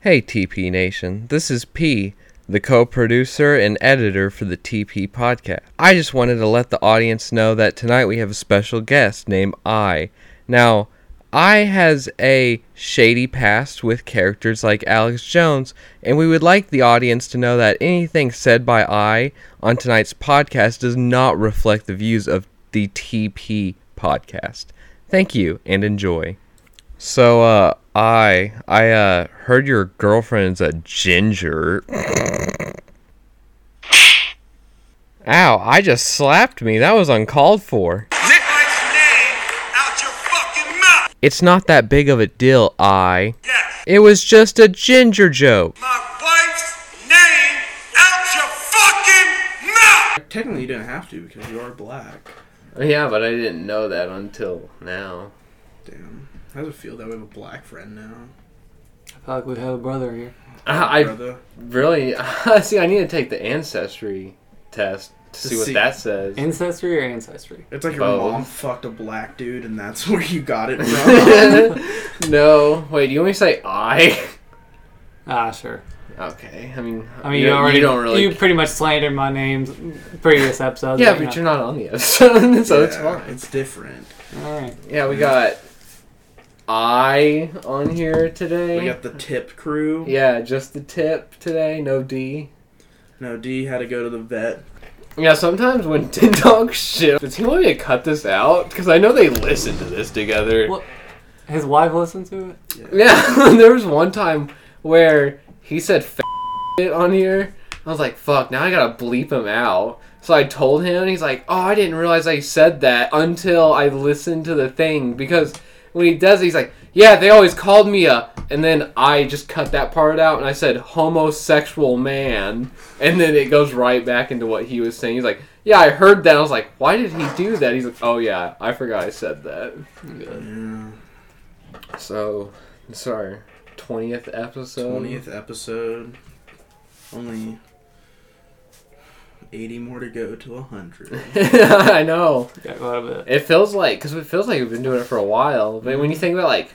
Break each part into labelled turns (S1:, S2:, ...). S1: Hey, TP Nation. This is P, the co producer and editor for the TP podcast. I just wanted to let the audience know that tonight we have a special guest named I. Now, I has a shady past with characters like Alex Jones, and we would like the audience to know that anything said by I on tonight's podcast does not reflect the views of the TP podcast. Thank you and enjoy. So uh I I uh heard your girlfriend's a ginger. Ow, I just slapped me. That was uncalled for.
S2: Nick Mike's name out your fucking mouth.
S1: It's not that big of a deal, I.
S2: Yes,
S1: It was just a ginger joke.
S2: my wife's name out your fucking mouth.
S3: Technically, you didn't have to because you are black.
S1: Yeah, but I didn't know that until now.
S3: Damn. How does it feel that we have a black friend now?
S4: feel like we have a brother here.
S1: I
S3: Brother.
S1: really see I need to take the ancestry test to
S3: see what see. that
S1: says.
S4: Ancestry or ancestry?
S3: It's like your
S1: Both.
S3: mom fucked a black dude and that's where you got it from.
S1: no, wait, you only say I?
S4: Ah, sure.
S1: Okay, I mean,
S4: I mean, you, already you pretty much slandered my names previous episodes.
S1: yeah,
S4: right
S1: but you're not on the episode, so it's
S3: Yeah,
S1: fine.
S3: It's different.
S4: All right.
S1: Yeah, we got I on here today.
S3: We got the tip crew.
S1: yeah, just the tip today, no D.
S3: No, D had to go to the vet.
S1: Yeah, sometimes when Tin Dog shifts, does he want me to cut this out? Because I know they listen to this together.
S4: Well- His wife listened to it.
S1: Yeah, there was one time where he said f- it on here. I was like, fuck, now I gotta bleep him out. So I told him, and he's like, oh, I didn't realize I said that until I listened to the thing. Because when he does it, he's like, yeah, they always called me a. And then I just cut that part out, and I said homosexual man. And then it goes right back into what he was saying. He's like, yeah, I heard that. I was like, why did he do that? He's like, oh, yeah, I forgot I said that.
S3: Yeah.
S1: Um, So, it's our 20th episode.
S3: 20th episode. Only 80 more to go to 100.
S1: I know.
S4: Got a little bit.
S1: It feels like, because it feels like we've been doing it for a while, but when you think about, like,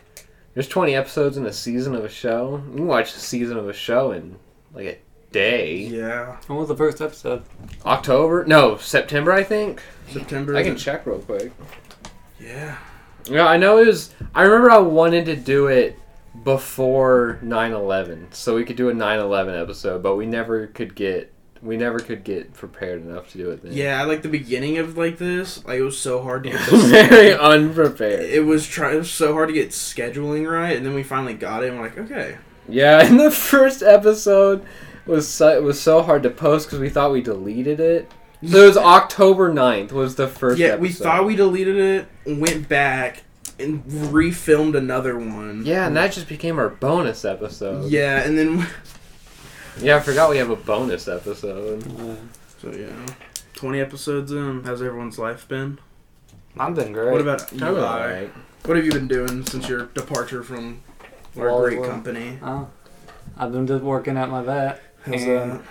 S1: there's 20 episodes in a season of a show, you can watch a season of a show in, like, a day.
S3: yeah.
S4: When was the first episode?
S1: October? No, September, I think.
S3: September.
S1: I can check real quick.
S3: yeah.
S1: Yeah, I know it was, I remember I wanted to do it before 9-11, so we could do a 9-11 episode, but we never could get, we never could get prepared enough to do it then.
S3: Yeah, like the beginning of like this, like it was so hard to get this
S1: Very unprepared.
S3: it was try it was so hard to get scheduling right, and then we finally got it. and We're like, okay,
S1: Yeah, and the first episode was so, it was so hard to post because we thought we deleted it. So it was October 9th was the first
S3: yeah,
S1: episode.
S3: we thought we deleted it, went back and refilmed another one.
S1: Yeah, and that just became our bonus episode.
S3: yeah, and then
S1: Yeah, I forgot we have a bonus episode.
S4: Uh,
S3: so yeah, twenty episodes in. How's everyone's life been?
S4: I've been great.
S3: What about you?
S1: That was
S3: Eli?
S1: alright.
S3: What have you been doing since your departure from our
S4: Well,
S3: great
S4: well,
S3: company?
S4: Oh, I've been just working at my vet.
S3: How's
S4: and-
S3: that?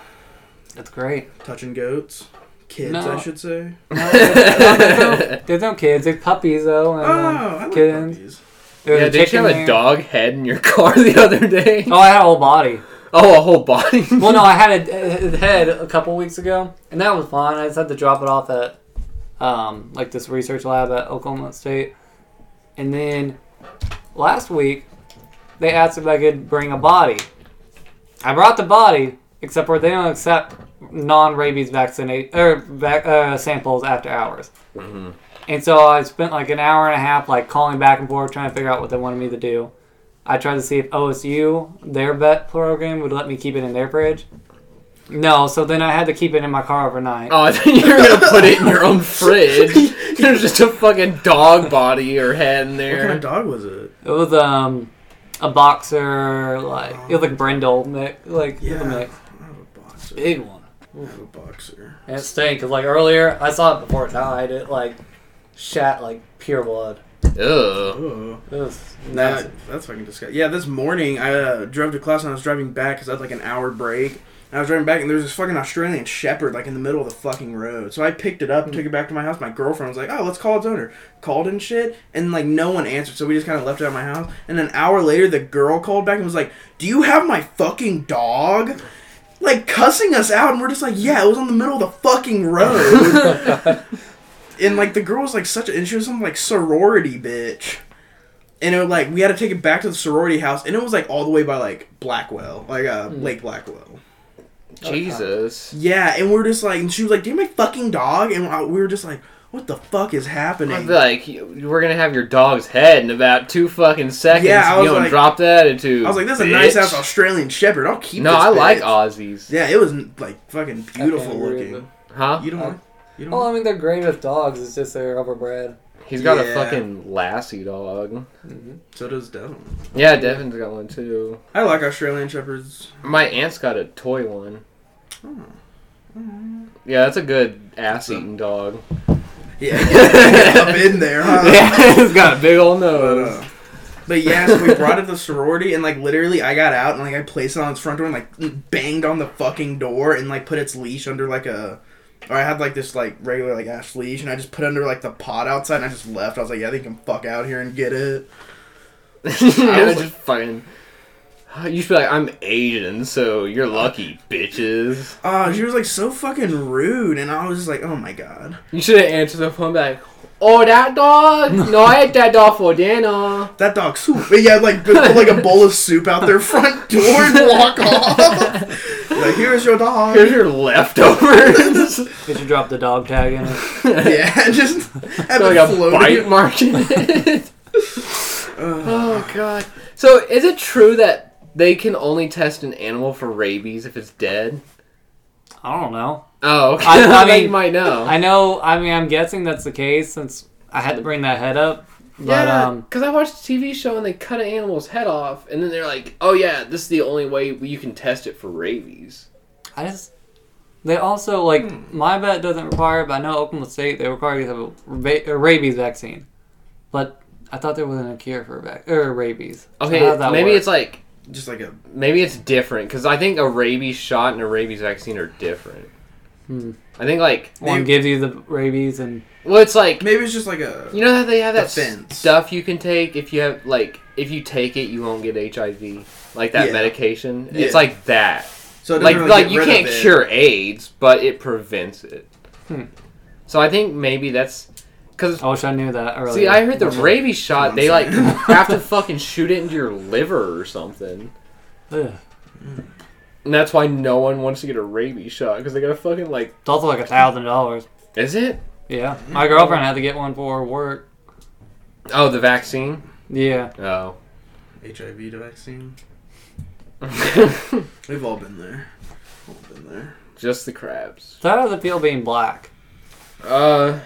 S4: It's great.
S3: Touching goats, kids,
S4: No.
S3: I should say.
S4: No, there's, no, there's no- there's no kids. There's puppies though, and um,
S3: oh, I like
S4: kittens.
S3: puppies.
S4: There's
S1: yeah,
S4: a
S1: did you
S4: chicken
S1: have a
S4: there.
S1: dog head in your car the other day?
S4: Oh, I had a whole body.
S1: Oh, a whole body.
S4: Well, no, I had a, a head a couple weeks ago, and that was fine. I just had to drop it off at um, like this research lab at Oklahoma State, and then last week they asked if I could bring a body. I brought the body, except for they don't accept non-rabies vaccinate or vac- uh, samples after hours. And so I spent like an hour and a half like calling back and forth trying to figure out what they wanted me to do. I tried to see if OSU, their vet program, would let me keep it in their fridge. No, so then I had to keep it in my car overnight.
S1: Oh, I thought you were gonna put it in your own fridge. There's just a fucking dog body or head in
S3: What kind of
S1: there.
S3: dog was it?
S4: It was um a boxer like it was like Brindle mix like it was a
S3: Yeah.
S4: mix.
S3: I have a boxer.
S4: Big one.
S3: I have a boxer.
S4: And it stank 'cause, like earlier I saw it before it died. It like shat like pure blood.
S1: Ugh.
S3: Oh,
S4: That's
S3: that,
S4: nuts.
S3: that's fucking disgusting. Yeah, this morning I uh, drove to class and I was driving back because I had like an hour break. And I was driving back and there was this fucking Australian Shepherd like in the middle of the fucking road. So I picked it up, took it back to my house. My girlfriend was like, "Oh, let's call its owner." Called and shit, and like no one answered. So we just kind of left it at my house. And an hour later, the girl called back and was like, "Do you have my fucking dog?" Like cussing us out, and we're just like, "Yeah, it was on the middle of the fucking road." and like the girl was like such, a, and she was some like sorority bitch and it was like we had to take it back to the sorority house, and it was like all the way by like Blackwell, like uh,
S1: Mm.
S3: Lake Blackwell. Oh,
S1: Jesus.
S3: Yeah, and we are just like, and she was like, "Do you have my fucking dog?" And I- we were just like, "What the fuck is
S1: I'd
S3: happening?"
S1: be like, "You- we're gonna have your dog's head in about two fucking seconds.
S3: Yeah, I
S1: if
S3: was
S1: you don't
S3: like-
S1: drop that into.
S3: I was like, "This is a nice ass
S1: house.
S3: Australian Shepherd. I'll keep."
S1: No,
S3: this
S1: I like
S3: bitch."
S1: Aussies.
S3: Yeah, it was like fucking beautiful
S4: agree with
S3: looking.
S1: Huh?
S3: You don't. like- You
S1: uh,
S3: don't.
S4: Well, I mean, they're great with dogs. It's just they're overbred.
S1: He's got a
S3: Yeah.
S1: fucking lassie dog.
S3: so does Devon.
S1: Yeah, Devin's got one too.
S3: I like Australian Shepherds.
S1: My aunt's got a toy one. Yeah, that's a good ass-eating dog.
S3: Yeah, up in there, huh?
S1: it's got a big old
S3: But,
S1: nose.
S3: uh, but yeah, so we brought it to the sorority, and like literally, I got out and like I placed it on its front door and like banged on the fucking door and like put its leash under like a. Or I had like this like regular like ash leash, and I just put it under like the pot outside, and I just left. I was like, yeah, they can fuck out here and get it.
S1: I
S3: was
S1: was just fucking. You should be like, I'm Asian, so you're lucky, bitches.
S3: Oh, she was like so fucking rude, and I was just like, oh my god.
S1: You should have answered the phone back. Oh, that dog? No, I ate that dog for dinner.
S3: That dog soup. But yeah, like put like a bowl of soup out their front door and walk off. like here's your dog.
S1: Here's your leftovers.
S4: Did you drop the dog tag in it?
S3: yeah, just have
S1: like
S3: it
S1: a
S3: floating.
S1: bite mark in it. oh god. So is it true that they can only test an animal for rabies if it's dead?
S4: I don't know.
S1: Oh, okay.
S4: I- I
S1: Now you
S4: mean-
S1: might know.
S4: I know. I mean, I'm guessing that's the case since I had to bring that head up. But
S1: yeah,
S4: um,
S1: because I watched a TV show and they cut an animal's head off, and then they're like, "Oh yeah, this is the only way you can test it for rabies."
S4: I just they also like
S1: Hmm.
S4: my vet doesn't require, it, but I know Oklahoma State they require you to have a, ra- a rabies vaccine. But I thought there wasn't a cure for vac- or rabies. So
S1: Okay,
S4: how does that
S1: maybe
S4: work?
S1: it's like
S3: Just like a
S1: maybe it's different because I think a rabies shot and a rabies vaccine are different. I think like
S4: one gives you the rabies and
S1: well, it's like
S3: maybe it's just like a
S1: You know how they have that
S3: Defense.
S1: stuff you can take if you have like if you take it you won't get HIV like that
S3: Yeah.
S1: medication.
S3: Yeah.
S1: It's like that.
S3: So it doesn't
S1: Like
S3: really
S1: like
S3: get
S1: you
S3: rid of
S1: can't
S3: it.
S1: cure AIDS, but it prevents it. So I think maybe that's because
S4: I wish I knew that earlier.
S1: see I heard the rabies
S3: I'm
S1: shot they like
S3: sorry.
S1: have to fucking shoot it into your liver or something.
S4: Ugh.
S1: And that's why no one wants to get a rabies shot because they gotta fucking like
S4: It's also like a thousand dollars.
S1: is it
S4: Yeah, my
S1: Mm-hmm.
S4: girlfriend had to get one for work.
S1: oh the vaccine
S4: Yeah,
S1: oh
S3: HIV vaccine. We've all been there. All been there.
S1: just the crabs.
S4: so how does it feel being black?
S1: Uh,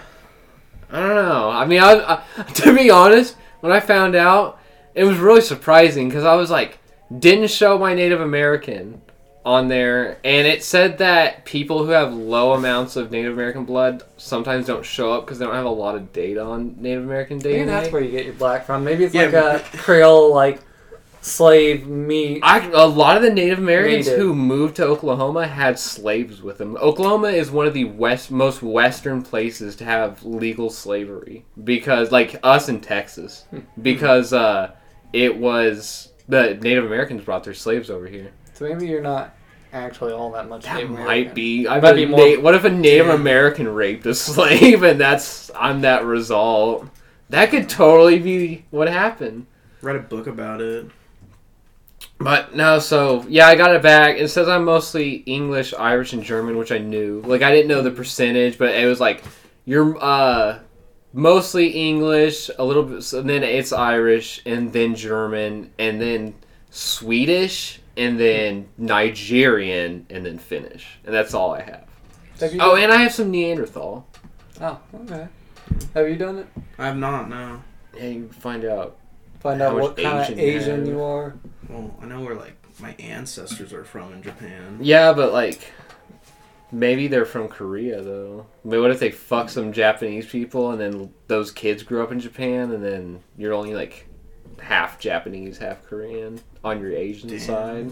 S1: I don't know. I mean, I, I to be honest, when I found out, it was really surprising because I was like, didn't show my Native American on there, and it said that people who have low amounts of Native American blood sometimes don't show up because they don't have a lot of data on Native American
S4: Maybe
S1: DNA.
S4: that's where you get your black from. Maybe it's
S3: Yeah,
S4: like a Creole like slave meat.
S1: I, a lot of the Native Americans
S4: Native.
S1: who moved to Oklahoma had slaves with them. Oklahoma is one of the west most western places to have legal slavery because, like us in Texas,
S4: Hmm.
S1: because uh, it was the Native Americans brought their slaves over here.
S4: So maybe you're not actually all that much.
S1: That
S4: Native American.
S1: might be. I
S4: Might
S1: bet
S4: be
S1: a
S4: more-
S1: Na- what if a Native American raped a slave and that's I'm that result? That could totally be what happened.
S3: Read a book about it.
S1: But no, so yeah, I got it back. It says I'm mostly English, Irish, and German, which I knew. Like I didn't know the percentage, but it was like you're uh mostly English, a little bit, and then it's Irish, and then German, and then Swedish, and then Nigerian, and then Finnish, and that's all I have.
S4: Have you
S1: Oh,
S4: done-
S1: and I have some Neanderthal.
S4: oh, okay. Have you done it?
S3: I have not, no.
S1: Yeah, you can find out.
S4: Find
S1: How
S4: out
S1: much
S4: what kind
S1: Asian
S4: of
S1: you
S4: Asian
S1: have.
S4: you are.
S3: Well, I know where like my ancestors are from in Japan.
S1: Yeah, but like Maybe they're from Korea though. I mean, what if they fuck some Japanese people and then those kids grew up in Japan and then you're only like half Japanese, half Korean on your Asian
S3: Damn.
S1: side?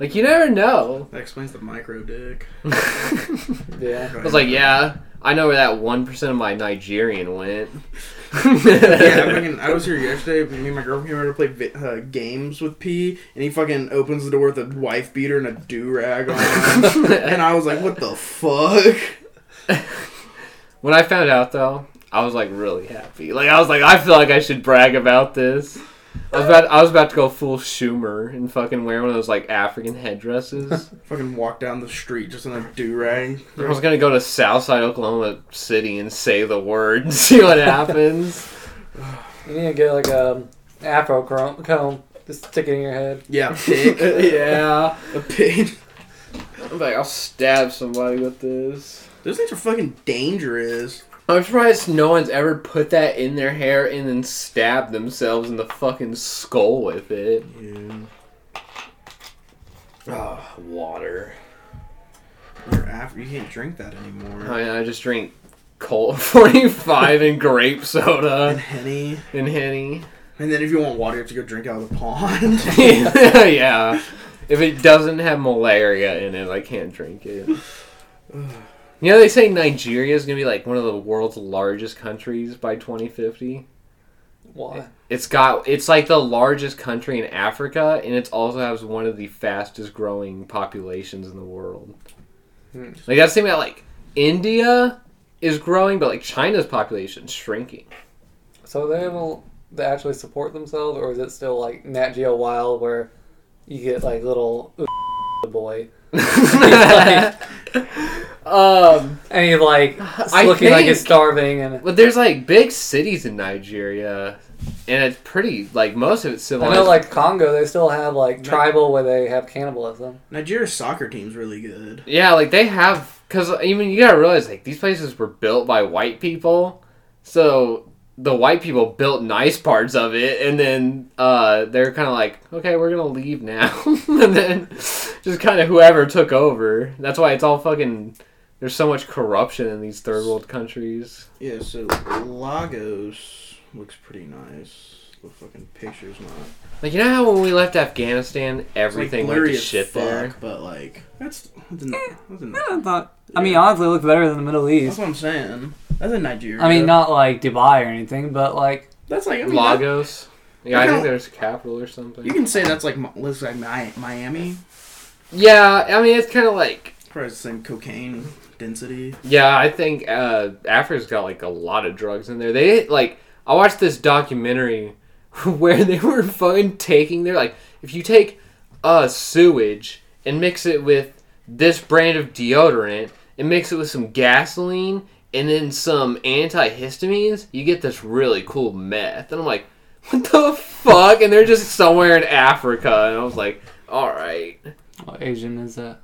S1: Like you never know.
S3: That explains the micro dick.
S1: I
S4: Yeah.
S1: was like, yeah, I know where that one percent of my Nigerian went.
S3: yeah, I, fucking, I was here yesterday. Me and my girlfriend came over to play vi- uh, games with P, and he fucking opens the door with a wife beater and a do rag on, and I was like, "What the fuck?"
S1: When I found out though, I was like really happy. Like I was like, I feel like I should brag about this. I was about I was about to go full Schumer and fucking wear one of those like African headdresses.
S3: Fucking walk down the street just in a do rag.
S1: I was gonna go to Southside Oklahoma City and say the word and see what happens.
S4: You need to get like a afro chrome comb. Just stick it in your head.
S3: Yeah, pig.
S1: yeah,
S3: a pig.
S1: I'm like I'll stab somebody with this.
S3: Those things are fucking dangerous.
S1: I'm surprised no one's ever put that in their hair and then stabbed themselves in the fucking skull with it.
S3: Yeah.
S1: Ah, water.
S3: You're after you can't drink that anymore.
S1: I, mean, Oh, I just drink Colt 45 and grape
S3: And
S1: soda
S3: henny.
S1: and Henny.
S3: And then if you want water, you have to go drink out of the pond.
S1: yeah. If it doesn't have malaria in it, I can't drink it. You know, they say Nigeria is going to be like one of the world's largest countries by 2050.
S4: Why?
S1: It's got it's like the largest country in Africa and it also has one of the fastest growing populations in the world.
S4: Hmm.
S1: Like that's the thing about like India is growing but like China's population is shrinking.
S4: So are they able to actually support themselves, or is it still like Nat Geo Wild where you get like little boy
S1: um,
S4: and he like
S1: I
S4: looking like he's
S1: think-
S4: starving and
S1: but there's like big cities in Nigeria, and it's pretty like most of it's
S4: I
S1: civilized.
S4: know like Congo they still have like tribal where they have cannibalism.
S3: Nigeria's soccer team's really good.
S1: yeah, like they have because I mean you gotta realize like these places were built by white people, so the white people built nice parts of it, and then uh, they're kind of like, okay, we're gonna leave now, and then just kind of whoever took over. That's why it's all fucking. There's so much corruption in these third world countries.
S3: Yeah, so Lagos looks pretty nice. The fucking picture's not.
S1: Like you know how when we left Afghanistan,
S3: It's, like,
S1: everything
S3: blurry
S1: went to
S3: as
S1: shit
S3: fuck,
S1: there.
S3: But like, that's that's, an, that's, an,
S4: thought. I mean, honestly, it looked better than the Middle
S3: that's
S4: East.
S3: what I'm saying. That's in Nigeria.
S4: I mean, not like Dubai or anything, but like
S3: that's like I mean, that-
S1: Lagos. Yeah, I
S3: Okay.
S1: think there's a capital or something.
S3: you can say that's like Mi- looks like Mi- Miami.
S1: yeah, I mean it's kind of like
S3: Probably the same cocaine density.
S1: yeah, I think uh, Africa's got like a lot of drugs in there. They like I watched this documentary where they were fucking taking their like if you take uh sewage and mix it with this brand of deodorant and mix it with some gasoline and then some antihistamines, you get this really cool meth. And I'm like, what the fuck? And they're just somewhere in Africa. And I was like, all right.
S4: what Asian is that?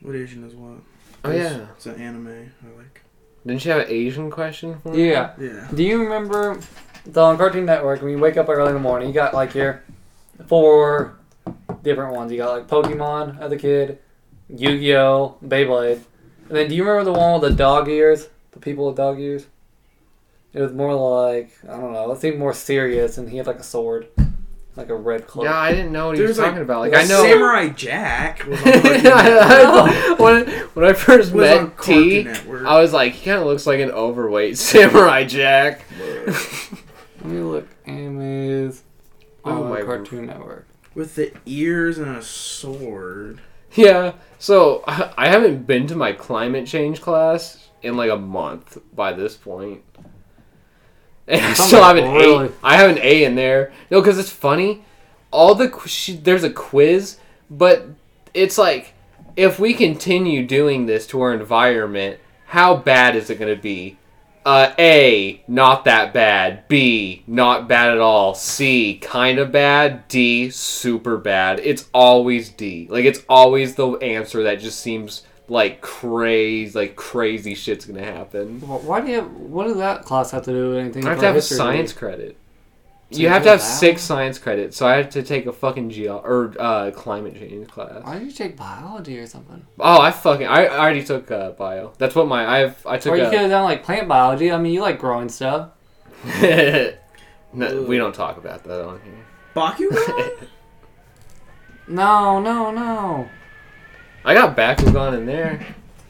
S3: What Asian is what?
S1: Oh yeah.
S3: it's an anime. I like.
S1: Didn't you have an Asian question for me?
S4: Yeah.
S3: Yeah.
S4: Do you remember the on Cartoon Network when you wake up early in the morning? You got like your four different ones. You got like Pokemon as a kid, Yu Gi Oh, Beyblade, and then do you remember the one with the dog ears? The people with dog ears. It was more like I don't know. It seemed more serious, and he had like a sword, like a red cloak.
S1: Yeah, I didn't know what he was
S3: There's, like,
S1: talking about. Like
S4: like
S1: I know
S3: Samurai Jack was on Cartoon Network.
S1: when, when I first
S3: Was on
S1: met
S3: Cartoon
S1: T,
S3: Network.
S1: I was like, he kind of looks like an overweight samurai jack.
S4: Let me look. Animes
S1: Oh,
S4: on
S1: my-
S4: Cartoon Network.
S3: with the ears and a sword.
S1: Yeah. So I I haven't been to my climate change class in like a month by this point. And I
S4: Sounds
S1: still have
S4: like
S1: an
S4: really-
S1: A. I have an A in there. No, because it's funny. All the qu- she, there's a quiz, but it's like if we continue doing this to our environment, how bad is it going to be? Uh, a, not that bad. B, not bad at all. C, kind of bad. D, super bad. It's always D. Like it's always the answer that just seems like crazy, like crazy shit's gonna happen.
S4: Why do you? Have, what does that class have to do with anything?
S1: I have
S4: for
S1: to have a
S4: history?
S1: science credit. you have to have
S4: Wow.
S1: six science credits, so I have to take a fucking geo or uh, climate change class.
S4: Why don't you take biology or something?
S1: Oh, I fucking I, I already took uh, bio. That's what my I've I took.
S4: or you
S1: a-
S4: could have done like plant biology. I mean, you like growing stuff.
S1: no, we don't talk about that on here.
S3: Bakugan?
S4: No, no, no.
S1: I got Bakugan in there.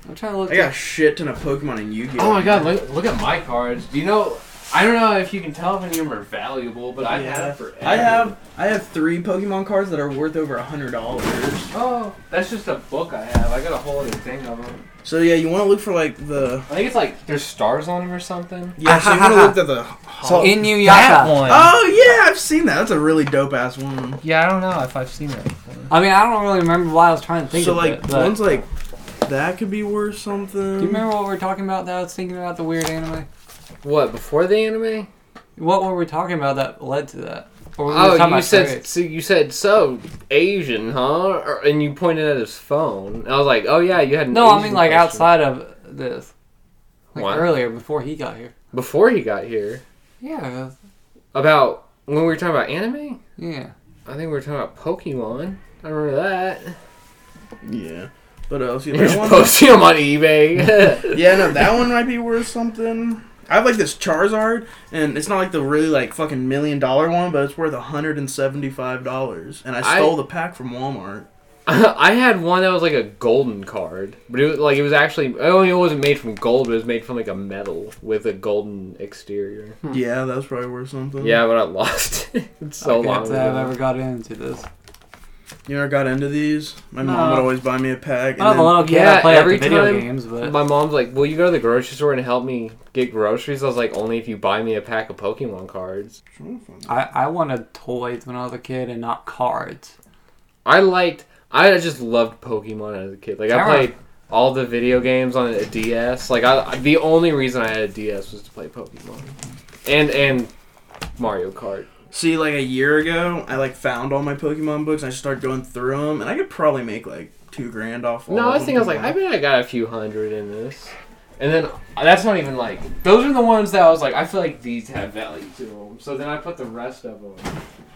S4: I'm trying to look.
S3: I got shit ton of Pokemon and Yu-Gi-Oh.
S1: Oh my god, look, look at my cards. Do you know? I don't know if you can tell if any of them are valuable, but I
S3: Yeah.
S1: have forever.
S3: I have I have three Pokemon cards that are worth over a hundred dollars.
S1: Oh, that's just a book I have. I got a whole other thing of them.
S3: So yeah, you want to look for like the
S1: I think it's like there's stars on them or something.
S3: yeah. So you want to look at the
S1: So-
S4: in New
S1: That
S4: York.
S1: one.
S3: oh yeah, I've seen that. That's a really dope ass one.
S1: Yeah, I don't know if I've seen that. Before.
S4: I mean, I don't really remember why I was trying to think
S3: So
S4: of
S3: like
S4: it. but-
S3: ones like that could be worth something.
S4: do you remember what we were talking about? That I was thinking about the weird anime.
S1: What before the anime?
S4: What were we talking about that led to that? Or were we talking
S1: Oh, you
S4: about
S1: said
S4: trades?
S1: so you said so Asian, huh? Or- And you pointed at his phone. And I was like, oh yeah, you had an
S4: No, I
S1: Asian
S4: mean like
S1: question.
S4: outside of this, like
S1: What?
S4: earlier before he got here.
S1: before he got here
S4: Yeah,
S1: about when we were talking about anime.
S4: yeah.
S1: I think we were talking about Pokemon. I remember that.
S3: Yeah. But uh, see
S1: You're
S3: that
S1: just
S3: one.
S1: posting them on eBay.
S3: Yeah, no, that one might be worth something. I have like this Charizard, and it's not like the really like fucking million dollar one, but it's worth hundred and seventy five dollars. And I
S1: I-
S3: stole the pack from Walmart.
S1: I had one that was like a golden card, but it was like it was actually. I mean, it wasn't made from gold, but it was made from like a metal with a golden exterior.
S4: Hmm.
S3: Yeah, that was probably worth something.
S1: Yeah, but I lost it It's so
S4: I
S1: long.
S4: forget to have
S1: ago.
S4: ever got into this.
S3: you never got into these. My
S4: No.
S3: mom would always buy me a pack.
S4: I was
S3: And
S4: a
S3: then,
S4: little kid.
S1: Yeah,
S4: I played
S1: every
S4: like, the video
S1: time
S4: games, but
S1: My mom's like, "Will you go to the grocery store and help me get groceries?" I was like, "Only if you buy me a pack of Pokemon cards."
S4: I, I wanted toys when I was a kid and not cards.
S1: I liked, I just loved Pokemon as a kid. Like I
S4: Alright.
S1: played all the video games on a DS. Like I, the only reason I had a DS was to play Pokemon, and and Mario Kart.
S3: see, like a year ago, I like found all my Pokemon books, and I just started going through them, and I could probably make like two grand off.
S1: No,
S3: all
S1: I
S3: of
S1: think I was
S3: them.
S1: like, I bet I got a few hundred in this. And then that's not even like those are the ones that I was like, I feel like these have value to them. So then I put the rest of them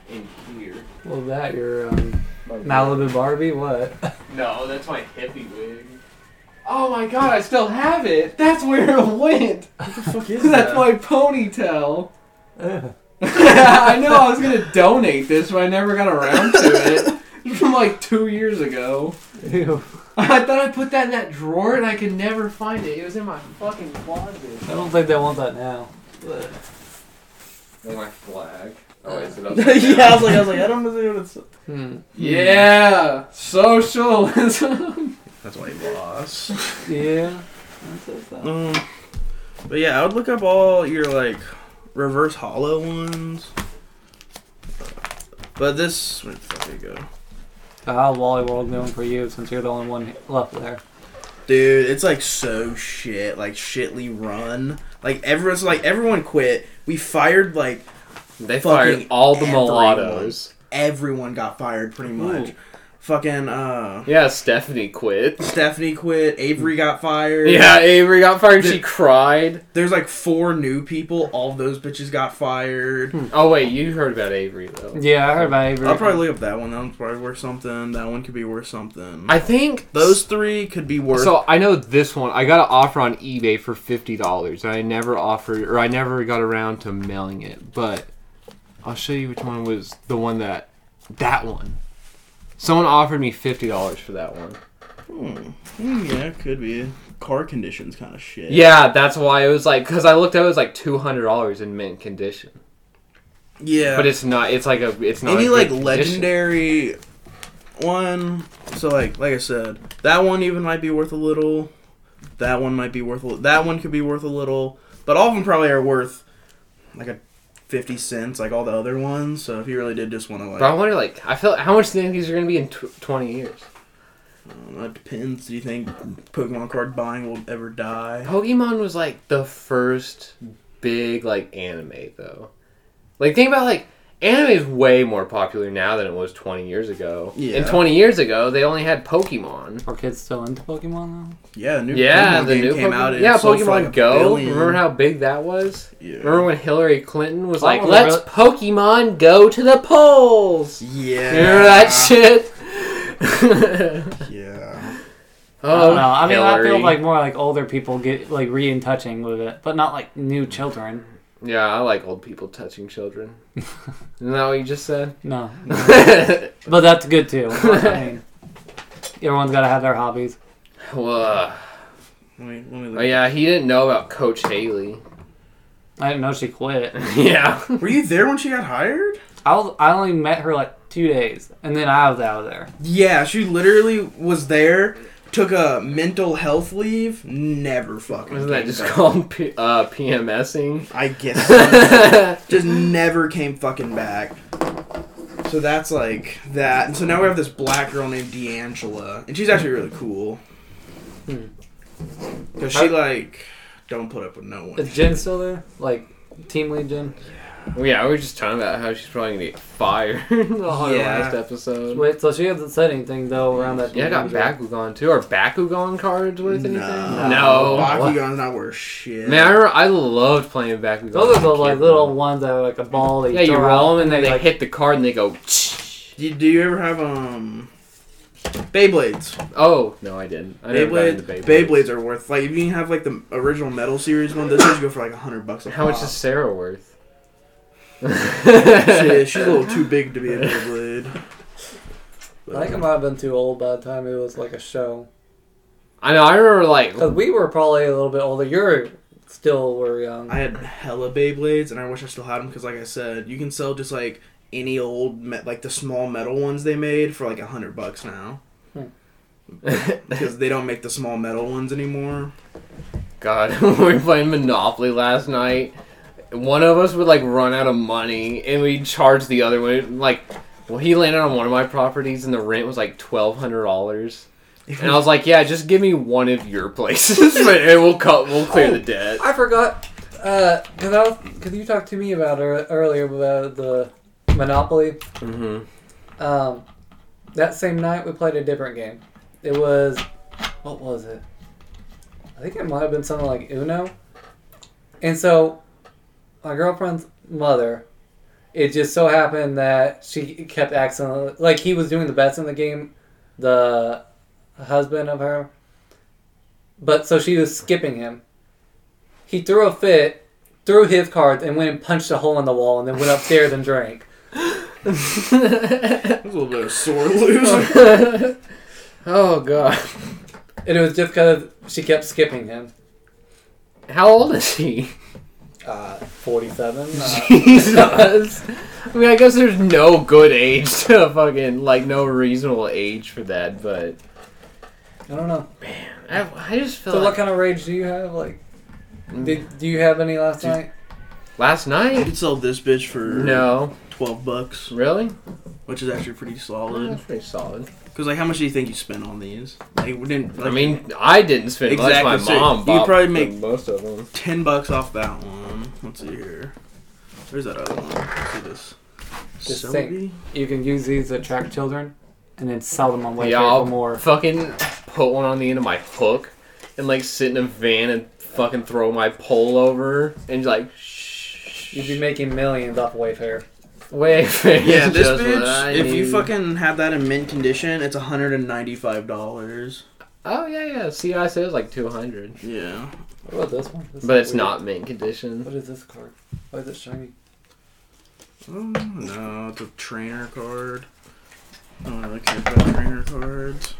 S1: in here.
S4: Well, that your um, Malibu Barbie, what?
S1: No, that's my hippie wig. Oh my god, I still have it. That's where it went.
S3: what the fuck is
S1: That's
S3: that?
S1: my ponytail. I know I was gonna donate this, but I never got around to it. It's From like two years ago.
S4: Ew.
S1: I thought I put that in that drawer and I could never find it. It was in my fucking closet.
S4: I don't think they want that now.
S1: my flag. Oh, is it
S3: yeah, I was like, I was like, I don't know what it's.
S4: Hmm.
S1: Yeah, socialism.
S3: That's why he lost.
S4: Yeah. That says that.
S3: Um, but yeah, I would look up all your like reverse hollow ones. But this, where the fuck did it go?
S4: So how's Wally World doing for you since you're the only one left there?
S3: Dude, it's like so shit, like shitly run. Like everyone's like everyone quit. We fired like
S1: They
S3: Fucking everyone.
S1: mulattoes.
S3: everyone got fired pretty much. Fucking uh
S1: Yeah, Stephanie quit.
S3: Stephanie quit, Avery got fired.
S1: Yeah, Avery got fired.
S3: The-
S1: She cried.
S3: There's like four new people, all of those bitches got fired.
S1: Oh wait, you heard about Avery though.
S4: Yeah, I heard about Avery.
S3: I'll probably look up that one. That one's probably worth something. That one could be worth something.
S1: I think
S3: Those three could be worth.
S1: So I know this one. I got an offer on eBay for fifty dollars, and I never offered, or I never got around to mailing it. But I'll show you which one was the one that that one. Someone offered me fifty dollars for that one.
S3: Hmm, yeah, could be car conditions kind of shit.
S1: Yeah, that's why it was like because I looked at it, it was like two hundred dollars in mint condition,
S3: yeah.
S1: but it's not. It's like a. It's not
S3: any
S1: a
S3: like
S1: good condition.
S3: legendary one. So like like I said, that one even might be worth a little. That one might be worth a little. That one could be worth a little. But all of them probably are worth like a fifty cents, like all the other ones. So if you really did just want to like,
S1: But I wonder, like, I feel how much do you think these are gonna be in tw- twenty years?
S3: um, it depends. Do you think Pokemon card buying will ever die?
S1: Pokemon was like the first big like anime though. Like think about like anime is way more popular now than it was 20 years ago.
S3: Yeah.
S1: And 20 years ago, they only had Pokemon.
S4: Are kids still into Pokemon
S3: Yeah, the new
S1: Yeah,
S3: Pokemon
S1: the
S3: game
S1: new
S3: came
S1: Pokemon.
S3: out. and
S1: yeah,
S3: it sold for,
S1: Pokemon
S3: like, a
S1: Go.
S3: billion.
S1: Remember how big that was?
S3: Yeah.
S1: Remember when Hillary Clinton was
S4: Oh,
S1: like,
S4: the
S1: "Let's
S4: re-
S1: Pokemon go to the polls."
S3: Yeah.
S1: Remember that shit?
S3: Yeah.
S1: oh,
S4: though? I don't know. I mean, I
S1: Hillary.
S4: feel like more like older people get like re in touching with it, but not like new children.
S1: yeah, I like old people touching children. Isn't that what you just said?
S4: No, but that's good too. I mean, everyone's got to have their hobbies.
S1: well, uh,
S3: Let me, let me
S1: oh
S3: look.
S1: yeah, he didn't know about Coach Haley.
S4: I didn't know she quit.
S1: yeah.
S3: Were you there when she got hired?
S4: I was, I only met her like two days, and then I was out of there.
S3: Yeah, she literally was there, took a mental health leave, never fucking.
S1: Isn't that
S3: came
S1: just
S3: back.
S1: called P- uh, PMSing?
S3: I guess. so. just never came fucking back. So that's like that. And so now we have this black girl named D'Angela, and she's actually really cool. Cause she
S4: I-
S3: like don't put up with no one.
S4: Is Jen still there? Like team lead Jen?
S1: Well, yeah, we were just talking about how she's probably gonna get fired on the
S3: Yeah.
S1: last episode.
S4: Wait, so she hasn't said anything though around that.
S1: Yeah, I got
S4: danger.
S1: Bakugan too. Are Bakugan cards worth anything?
S3: No.
S1: No.
S3: Bakugan's not worth shit.
S1: Man, I, remember, I loved playing Bakugan.
S4: Those are those like little ones that are like a ball. that
S1: Yeah, you
S4: throw
S1: roll
S4: out,
S1: them and they,
S4: like
S1: hit the card and they go.
S3: Do you, do you ever have um Beyblades?
S1: Oh no, I didn't. I never got into
S3: Beyblades,
S1: Beyblades.
S3: Beyblades are worth like if you can have like the original Metal Series one, those things go for like a hundred bucks a
S1: How much
S3: pop.
S1: is Sarah worth?
S3: Shit, she's a little too big to be a Beyblade.
S4: I think I might have been too old by the time it was like a show.
S1: I know. I remember like
S3: Oh.
S4: Because we were probably a little bit older. You're still were young.
S3: I had hella Beyblades, and I wish I still had them because, like I said, you can sell just like any old me- like the small metal ones they made for like a hundred bucks now because they don't make the small metal ones anymore.
S1: God, we were playing Monopoly last night. One of us would like run out of money, and we charge the other one. Like, well, he landed on one of my properties, and the rent was like twelve hundred dollars. And I was like, "Yeah, just give me one of your places, and we'll cut, we'll clear the debt."
S4: I forgot because was because you talked to me about ear- earlier about the Monopoly.
S1: Mm-hmm.
S4: Um, that same night we played a different game. It was what was it? I think it might have been something like Uno. And so, my girlfriend's mother. It just so happened that she kept accidentally like he was doing the best in the game, the husband of her. But so she was skipping him. He threw a fit, threw his cards, and went and punched a hole in the wall, and then went upstairs and drank.
S3: That was a little bit of a sore loser.
S1: Oh God,
S4: And it was just because she kept skipping him.
S1: how old is he?
S4: Uh, 47. Uh,
S1: Jesus. I mean, I guess there's no good age to fucking like no reasonable age for that, but
S4: I don't know.
S1: I, I just feel
S4: So,
S1: like
S4: what kind of rage do you have? Like, did do you have any last night?
S1: last
S3: you
S1: night.
S3: could sell this bitch for
S1: No,
S3: twelve bucks,
S1: really?
S3: which is actually pretty solid.
S1: That's pretty solid.
S3: Because like, how much do you think you spent on these? Like, we didn't.
S1: I
S3: Like,
S1: mean, I didn't spend
S3: Exactly,
S1: much. My
S3: so
S1: mom
S3: you
S1: bought
S3: probably
S1: the
S3: make-
S1: most of them.
S3: ten bucks off that one. Let's see here. Where's that other one? Let's see this.
S4: Just
S3: Celebi?
S4: think. You can use these to attract children and then sell them on Wayfair
S1: Yeah, I'll
S4: for more.
S1: fucking put one on the end of my hook and like sit in a van and fucking throw my pole over and like shh.
S4: You'd be making millions off Wayfair.
S1: Wait,
S3: Yeah, this
S1: just what I
S3: bitch. If you
S1: need.
S3: fucking have that in mint condition, it's one hundred and ninety-five dollars.
S1: Oh yeah, yeah. See, I said it was like two hundred,
S3: Yeah.
S4: What about this one? This
S1: but
S4: is
S1: it's
S4: weird.
S1: not mint condition.
S4: What is this card? Why is it shiny?
S3: Oh, no, it's a trainer card. Oh, I don't really care about trainer cards.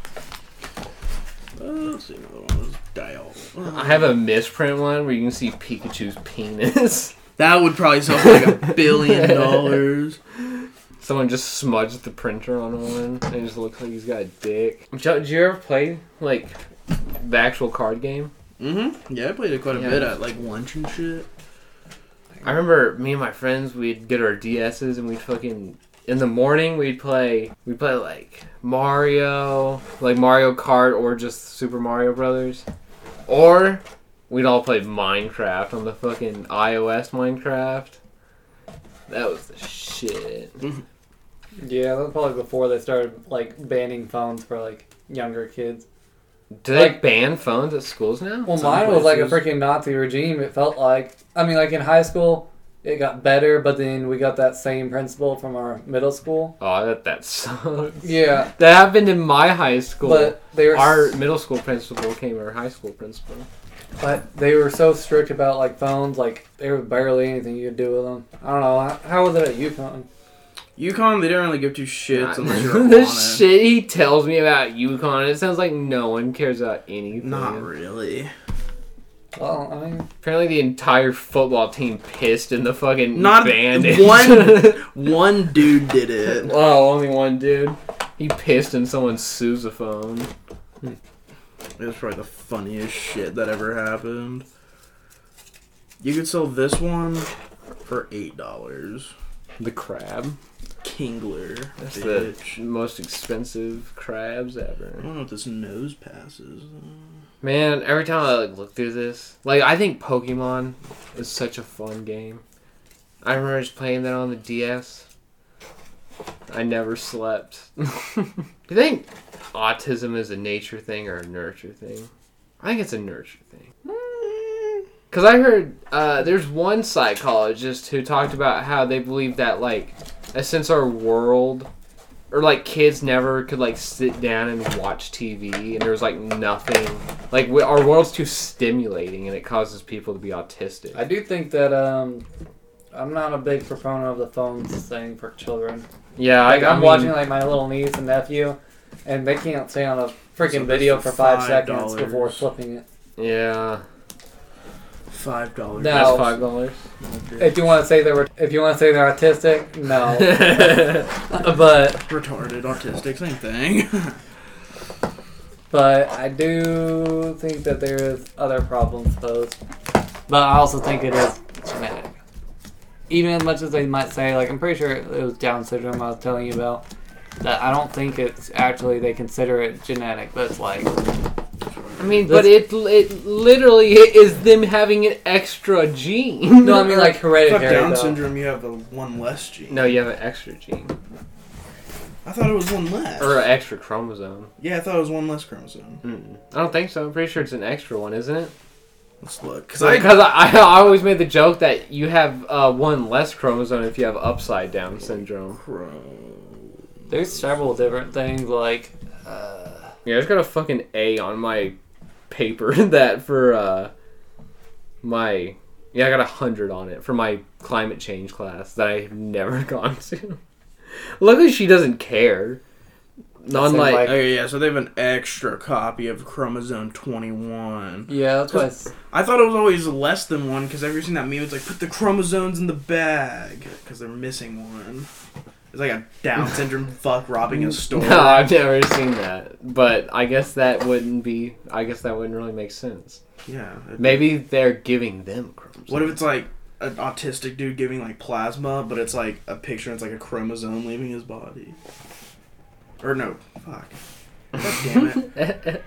S3: Uh, let's see another one. Let's dial.
S1: I have a misprint one where you can see Pikachu's penis.
S3: That would probably sell for like a billion dollars.
S1: Someone just smudged the printer on one and it just looks like he's got a dick. Jo- Did you ever play like the actual card game?
S3: Mm-hmm. Yeah, I played it quite a
S1: Yeah.
S3: bit at like lunch and shit.
S1: I remember me and my friends, we'd get our DSs and we'd fucking in the morning we'd play we'd play like Mario, like Mario Kart or just Super Mario Brothers. Or we'd all play Minecraft on the fucking iOS Minecraft. That was the shit.
S4: Yeah, that was probably before they started like banning phones for like younger kids.
S1: Do they
S4: Like-
S1: ban phones at schools now?
S4: Well,
S3: Some
S4: mine was like a
S3: places-
S4: freaking Nazi regime. It felt like I mean, like in high school, it got better, but then we got that same principle from our middle school.
S1: Oh, that that sucks.
S4: Yeah,
S1: That happened in my high school.
S4: but they were
S1: our middle school principal became our high school principal.
S4: but they were so strict about like phones. Like there was barely anything you could do with them. I don't know. How- How was it at UConn?
S3: UConn, they don't really give two shits unless you're
S1: the
S3: on it.
S1: shit he tells me about UConn, it sounds like no one cares about anything.
S3: Not really.
S4: Well, I mean,
S1: Apparently, the entire football team pissed in the fucking
S3: Not
S1: band.
S3: one. one dude did it.
S1: oh, only one dude. He pissed in someone's sousaphone.
S3: It was probably the funniest shit that ever happened. You could sell this one for eight dollars.
S1: The crab.
S3: Kingler.
S1: That's
S3: bitch.
S1: the most expensive crabs ever.
S3: I don't know if this nose passes.
S1: Man, every time I like look through this, like I think Pokemon is such a fun game. I remember just playing that on the DS. I never slept. Do you think autism is a nature thing or a nurture thing? I think it's a nurture thing. Mm. Cause I heard uh, there's one psychologist who talked about how they believe that like, uh, since our world or like kids never could like sit down and watch TV, and there was like nothing. Like we, our world's too stimulating, and it causes people to be autistic.
S4: I do think that um, I'm not a big proponent of the phones thing for children.
S1: yeah,
S4: Like
S1: I,
S4: I'm
S1: am
S4: watching
S1: watching.
S4: like my little niece and nephew, and they can't stay on a
S3: So
S4: freaking video
S3: this
S4: for
S3: is
S4: five
S3: $5.
S4: seconds before flipping it.
S1: yeah,
S3: Five dollars.
S4: No.
S1: that's five dollars.
S4: If you want to say they were, if you want to say they're autistic, no. but
S3: Retarded, autistic, same thing.
S4: but I do think that there is other problems posed. But I also think it is genetic. Even as much as they might say, like I'm pretty sure it was Down syndrome I was telling you about. That I don't think it's actually they consider it genetic, but it's like
S1: I mean, but it it literally is them having an extra gene.
S4: no, I mean like
S3: Fuck
S4: hereditary.
S3: Down
S4: though.
S3: syndrome, you have a one less gene.
S1: no, you have an extra gene
S3: I thought it was one less.
S1: or an extra chromosome.
S3: yeah, I thought it was one less chromosome.
S1: Mm-mm. I don't think so. I'm pretty sure it's an extra one, isn't it?
S3: Let's look. Cause I,
S1: Because I, I always made the joke that you have uh, one less chromosome if you have upside down syndrome.
S3: Chrome.
S4: There's several different things like
S1: Yeah, I just got a fucking A on my paper that for uh my yeah, I got a hundred on it for my climate change class that I have never gone to. Luckily, she doesn't care. Non like,
S4: like-
S3: Okay, yeah, so they have an extra copy of chromosome 21.
S4: yeah, that's why it's,
S3: I thought it was always less than one because every seen that meme, it's like, put the chromosomes in the bag because they're missing one. It's like a Down syndrome fuck robbing a store.
S1: no, I've never seen that. But I guess that wouldn't be. I guess that wouldn't really make sense.
S3: Yeah. it-
S1: Maybe they're giving them crumbs.
S3: What if it's like an autistic dude giving like plasma, but it's like a picture and it's like a chromosome leaving his body? Or no, fuck. God damn it.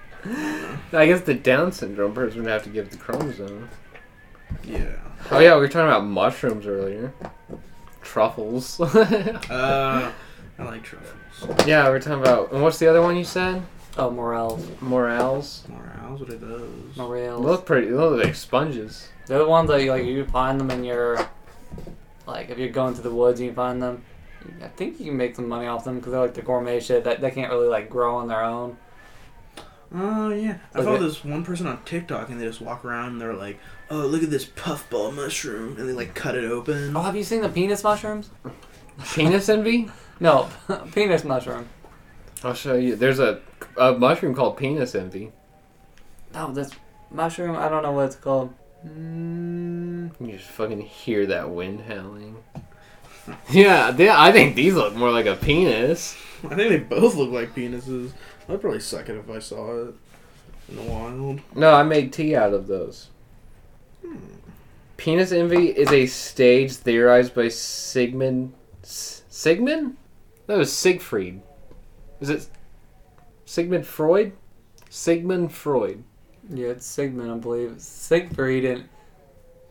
S1: I guess the Down syndrome person would have to give the chromosome.
S3: Yeah.
S1: Oh yeah, we were talking about mushrooms earlier. Truffles.
S3: Uh, I like truffles.
S1: Yeah, we're talking about. And what's the other one you said?
S4: oh Morels,
S1: Morels.
S3: Morales, what are those?
S1: They
S4: Morels.
S1: look pretty. They look like sponges.
S4: They're the ones that you, like you find them in your, like if you're going to the woods and you find them. I think you can make some money off them because they're like the gourmet shit that they can't really like grow on their own.
S3: Oh yeah, I
S4: Look
S3: follow
S4: at-
S3: this one person on TikTok, and they just walk around and they're like, "Oh, look at this puffball mushroom," and they like cut it open.
S4: Oh, have you seen the penis mushrooms?
S1: Penis envy.
S4: No, penis mushroom.
S1: I'll show you. There's a a mushroom called penis envy.
S4: No, Oh, this mushroom. I don't know what it's called. Mm,
S1: You just fucking hear that wind howling. Yeah, they, I think these look more like a penis.
S3: I think they both look like penises. I'd probably suck it if I saw it in the wild.
S1: No, I made tea out of those. Penis envy is a stage theorized by Sigmund. S- Sigmund? That was Siegfried. Is it Sigmund Freud? Sigmund Freud.
S4: yeah, it's Sigmund, I believe. Siegfried and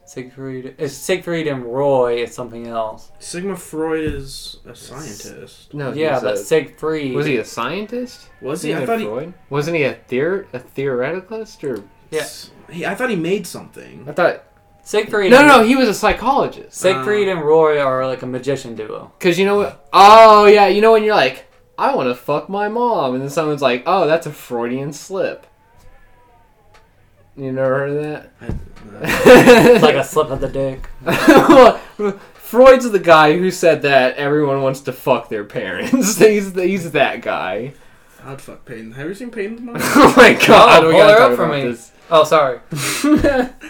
S4: Siegfried. It's Siegfried and Roy. It's something else.
S3: Sigma Freud is a scientist.
S1: No,
S4: yeah,
S1: he's
S4: but
S1: a-
S4: Siegfried.
S1: was he a scientist?
S3: Was he? I
S1: Sigmund
S3: thought he.
S1: Freud? Wasn't he a theor a theoreticalist or
S4: Yeah.
S3: he- I thought he made something.
S1: I thought
S4: Siegfried.
S1: no,
S4: and-
S1: no, he was a psychologist.
S4: Siegfried and Roy are like a magician duo.
S1: Cause you know what? Oh yeah, you know when you're like, I want to fuck my mom, and then someone's like, Oh, that's a Freudian slip. You never heard of that?
S3: I, uh,
S4: It's like a slip of the dick.
S1: Freud's the guy who said that everyone wants to fuck their parents. he's he's that guy.
S3: I'd fuck Peyton. Have you seen Peyton's mom?
S1: Oh my god!
S4: Oh,
S1: we
S4: pull
S1: gotta
S4: her
S1: talk
S4: up for
S1: about
S4: me.
S1: this.
S4: Oh, sorry.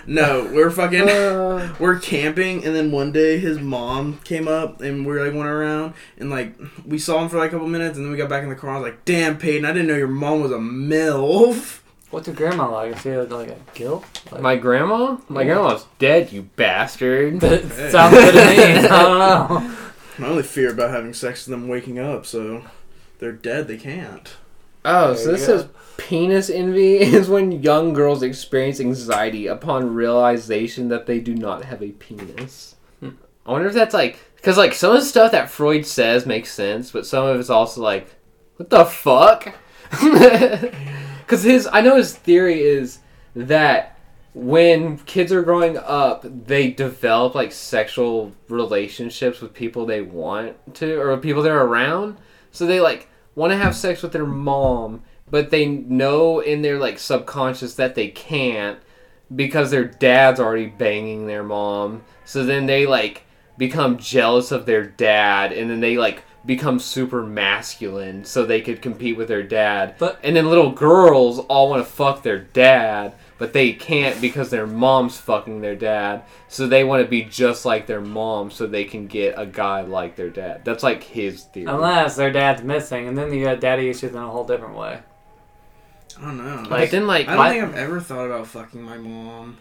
S3: no, we're fucking.
S1: Uh,
S3: we're camping and then one day his mom came up and we like went around and like we saw him for like a couple minutes and then we got back in the car and I was like, damn Peyton, I didn't know your mom was a MILF.
S4: What's your grandma like? Is she like a guilt? Like,
S1: my grandma? My grandma's dead, you bastard.
S4: That sounds good to me. I don't know.
S3: My only fear about having sex is them waking up, so they're dead, they can't.
S1: Oh,
S4: There
S1: so
S4: you
S1: this
S4: go.
S1: says penis envy is when young girls experience anxiety upon realization that they do not have a penis. I wonder if that's like because like some of the stuff that Freud says makes sense, but some of it's also like, what the fuck? Because his I know his theory is that when kids are growing up, they develop like sexual relationships with people they want to or people they're around. So they like want to have sex with their mom, but they know in their like subconscious that they can't because their dad's already banging their mom. So then they like become jealous of their dad and then they like become super masculine so they could compete with their dad.
S4: But-
S1: and then little girls all want to fuck their dad, but they can't because their mom's fucking their dad. So they want to be just like their mom so they can get a guy like their dad. That's like his theory.
S4: Unless their dad's missing, and then you got daddy issues in a whole different way.
S3: I don't know.
S1: but then like
S3: I don't
S1: my-
S3: think I've ever thought about fucking my mom.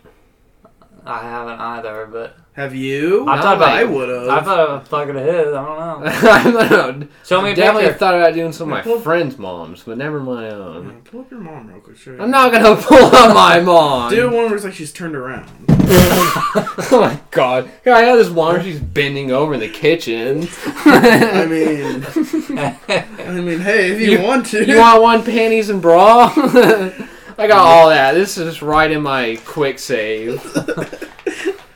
S4: I haven't either, but
S3: Have you?
S4: I've thought
S1: No,
S4: about
S3: I would've.
S4: I thought about fucking his. I don't know.
S1: I don't know.
S4: Show me a
S1: Definitely
S4: picture.
S1: thought about doing some of
S3: Pull-
S1: my friends' moms, but never my own.
S3: Pull up your mom real quick. Sure.
S1: I'm not gonna pull up my mom.
S3: Do one where it's like she's turned around.
S1: Oh my god. Here I have this one where she's bending over in the kitchen.
S3: I mean, I mean, hey, if you,
S1: You-
S3: want to.
S1: you want one panties and bra? I got all that. This is right in my quick save.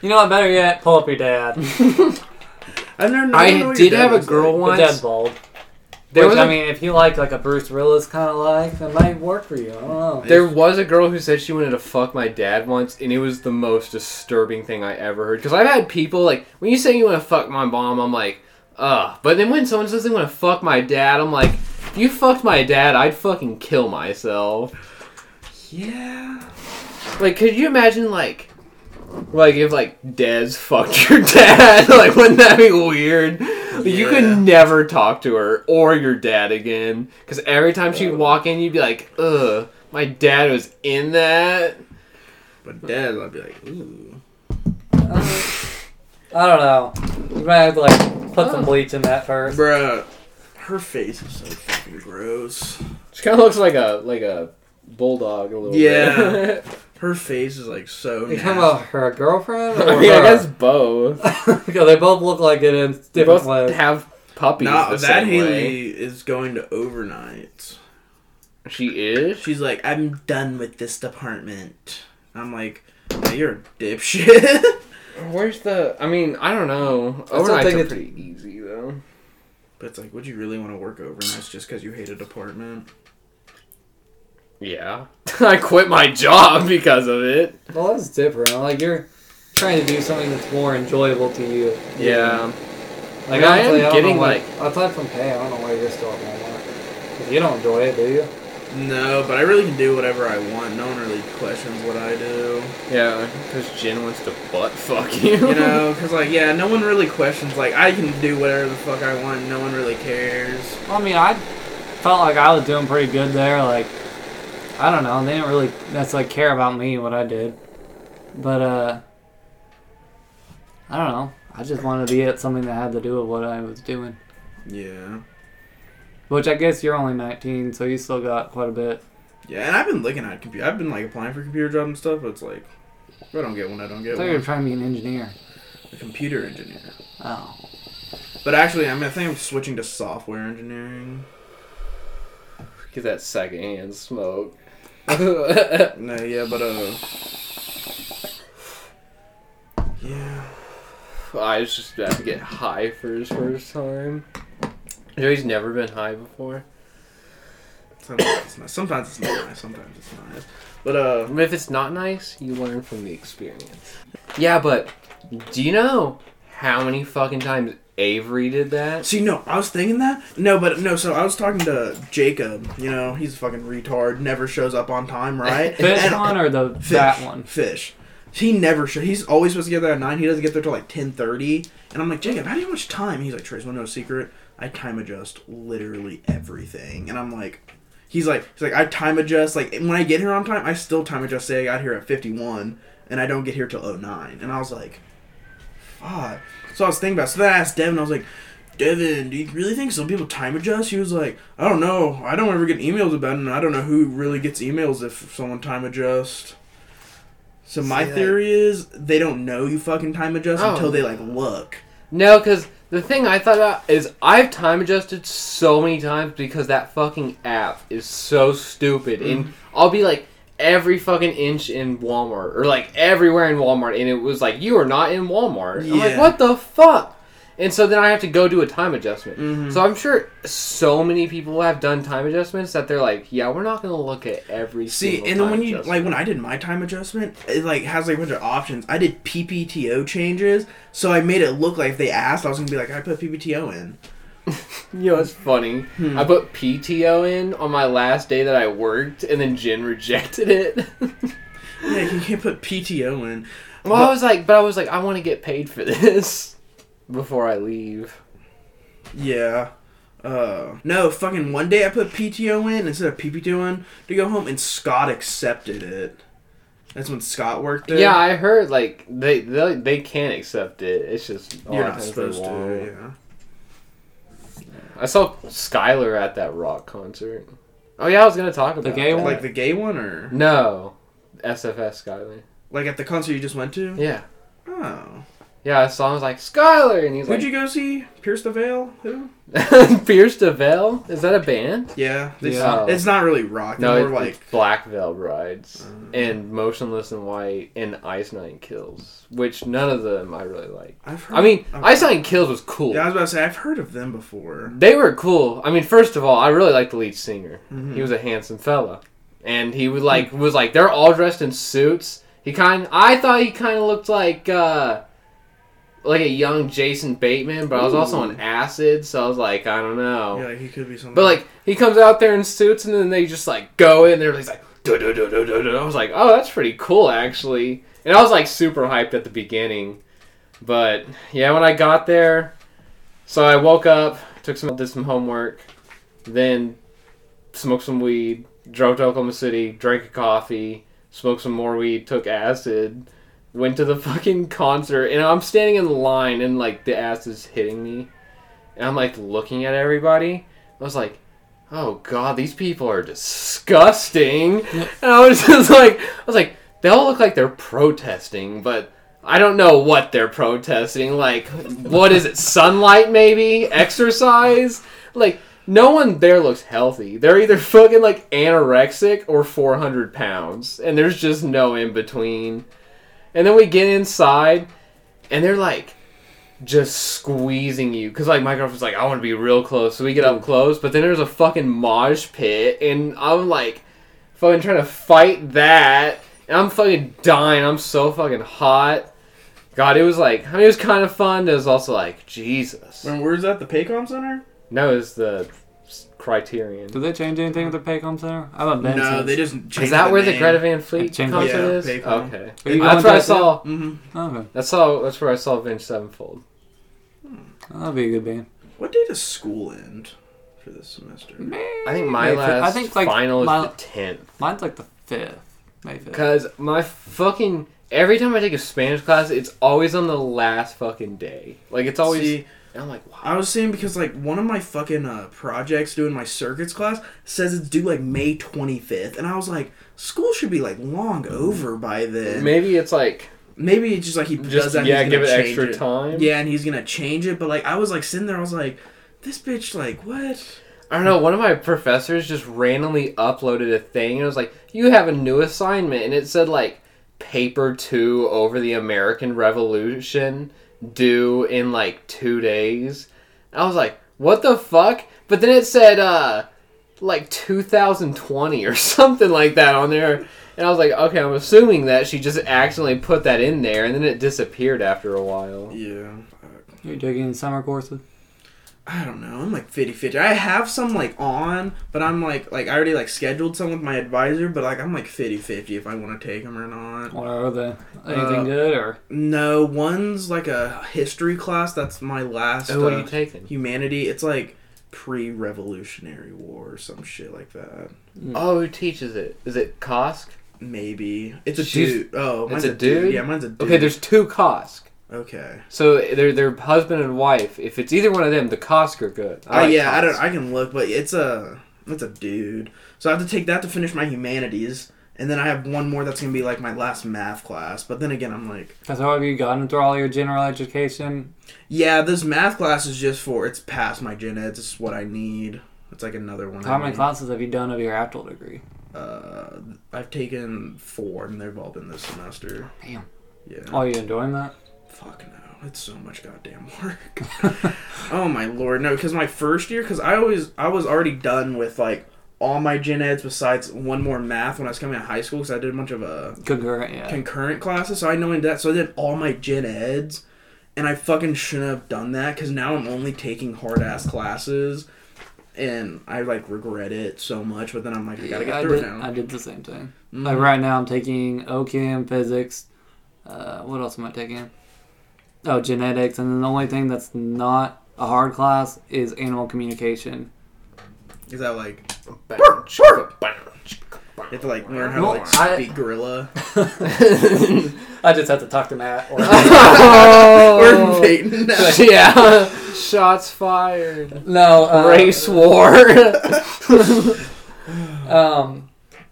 S4: You know what? Better yet, pull up your dad.
S3: I've never. I don't know
S1: I
S3: what your
S1: did
S3: dad
S1: have a
S3: looks
S1: girl
S3: like.
S4: The
S1: once.
S4: dad's bald.
S1: There
S4: Which,
S1: was
S4: I
S1: a-
S4: mean, if you like like a Bruce Willis kind of life, it might work for you. I don't know.
S1: There was a girl who said she wanted to fuck my dad once, and it was the most disturbing thing I ever heard. Because I've had people like, when you say you want to fuck my mom, I'm like, ugh. But then when someone says they want to fuck my dad, I'm like, if you fucked my dad, I'd fucking kill myself.
S3: Yeah.
S1: Like, could you imagine like, like if like Des fucked your dad? like, wouldn't that be weird? Like, You
S3: Yeah.
S1: could never talk to her or your dad again because every time she'd walk in, you'd be like, ugh, my dad was in that.
S3: But dad, I'd be like, ooh.
S4: I don't know. You might have to like put
S1: Oh.
S4: some bleach in that first.
S3: Bruh. Her face is so fucking gross.
S1: She kind of looks like a like a bulldog a little
S3: Yeah.
S1: bit.
S3: Her face is like so
S4: You talking
S3: nasty.
S4: about her girlfriend? Or
S1: I mean, I
S4: her?
S1: guess both.
S4: because they both look like it in
S1: They
S4: different
S1: both
S4: ways.
S1: have puppies.
S3: Nah,
S1: the
S3: that
S1: same
S3: Haley
S1: way.
S3: is going to overnights.
S1: She is.
S3: She's like, I'm done with this department. I'm like, "Yeah, you're a dipshit.
S1: Where's the? I mean, I don't know. Overnights
S4: think
S1: are
S4: it's-
S1: pretty easy though.
S3: but it's like, would you really want to work overnights just because you hate a department?
S1: Yeah. I quit my job because of it.
S4: Well, that's different. Like you're trying to do something that's more enjoyable to you.
S1: Yeah.
S4: Like
S1: Yeah, I am
S4: honestly, I am
S1: getting,
S4: getting like aside from pay, I don't know why you're still at Walmart. 'Cause you don't enjoy it, do you?
S3: No, but I really can do whatever I want. No one really questions what I do.
S1: Yeah, because Jen wants to butt fuck you.
S3: You know, because, like, yeah, no one really questions. Like, I can do whatever the fuck I want. No one really cares.
S4: Well, I mean, I felt like I was doing pretty good there. Like I don't know, they didn't really necessarily care about me what I did, but uh, I don't know. I just wanted to be at something that had to do with what I was doing.
S3: Yeah.
S4: Which I guess you're only 19, so you still got quite a bit.
S3: Yeah, and I've been looking at computer. I've been, like, applying for computer jobs and stuff, but it's like, I don't get one. I don't get
S4: I thought you were
S3: one.
S4: trying to be an engineer.
S3: A computer engineer.
S4: Oh.
S3: But actually, I mean, I think I'm switching to software engineering.
S1: Get that secondhand smoke.
S3: No, yeah, but uh, yeah.
S1: I was just about to get high for his first time. You know, he's never been high before.
S3: Sometimes it's nice. Sometimes it's not nice. Sometimes it's not nice. But uh,
S1: But if it's not nice, you learn from the experience. Yeah, but do you know how many fucking times Avery did that?
S3: see, no, I was thinking that. No, but no. So I was talking to Jacob. You know, he's a fucking retard. Never shows up on time, right?
S4: Fish
S3: And-
S4: one or the
S3: Fish.
S4: fat one?
S3: Fish. He never should. He's always supposed to get there at nine. He doesn't get there till like ten thirty. And I'm like, Jacob, how do you have much time? He's like, Trace, well, no secret. I time adjust literally everything. And I'm like, he's like, he's like, I time adjust. Like when I get here on time, I still time adjust. Say I got here at fifty one, and I don't get here till 09. And I was like, fuck. So I was thinking about. It. So then I asked Devin. I was like. Devin, do you really think some people time adjust? He was like, I don't know. I don't ever get emails about it, and I don't know who really gets emails if someone time adjusts. So my
S1: See, like-
S3: theory is they don't know you fucking time adjust
S1: Oh.
S3: until they like look.
S1: No, because the thing I thought about is I've time adjusted so many times because that fucking app is so stupid. And
S3: Mm-hmm.
S1: I'll be like every fucking inch in Walmart or like everywhere in Walmart, and it was like you are not in Walmart. I'm like,
S3: Yeah.
S1: what the fuck? And so then I have to go do a time adjustment.
S3: Mm-hmm.
S1: So I'm sure so many people have done time adjustments that they're like, yeah, we're not gonna look at every.
S3: See,
S1: single
S3: and then
S1: time
S3: when you
S1: adjustment.
S3: like when I did my time adjustment, it like has like a bunch of options. I did PPTO changes, so I made it look like if they asked, I was gonna be like, I put PPTO in.
S1: You know, it's funny.
S3: Hmm.
S1: I put PTO in on my last day that I worked, and then Jen rejected it. well,
S3: Yeah, you can't put PTO in.
S1: I was like, but I was like, I want to get paid for this before I leave.
S3: Yeah. Uh, no, fucking one day I put PTO in instead of PPTO in to go home, and Scott accepted it. That's when Scott worked there.
S1: Yeah, I heard like they they, they can accept it. It's just a lot
S3: Oh, you're
S1: of
S3: not
S1: times they
S3: supposed to.
S1: won't.
S3: Yeah.
S1: I saw Skylar at that rock concert. Oh yeah, I was gonna talk about
S4: gay
S1: that.
S4: one?
S3: Like the gay one, or
S1: No, SFS Skylar.
S3: like at the concert you just went to?
S1: Yeah,
S3: Oh.
S1: yeah. I saw. him, I was like Skylar, and he's
S3: Who'd
S1: like
S3: you go see? Pierce the Veil? Who?
S1: Pierce DeVille. Is that a band?
S3: Yeah. They
S4: Yeah.
S3: It's not really rock.
S1: No,
S3: No,
S1: it,
S3: more like Uh,
S1: it's Black Veil Brides and Motionless in White and Ice Nine Kills, which none of them I really like.
S3: I've heard.
S1: I mean,
S3: I've-
S1: Ice Nine Kills was cool.
S3: yeah, I was about to say I've heard of them before.
S1: They were cool. I mean, first of all, I really liked the lead singer.
S3: Mm-hmm.
S1: He was a handsome fella, and he would like was like they're all dressed in suits. He kind, I thought he kind of looked like uh like a young Jason Bateman, but I was also on acid, so I was like, I don't know.
S3: Yeah, like, he could be something.
S1: But like he comes out there in suits, and then they just like go in. And everybody's like, duh, duh, duh, duh, duh, duh. I was like, oh, that's pretty cool actually. And I was like super hyped at the beginning, but yeah, when I got there, so I woke up, took some, did some homework, then smoked some weed, drove to Oklahoma City, drank a coffee, smoked some more weed, took acid. Went to the fucking concert and I'm standing in line and like the ass is hitting me. And I'm like looking at everybody I was like, "Oh God, these people are disgusting," and I was just like, "I was like, they all look like they're protesting, but I don't know what they're protesting. Like, what is it? Sunlight, maybe? Exercise? Like, no one there looks healthy. They're either fucking like anorexic or 400 pounds, and there's just no in between. And then we get inside, and they're like." just squeezing you because like my girlfriend's like i want to be real close so we get up close but then there's a fucking mosh pit and i'm like fucking trying to fight that and i'm fucking dying i'm so fucking hot god it was like i mean it was kind of fun but it was also like jesus
S3: when where's that? The Paycom Center?
S1: no it's the criterion
S4: Did they change anything with the Paycom Center? I haven't been.
S3: No,
S4: since.
S3: they just changed.
S1: is that where the
S3: name.
S1: Greta Van Fleet
S4: Change-
S1: concert
S3: Yeah,
S1: is?
S3: Paycom.
S1: Okay,
S4: Are you
S1: that's
S4: going
S1: where I
S4: to-
S1: saw.
S3: Mhm.
S4: Okay,
S1: That's all. That's where I saw Vince Sevenfold.
S4: that'll be a good band.
S3: What day does school end for this semester?
S1: I think my
S4: Wait, for- I
S1: last
S4: think, like,
S1: final is
S4: my-
S1: the tenth.
S4: Mine's like the fifth, May fifth.
S1: Cause my fucking every time I take a Spanish class, it's always on the last fucking day. Like it's always
S3: See,
S1: And I'm like, wow.
S3: I was saying because like one of my fucking uh, projects doing my circuits class says it's due like May 25th, and I was like, school should be like
S1: Mm.
S3: long over by then.
S1: Maybe it's like
S3: Maybe it's just like he does
S1: just
S3: that. and
S1: yeah,
S3: he's
S1: give
S3: gonna
S1: it
S3: change
S1: extra time.
S3: Yeah, and he's gonna change it. But like I was like sitting there, I was like, this bitch, like what?
S1: I don't know. One of my professors just randomly uploaded a thing and it was like, "You have a new assignment," and it said like paper two over the American Revolution due in like two days. And I was like, "What the fuck?" But then it said uh like 2020 or something like that on there. And I was like, okay, I'm assuming that she just accidentally put that in there, and then it disappeared after a while.
S3: Yeah.
S4: You're taking summer courses.
S3: Uh, I don't know. I'm like 50 50. I have some like on, but I'm like, like I already like scheduled some with my advisor, but like I'm like 50 50 if I want to take them or not.
S4: What are they? Anything
S3: Uh,
S4: good or?
S3: No, one's like a history class. That's my last
S1: Oh, what
S3: uh,
S1: are you taking?
S3: humanity. It's like pre Revolutionary War or some shit like that.
S1: Oh, who teaches it? Is it Kosk?
S3: Maybe. It's a
S1: She's-
S3: dude. Oh,
S1: it's
S3: mine's
S1: a dude?
S3: Yeah, mine's a dude.
S1: Okay, there's two Kosk.
S3: Okay.
S1: So they're, they're husband and wife. If it's either one of them, the Kosk are good.
S3: Oh
S1: like
S3: yeah, I don't.
S1: Kosk.
S3: I can look, but it's a it's a dude. So I have to take that to finish my humanities, and then I have one more that's gonna be like my last math class. But then again, I'm like,
S4: That's how have you gotten through all your general education?
S3: yeah, this math class is just for it's past my gen ed. It's what I need. It's like another one.
S4: How
S3: I
S4: many
S1: Mm-hmm.
S3: need.
S4: classes have you done of your actual degree?
S3: Uh, I've taken four, and they've all been this semester.
S4: Damn.
S3: Yeah.
S4: Oh, you enjoying that?
S3: Fuck no. It's so much goddamn work. oh my lord. No, because my first year, because I always, I was already done with like all my gen eds besides one more math when I was coming out of high school because I did a bunch of uh,
S4: Concurrent, yeah.
S3: concurrent classes. So I know in that. So I did all my gen eds and I fucking shouldn't have done that because now I'm only taking hard ass classes and I like regret it so much. But then I'm like, I gotta
S4: Yeah,
S3: get
S4: I
S3: through
S4: did,
S3: it now. Mm-hmm.
S4: I did the same thing. Like right now, I'm taking OChem, physics. Uh, what else am I taking? Oh, genetics, and then the only thing that's not a hard class is animal communication.
S3: Is that like, you have to like learn how
S4: Well,
S3: to like
S4: I-
S3: speak gorilla?
S4: I just have to talk to Matt. Or
S3: Or
S1: Oh,
S3: Peyton?
S1: yeah. Shots fired.
S4: no, uh,
S1: Race war.
S4: Um,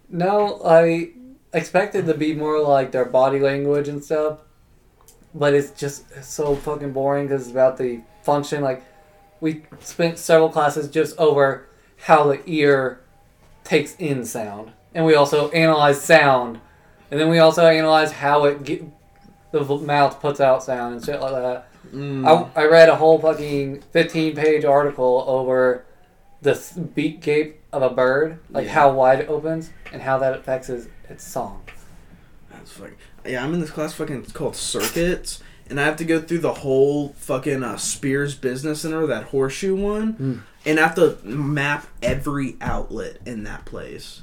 S4: no, I expected to be more like their body language and stuff, but it's just so fucking boring because it's about the function. Like, we spent several classes just over how the ear takes in sound, and we also analyzed sound, and then we also analyzed how it ge- the v- mouth puts out sound and shit like that.
S1: Mm.
S4: I, I read a whole fucking fifteen page article over the s- beak gape of a bird, like how wide it opens and how that affects his, its song.
S3: That's fucking. Yeah, I'm in this class fucking it's called circuits, and I have to go through the whole fucking uh, Spears Business Center, that horseshoe one, and I have to map every outlet in that place,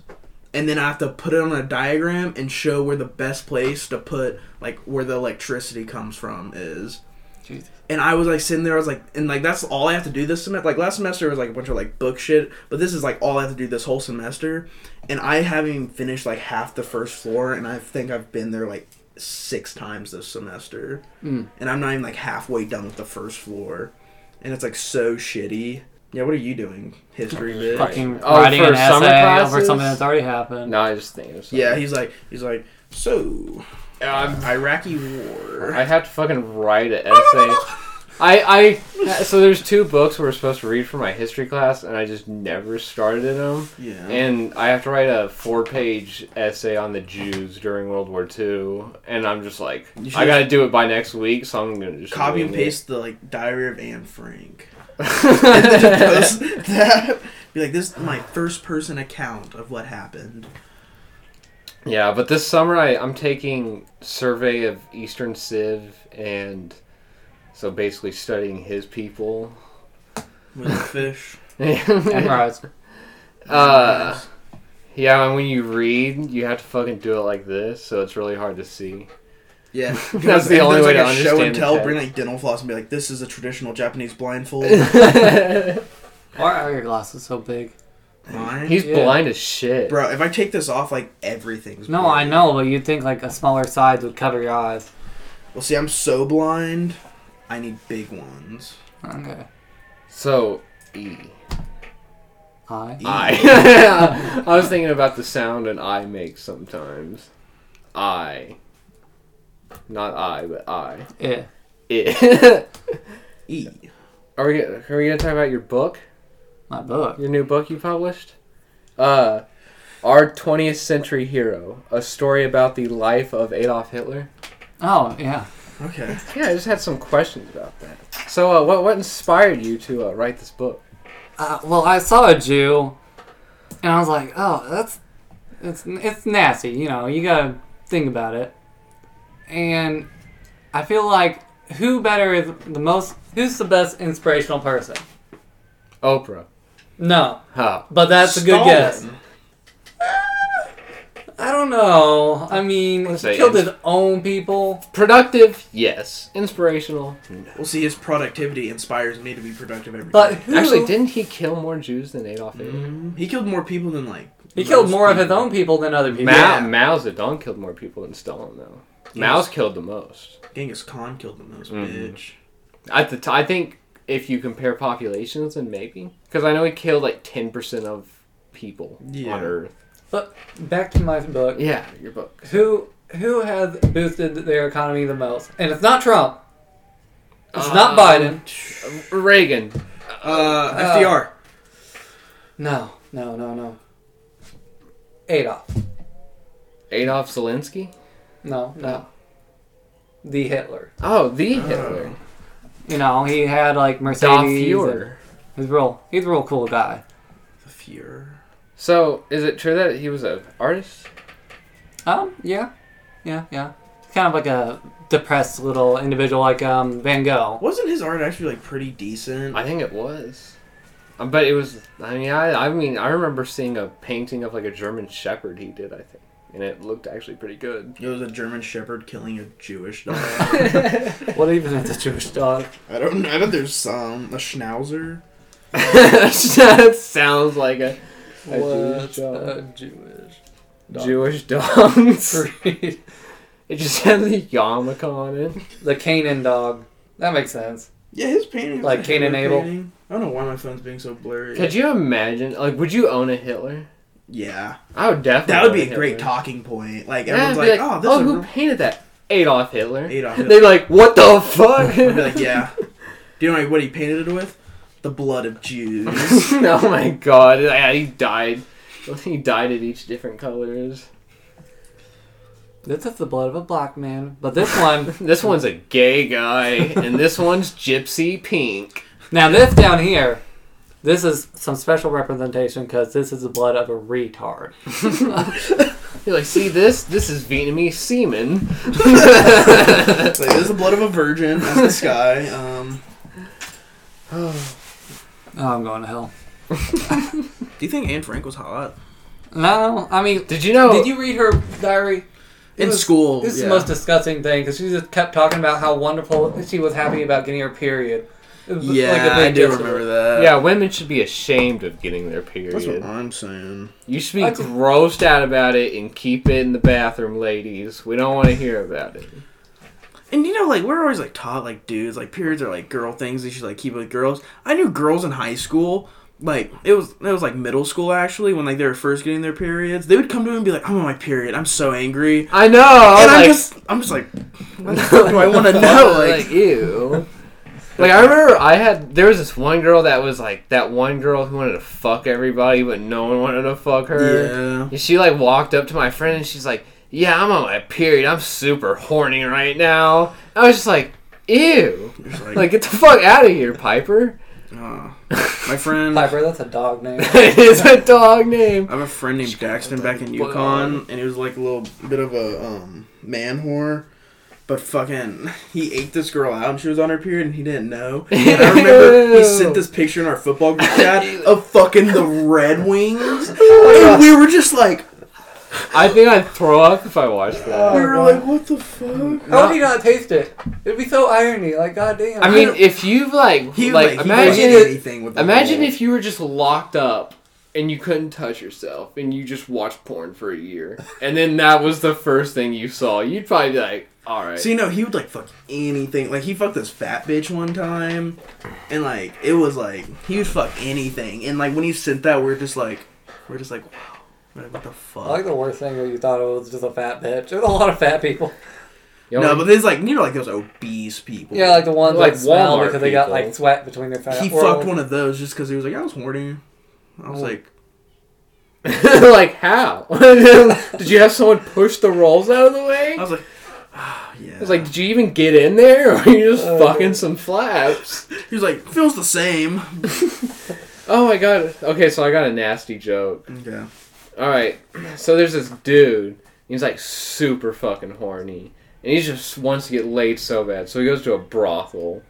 S3: and then I have to put it on a diagram and show where the best place to put like where the electricity comes from is.
S4: Jesus.
S3: And I was like sitting there, I was like, and like that's all I have to do this semester. Like last semester was like a bunch of like book shit, but this is like all I have to do this whole semester. And I haven't even finished like half the first floor, and I think I've been there like six times this semester.
S4: Hmm.
S3: Mm. And I'm not even like halfway done with the first floor, and it's like so shitty. Yeah, what are you doing, history bitch?
S4: Fucking
S1: Oh,
S4: writing
S1: for
S4: an
S1: summer
S4: essay over
S1: classes?
S4: something that's already happened.
S1: no, I just think it was.
S3: Yeah, he's like, he's like, so
S1: Um,
S3: Iraqi war.
S1: I have to fucking write an essay. I, I so there's two books we're supposed to read for my history class, and I just never started in them.
S3: Yeah.
S1: And I have to write a four-page essay on the Jews during World War II, and I'm just like,
S3: You should-
S1: I gotta do it by next week, so I'm gonna just
S3: Copy and
S1: wing it.
S3: paste the like Diary of Anne Frank. and then post that. Be like, this is my first person account of what happened.
S1: Yeah, but this summer I, I'm taking survey of Eastern Civ and so basically studying his people.
S3: With the fish.
S4: Memorize.
S1: uh, yeah, and when you read, you have to fucking do it like this, so it's really hard to see.
S3: Yeah.
S1: That's the
S3: And
S1: only
S3: there's,
S1: way to
S3: like, a show and
S1: understand the
S3: tell,
S1: text.
S3: bring like dental floss and be like, this is a traditional Japanese blindfold.
S4: Why are your glasses so big?
S3: Mine.
S1: He's
S4: Yeah.
S1: blind as shit.
S3: Bro, if I take this off, like everything's
S4: No, I
S3: blind.
S4: know, but you'd think like a smaller size would cover your eyes.
S3: Well, see, I'm so blind. I need big ones.
S4: Okay.
S1: So E.
S4: I.
S1: I. I was thinking about the sound an I makes sometimes. I. Not I, but I.
S4: Yeah.
S1: I.
S3: E.
S1: are we gonna- are we gonna talk about your book?
S4: My book.
S1: Your new book you published? Uh Our 20th Century Hero: A Story About the Life of Adolf Hitler.
S4: Oh yeah.
S3: Okay.
S1: Yeah, I just had some questions about that. So, uh, what what inspired you to uh, write this book?
S4: Uh, well, I saw a Jew, and I was like, oh, that's it's it's nasty. You know, you gotta think about it. And I feel like who better is the most? Who's the best inspirational person?
S1: Oprah.
S4: No,
S1: Huh.
S4: but that's a good
S3: Stalin.
S4: guess. Uh, I don't know. I mean,
S1: Say
S4: he killed
S1: ins-
S4: his own people.
S1: Productive, yes. Inspirational.
S3: We'll see. His productivity inspires me to be productive every day.
S4: But who,
S1: Actually, didn't he kill more Jews than Adolf Hitler?
S3: he killed more people than like.
S4: he killed
S3: most
S4: more of his
S3: people.
S4: own people than other people?
S1: Mao,
S3: Yeah.
S1: Mao Zedong killed more people than Stalin, though. Mao's killed the most.
S3: Genghis Khan killed the most bitch.
S1: At the t- I think if you compare populations, then maybe because I know he killed like ten percent of people
S3: Yeah.
S1: on Earth.
S4: But back to my book.
S1: Yeah, your book.
S4: Who who has boosted their economy the most? And it's not Trump. It's
S1: Um,
S4: not Biden.
S1: Reagan.
S3: Uh, FDR.
S4: No, no, no, no. Adolf.
S1: Adolf Zelensky.
S4: No, no. The Hitler.
S1: Oh, the Hitler.
S4: You know, he had like
S1: Adolf
S4: Mercedes. and
S1: Fuhrer.
S4: He's real. He's a real cool guy.
S3: The Fuhrer.
S1: So, is it true that he was an artist?
S4: Um, yeah, yeah, yeah. Kind of like a depressed little individual, like um Van Gogh.
S3: Wasn't his art actually like pretty decent?
S1: I think it was. Um, But it was. I mean, I, I mean, I remember seeing a painting of like a German Shepherd he did. I think, and it looked actually pretty good.
S3: It was a German Shepherd killing a Jewish dog.
S4: What even is a Jewish dog?
S3: I don't. I bet there's some a Schnauzer.
S1: that sounds like a, a Jewish
S4: What's
S1: dog.
S4: a Jewish dog?
S1: Jewish dogs.
S4: breed?
S1: it just has a yarmulke on it.
S4: the Canaan dog. That makes sense.
S3: Yeah, his painting.
S4: Like Cain and Abel.
S3: I don't know why my phone's being so blurry.
S1: Could you imagine? Like, would you own a Hitler?
S3: Yeah,
S1: I would definitely.
S3: that would be
S1: own
S3: a great
S1: Hitler.
S3: talking point. Like
S1: Yeah, I'd
S3: everyone's
S1: be
S3: like, "Oh, this is
S1: who
S3: a
S1: painted that? Adolf Hitler.
S3: Adolf
S1: They're
S3: Hitler."
S1: like, what the fuck?
S3: I'd be like, "Yeah." Do you know what he painted it with? The blood of Jews.
S1: oh my god! Yeah, he died. He died at each different colors.
S4: This is the blood of a black man, but this one,
S3: Hmm.
S1: This one's a gay guy, and this one's gypsy pink.
S4: now this down here, this is some special representation because this is the blood of a retard.
S1: You're like, see this? This is Vietnamese semen.
S3: It's like, this is the blood of a virgin. That's the sky. Um,
S4: Oh, I'm going to hell.
S3: do you think Anne Frank was hot
S4: No, I mean,
S1: Did you know?
S4: did you read her diary?
S3: in
S4: was-
S3: school?
S4: This is
S3: yeah.
S4: the most disgusting thing because she just kept talking about how wonderful she was happy about getting her period. It was
S3: yeah,
S4: like a big
S3: I do
S4: deal to her.
S3: remember that.
S1: Yeah, women should be ashamed of getting their
S3: that's what
S1: period.
S3: I'm saying.
S1: You should be
S4: I just-
S1: grossed out about it and keep it in the bathroom, ladies. We don't want to hear about it.
S3: And you know, like we're always like taught like dudes, like periods are like girl things. You should like keep it with girls. I knew girls in high school. Like it was, it was like middle school actually when like they were first getting their periods. They would come to me and be like, "I'm on my period. I'm so angry."
S1: I know. I
S3: And
S1: was
S3: I'm
S1: like,
S3: just, I'm just like, what the fuck do I want to know? Like,
S1: you. Like I remember, I had there was this one girl that was like that one girl who wanted to fuck everybody, but no one wanted to fuck her.
S3: Yeah.
S1: And she like walked up to my friend and she's like, "Yeah, I'm on my period. I'm super horny right now." I was just like, "Ew!
S3: just like,
S1: Like get the fuck out of here, Piper."
S3: uh, my friend, I
S4: Piper, that's a dog name.
S1: it's a dog name.
S3: have a friend named Daxton back in
S1: blood.
S3: Yukon, and he was like a little bit of a um, man whore. But fucking, he ate this girl out, and she was on her period, and he didn't know. And I remember he
S1: Ew.
S3: sent this picture in our football group chat of fucking the Red Wings,
S1: Oh
S3: and we were just like,
S1: I think I'd throw up if I watched that.
S3: we were like, what the fuck?
S4: Oh, How would he not taste it? It'd be so irony. Like, goddamn.
S1: I mean, if you've like
S3: He
S1: like,
S3: like, he
S1: imagine
S3: did
S1: it,
S3: anything with the
S1: Imagine
S3: ball.
S1: if you were just locked up and you couldn't touch yourself and you just watched porn for a year. And then that was the first thing you saw. You'd probably be like, All right.
S3: See, no, he would like fuck anything. Like he fucked this fat bitch one time, and like it was like he would fuck anything. And like when he sent that, we're just like, we're just like, wow, We're like, what the fuck?
S4: I like the worst thing where you thought it was just a fat bitch. There's a lot of fat people.
S1: Yo,
S3: no,
S1: like-
S3: but there's like you know like those obese people.
S4: Yeah, like the ones
S1: Like
S4: like, smell
S1: Walmart
S4: because they got
S1: people.
S4: like sweat between their fat.
S3: he
S4: or-
S3: fucked one of those just because he was like, I was horny. I was
S4: Oh.
S3: like,
S1: like how? did you have someone push the rolls out of the way?
S3: I was like, ah, yeah.
S1: I was like, did you even get in there, or are you just
S3: Oh,
S4: Uh.
S1: fucking some flaps?
S3: he was like, feels the same.
S1: Oh my god. Okay, so I got a nasty joke.
S3: Okay.
S1: All right, so there's this dude. He's like super fucking horny, and he just wants to get laid so bad. So he goes to a brothel,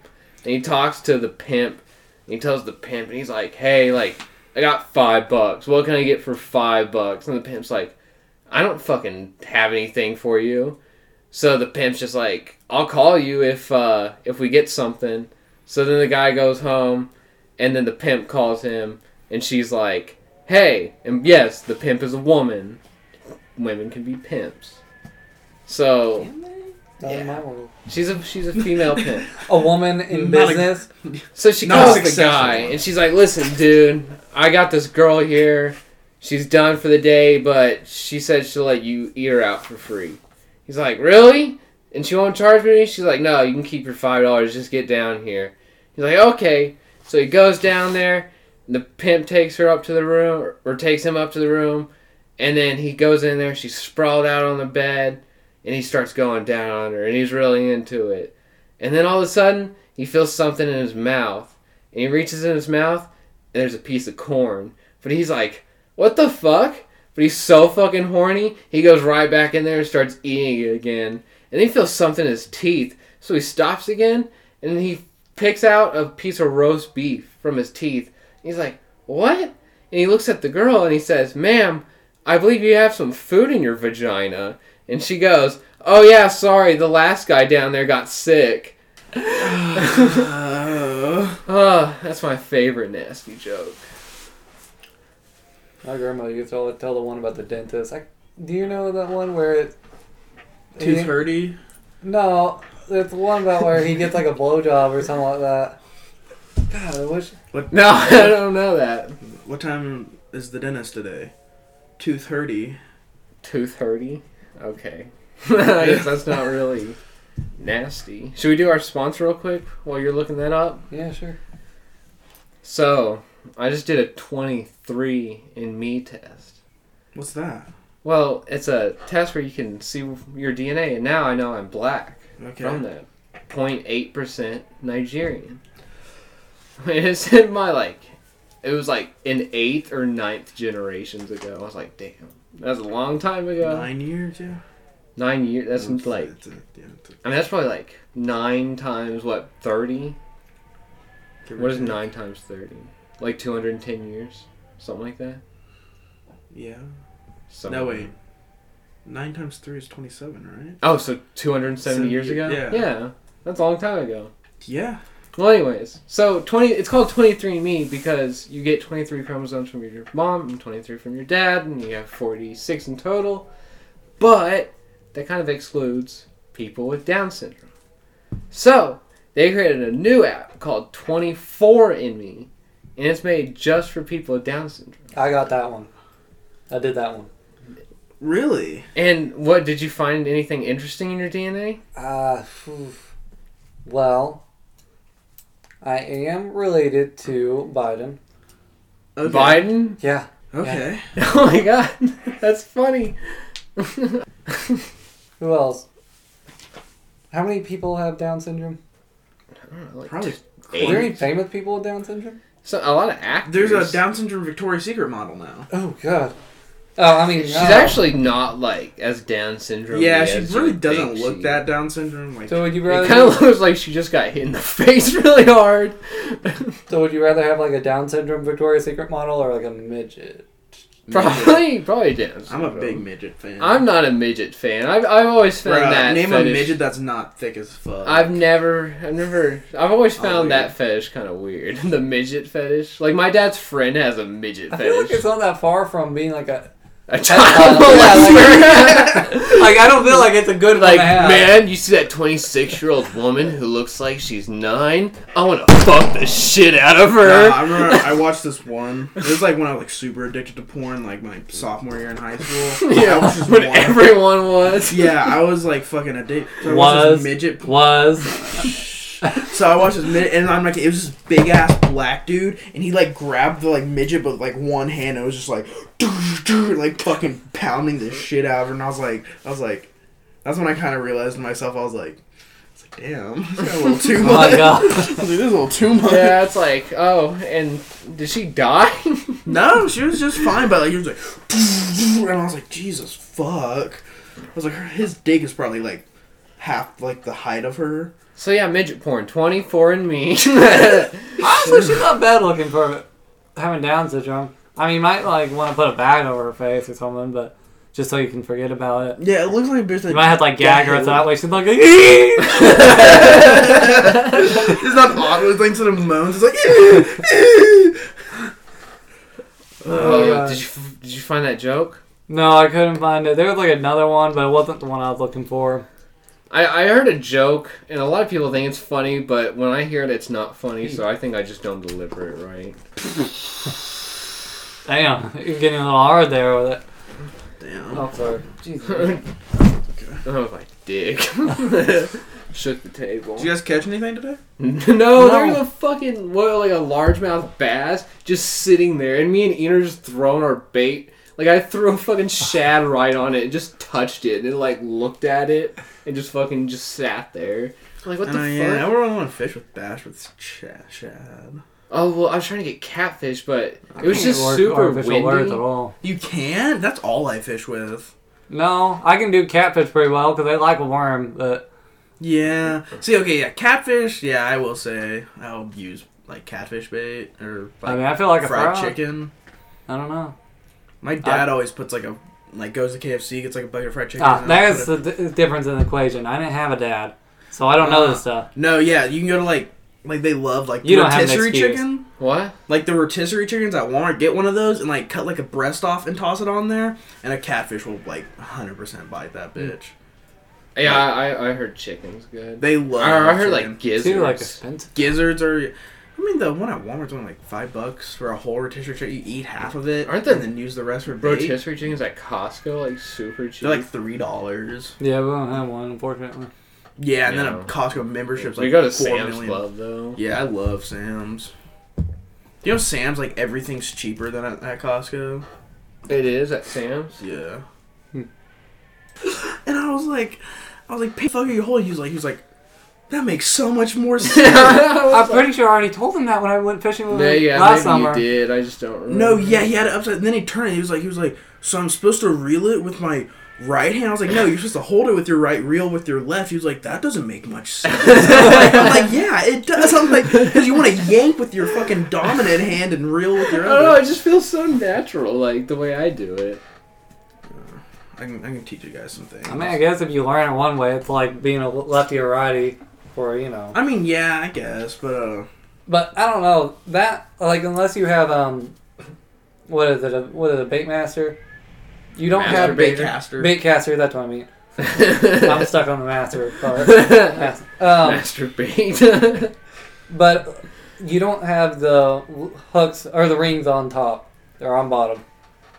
S1: and he talks to the pimp. And he tells the pimp, and he's like, "Hey, like, I got five bucks. What can I get for five bucks?" And the pimp's like, "I don't fucking have anything for you." So the pimp's just like, "I'll call you if uh, if we get something." So then the guy goes home, and then the pimp calls him, and she's like, "Hey!" And yes, the pimp is a woman. Women can be pimps. So
S4: That was
S1: Yeah.
S4: my one.
S1: she's a she's a female pimp.
S4: A woman in
S3: Not a-
S4: business.
S1: So she
S3: Not
S1: calls
S3: a
S1: the
S3: successful
S1: guy
S3: one.
S1: and she's like, "Listen, dude, I got this girl here. She's done for the day, but she said she'll let you eat her out for free." He's like, "Really?" And she won't charge me. She's like, "No, you can keep your five dollars. Just get down here." He's like, "Okay." So he goes down there. And the pimp takes her up to the room, or, or takes him up to the room, and then he goes in there. She's sprawled out on the bed, and he starts going down on her, and he's really into it. And then all of a sudden, he feels something in his mouth, and he reaches in his mouth, and there's a piece of corn. But he's like, "What the fuck?" But he's so fucking horny, he goes right back in there and starts eating it again. And he feels something in his teeth, so he stops again, and he picks out a piece of roast beef from his teeth. And he's like, "What?" And he looks at the girl and he says, "Ma'am, I believe you have some food in your vagina." And she goes, "Oh yeah, sorry, the last guy down there got sick."
S3: Uh,
S1: Oh, that's my favorite nasty joke.
S4: My grandmother used to always tell the one about the dentist. I, do you know that one where it?
S3: tooth
S4: he-
S3: hurty.
S4: No, it's the one about where he gets like a blowjob or something like that. God, I wish.
S1: No, I don't know that.
S3: What time is the dentist today? Tooth hurty.
S1: Tooth hurty? Okay. I guess that's not really nasty. Should we do our sponsor real quick while you're looking that up?
S4: Yeah, sure.
S1: So, I just did a 23 in me test.
S3: What's that?
S1: Well, it's a test where you can see your DNA, and now I know I'm black
S3: Okay.
S1: from that 0.8% Nigerian. It's in my like, it was like an eighth or ninth generations ago. I was like, damn, that's a long time ago. Nine,
S3: Nine years, yeah.
S1: years. That's
S3: It's-
S1: like,
S3: it's a- yeah, it's a-
S1: I mean, that's probably like nine times what thirty.
S3: give or
S1: What is
S3: take.
S1: nine times thirty? Like two hundred and ten years, something like that.
S3: Yeah.
S1: So
S3: No wait. Nine times three is twenty-seven, right?
S1: Oh, so two hundred and seventy
S3: Seventy
S1: years
S3: ye-
S1: ago.
S3: yeah.
S1: yeah, that's a long time ago.
S3: Yeah.
S1: Well, anyways, so twenty. It's called twenty three me because you get twenty three chromosomes from your mom and twenty three from your dad, and you have forty six in total. But that kind of excludes people with Down syndrome. So they created a new app called Twenty Four in Me, and it's made just for people with Down syndrome.
S4: I got that one. I did that one.
S3: Really?
S1: And what did you find anything interesting in your DNA?
S4: Uh, phew. well, I am related to Biden.
S3: Okay.
S1: Biden.
S4: Yeah.
S3: Okay.
S1: Oh my god, that's funny.
S4: Who else? How many people have Down syndrome?
S1: I don't know, like
S3: Probably.
S1: eight.
S4: Are there any famous people with Down syndrome?
S1: So a lot of actors.
S3: There's a Down syndrome Victoria's Secret model now.
S4: Oh God. Oh, I mean,
S1: She's
S4: no.
S1: actually not like as Down syndrome.
S3: Yeah, she really doesn't look that Down syndrome. Like,
S4: So would you
S1: It
S4: rather?
S1: kind of looks like she just got hit in the face really hard.
S4: so would you rather have like a Down syndrome Victoria's Secret model or like a midget?
S1: probably, probably Down.
S3: I'm a
S1: syndrome.
S3: big midget fan.
S1: I'm not a midget fan. I've, I've always found
S3: Bruh,
S1: that
S3: name a
S1: fetish-
S3: midget that's not thick as fuck.
S1: I've never, I've never, I've always
S3: Oh,
S1: found
S3: weird.
S1: that fetish kind of weird. the midget fetish. Like my dad's friend has a midget
S4: I feel like
S1: fetish.
S4: it's not that far from being like a.
S1: a child
S4: Yeah, like-
S1: molester.
S4: I like I don't feel like it's a good one
S1: Like,
S4: to have.
S1: man, you see that 26 year old woman who looks like she's nine? I want to fuck the shit out of her.
S3: Nah, I remember I watched this one. It was like when I was like super addicted to porn, like my sophomore year in high school. I watched
S1: yeah,
S3: this
S1: when
S3: one.
S1: everyone was.
S3: Yeah, I was like fucking addicted. So I watched
S4: was
S3: this midget.
S4: was
S3: So I watched this midget, and I'm like, it was this big ass black dude, and he like grabbed the like midget with like one hand, and it was just like, like fucking pounding the shit out of her, and I was like, I was like, that's when I kind of realized to myself, I was like, I was like, damn, this got a little too
S4: oh
S3: much.
S4: my god.
S3: I was like, this is a little too much.
S1: Yeah, it's like, oh, and did she die?
S3: No, she was just fine, but like he was like, and I was like, Jesus fuck. I was like, her- his dick is probably like half like the height of her.
S1: so yeah, midget porn, 24 and me. Oh,
S4: Honestly, she's not bad looking for having Down syndrome. I mean, you might like want to put a bag over her face or something, but just so you can forget about it.
S3: Yeah, it looks like a bitch. Like,
S4: You might have to, like gag her
S3: Yeah.
S4: that way. She's like, "Eeeeh."
S3: It's not awkward. It's like sort of moans. It's like. "Eh, eh."
S1: oh,
S4: God.
S1: did you f- did you find that joke?
S4: no, I couldn't find it. There was like another one, but it wasn't the one I was looking for.
S1: I, I heard a joke, and a lot of people think it's funny, but when I hear it, it's not funny. So I think I just don't deliver it right.
S4: Damn, you're getting a little hard there with it.
S3: Damn.
S4: Oh, sorry. Jesus.
S1: oh my dick! Shook the table.
S3: Did you guys catch anything today?
S1: No, there's a fucking what, like a largemouth bass just sitting there, and me and Ian are just throwing our bait. Like I threw a fucking shad right on it, and just touched it, and it like looked at it, and just fucking just sat there. Like what the
S3: Oh,
S1: fuck?
S3: yeah. I really want to fish with Bash with Chad. Shad.
S1: Oh well, I was trying to get catfish, but it was
S4: Can't
S1: just
S4: work
S1: super
S4: artificial words
S1: windy.
S4: at all.
S3: You can't? That's all I fish with.
S4: No, I can do catfish pretty well because I like a worm, but
S3: Yeah. See, okay, yeah. Catfish, yeah, I will say. I'll use like catfish bait or like,
S4: I mean, I feel like a
S3: fried
S4: frog.
S3: chicken.
S4: I don't know.
S3: My dad always puts like a like goes to KFC, gets like a bucket of fried chicken.
S4: Ah,
S3: and
S4: there's
S3: put
S4: the d- difference in the equation. I didn't have a dad, so I don't know this stuff.
S3: it- no, yeah, you can go to like like they love like
S4: You
S3: the
S4: don't have an
S3: rotisserie
S4: excuse.
S3: chicken,
S1: What?
S3: like the rotisserie chickens at Walmart. Get one of those and like cut like a breast off and toss it on there, and a catfish will like 100 percent bite that
S1: Mm.
S3: bitch.
S1: Yeah, I, I, I heard chicken's good.
S3: They love.
S1: I, I heard
S3: chicken.
S1: like gizzards.
S4: Too like expensive.
S3: gizzards are. I mean, the one at Walmart's only like five bucks for a whole rotisserie chicken. You eat half of
S1: Aren't
S3: it, aren't
S1: the
S3: they? And then use the rest for bait.
S1: rotisserie chickens at Costco like super cheap.
S3: They're like three dollars.
S4: Yeah, we don't have one, unfortunately.
S3: Yeah, and then
S1: Yeah.
S3: a Costco membership's like
S1: we go to
S3: four
S1: Sam's
S3: million.
S1: Club though.
S3: Yeah, I love Sam's. You know Sam's like everything's cheaper than at, at Costco.
S1: It is at Sam's.
S3: Yeah.
S1: Hmm.
S3: and I was like, I was like, pay fucking your whole. He was like, he was like, that makes so much more sense.
S4: I'm pretty sure I already told him that when I went fishing with
S1: Yeah,
S4: him
S1: yeah,
S4: last
S1: maybe
S4: summer.
S1: you did. I just don't remember.
S3: no, yeah, he had it upside. And then he turned. And he was like, he was like, so I'm supposed to reel it with my right hand. I was like, no, you're supposed to hold it with your right, reel with your left. He was like, that doesn't make much sense. I'm like, I'm like, yeah, it does. I'm like, because you want to yank with your fucking dominant hand and reel with your
S1: I don't know.
S3: other.
S1: It just feels so natural, like the way I do it.
S3: I can, I can teach you guys some things.
S4: I mean, I guess if you learn it one way, it's like being a lefty or righty, or you know.
S3: I mean, yeah, I guess, but uh,
S4: But I don't know that like unless you have um, what is it? A, what is it? A bait master? You don't
S1: Master
S4: have
S3: bait
S4: bait
S3: caster.
S4: Bait caster. That's what I mean. I'm stuck on the master part. Yes. Um,
S1: Masturbate.
S4: but you don't have the hooks or the rings on top or on bottom.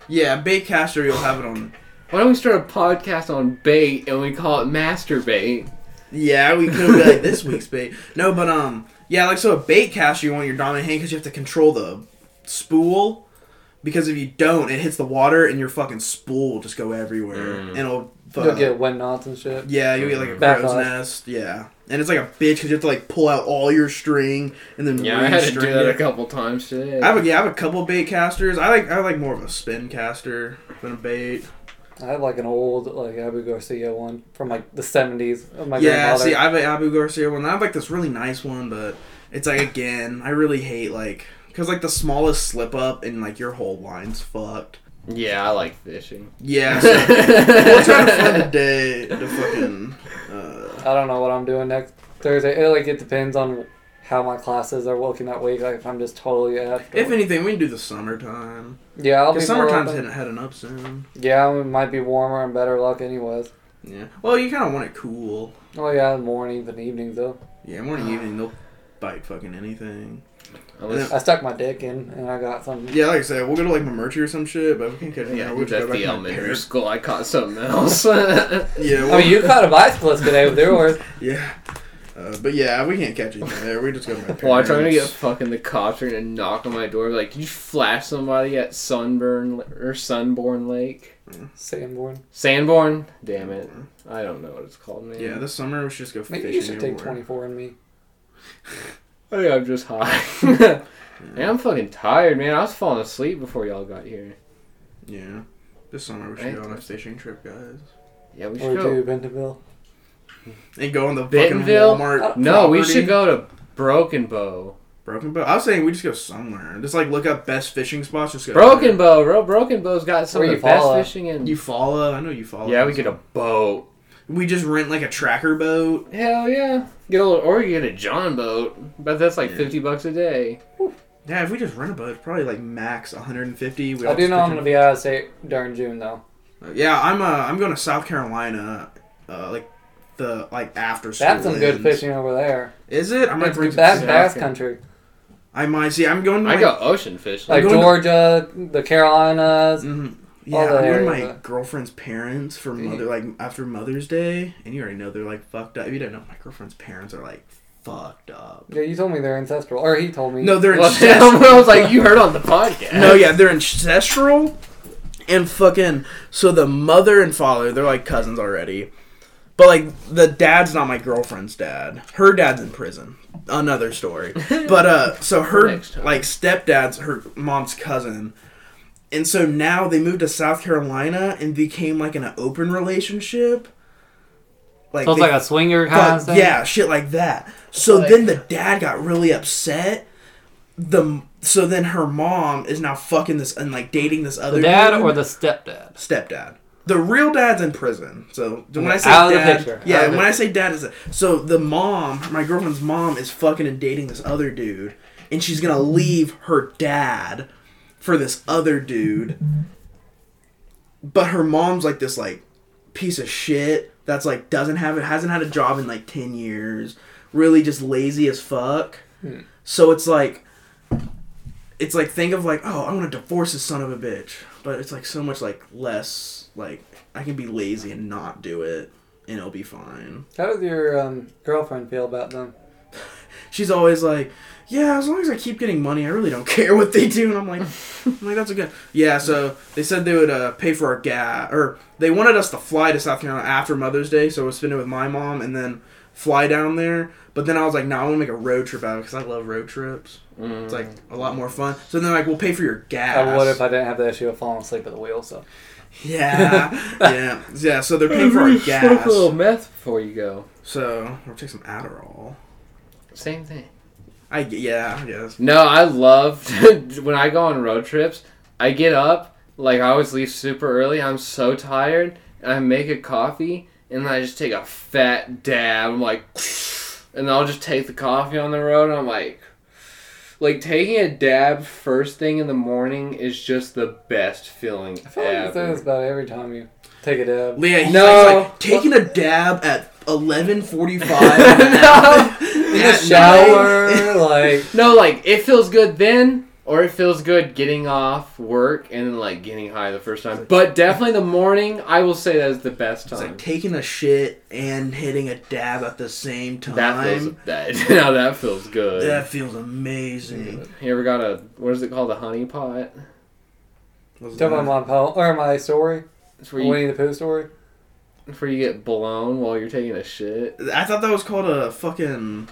S3: yeah, bait caster, you'll have it on.
S1: Why don't we start a podcast on bait and we call it masturbate?
S3: Yeah, we could have been like this week's bait. No, but um, yeah, like so a bait caster, you want your dominant hand because you have to control the spool. Because if you don't, it hits the water and your fucking spool will just go everywhere
S1: Mm.
S3: and it'll.
S4: You'll
S3: fuck.
S4: get wet knots and shit.
S3: yeah, you will get like a crow's
S4: Backlash.
S3: nest. Yeah, and it's like a bitch because you have to like pull out all your string and then
S1: Yeah, I had to do
S3: restring
S1: that a
S3: it.
S1: couple times today.
S3: I have a, yeah, I have a couple bait casters. I like I like more of a spin caster than a bait.
S4: I have like an old like Abu Garcia one from like the seventies of my
S3: yeah,
S4: grandfather.
S3: see, I have an Abu Garcia one. I have like this really nice one, but it's like again, I really hate like because like the smallest slip up and like your whole line's fucked.
S1: yeah, I like fishing.
S3: Yeah, so we're trying to find a day to fucking. Uh,
S4: I don't know what I'm doing next Thursday. It, like it depends on how my classes are working that week. Like if I'm just totally effed.
S3: if anything, we can do the summertime
S4: yeah, I'll be
S3: because summertime's
S4: more,
S3: heading heading up soon.
S4: Yeah, it might be warmer and better luck anyways.
S3: Yeah. Well, you kind of want it cool.
S4: Oh yeah, mornings and evenings though.
S3: Yeah, morning, evening, they'll bite fucking anything.
S1: Unless,
S4: I stuck my dick in and I got something.
S3: Yeah, like I said, we'll go to like Mamerchi or some shit, but we can catch.
S1: yeah,
S3: Yeah,
S1: I
S3: we'll
S1: think that's
S3: go back
S1: the
S3: to my
S1: elementary
S3: parents.
S1: school. I caught something else. yeah,
S3: Yeah,
S4: I
S3: well,
S4: mean, you caught a bicyclist today with yours.
S3: yeah. Uh, but yeah, we can't catch anything there. We just go to my parents.
S1: well, I'm trying Oh, to get fucking the cops are gonna knock on my door. be Like, you flash somebody at Sunburn or Sunborn Lake,
S4: Sanborn.
S1: Sanborn. Damn it, I don't know what it's called. Man.
S3: Yeah, this summer we should just go fishing.
S4: Maybe you should take
S3: everywhere.
S4: 24 and me.
S1: I think I'm just high. man, I'm fucking tired, man. I was falling asleep before y'all got here.
S3: Yeah, this summer we should
S1: Right.
S3: go on a fishing trip, guys,
S1: Yeah, we
S4: Or
S1: should go.
S4: do Bentonville.
S3: and go on the fucking
S1: Bentonville?
S4: Uh,
S3: Walmart.
S1: No, we
S3: property.
S1: should go to Broken Bow.
S3: Broken Bow. I was saying we just go somewhere. Just like look up best fishing spots. Just go
S1: Broken Bow, bro. Broken Bow's got some of
S4: Where
S1: the
S4: you
S1: best
S4: follow.
S1: fishing in.
S3: Eufaula. I know Eufaula.
S1: yeah, we get a boat.
S3: We just rent like a tracker boat.
S1: Hell yeah. Get a little, or you get a John boat, but that's like
S3: Yeah.
S1: 50 bucks a day.
S3: Yeah, if we just rent a boat, it's probably like max 150. We
S4: I
S3: all
S4: do
S3: just
S4: know I'm
S3: pitch
S4: gonna be out of state during June though.
S3: in- Yeah, I'm uh, I'm going to South Carolina, uh, like the like after school.
S4: That's some good
S3: ends.
S4: fishing over there.
S3: Is it? I might
S4: That's,
S3: bring.
S4: that's
S3: some-
S4: bass
S1: Okay.
S4: country.
S3: I might see. I'm going. To
S1: I
S3: my,
S1: go ocean fishing.
S4: Like
S3: going to-
S4: Georgia, the Carolinas.
S3: Mhm. Yeah,
S4: All
S3: I'm
S4: that
S3: going to
S4: area,
S3: my
S4: but-
S3: girlfriend's parents for
S1: Yeah.
S3: mother like after Mother's Day, and you already know they're like fucked up. If you don't know, my girlfriend's parents are like fucked up.
S4: Yeah, you told me they're ancestral, or he told me.
S3: No, they're
S1: Well,
S3: ancestral.
S1: I was like, you heard on the podcast.
S3: No, yeah, they're ancestral and fucking. So the mother and father, they're like cousins already. But like the dad's not my girlfriend's dad. Her dad's in prison. Another story. But uh, so her
S1: Next time.
S3: like stepdad's her mom's cousin. And so now they moved to South Carolina and became like in an open relationship. Like
S4: So it's
S3: they-
S4: like a swinger kind of
S3: but,
S4: thing.
S3: yeah, shit like that. So then the dad got really upset. The so then her mom is now fucking this and like dating this other
S4: Dad
S3: dude.
S4: or the stepdad.
S3: stepdad. The real dad's in prison. So when I say
S4: Out of the
S3: dad,
S4: picture. Out
S3: yeah,
S4: of the
S3: when I say dad is a, so the mom, my girlfriend's mom, is fucking and dating this other dude, and she's gonna leave her dad for this other dude. But her mom's like this like piece of shit that's like doesn't have it hasn't had a job in like 10 years really just lazy as fuck
S4: Hmm.
S3: so it's like it's like think of like oh i'm gonna divorce this son of a bitch but it's like so much like less like i can be lazy and not do it and it'll be fine
S4: How does your um, girlfriend feel about them?
S3: she's always like yeah as long as i keep getting money i really don't care what they do and i'm like I'm like that's a good yeah so they said they would uh, pay for our gas or they wanted us to fly to south carolina after mother's day so we'll spend it with my mom and then fly down there but then i was like no i want to make a road trip out of it because i love road trips it's like a lot more fun so then like we'll pay for your gas
S4: I would if I didn't Mm. have the issue of falling asleep at the wheel. So
S3: Yeah, yeah, yeah. So they're paying for our gas.
S1: a little meth before you go.
S3: So we'll take some Adderall.
S1: Same thing.
S3: I g- yeah, I guess.
S1: No, I love when I go on road trips. I get up like I always leave super early. I'm so tired. And I make a coffee and then I just take a fat dab. I'm like, and I'll just take the coffee on the road. And I'm like, like taking a dab first thing in the morning is just the best feeling
S4: I feel like you say
S1: ever.
S4: this about every time you take a dab.
S3: Yeah, he's
S1: No.
S3: like, like, taking a dab at eleven forty-five.
S4: In the shower, like
S1: No, like it feels good then, or it feels good getting off work and then like getting high the first time. But definitely the morning, I will say that is the best
S3: It's
S1: time.
S3: like taking a shit and hitting a dab at the same time.
S1: that feels that now that feels good.
S3: That feels amazing.
S1: You ever got a what is it called a honey pot?
S3: What's
S4: tell my
S3: that?
S4: mom po- or my story,
S1: It's where you
S4: Winnie the Pooh story.
S1: it's where you get blown while you're taking a shit.
S3: I thought that was called a fucking.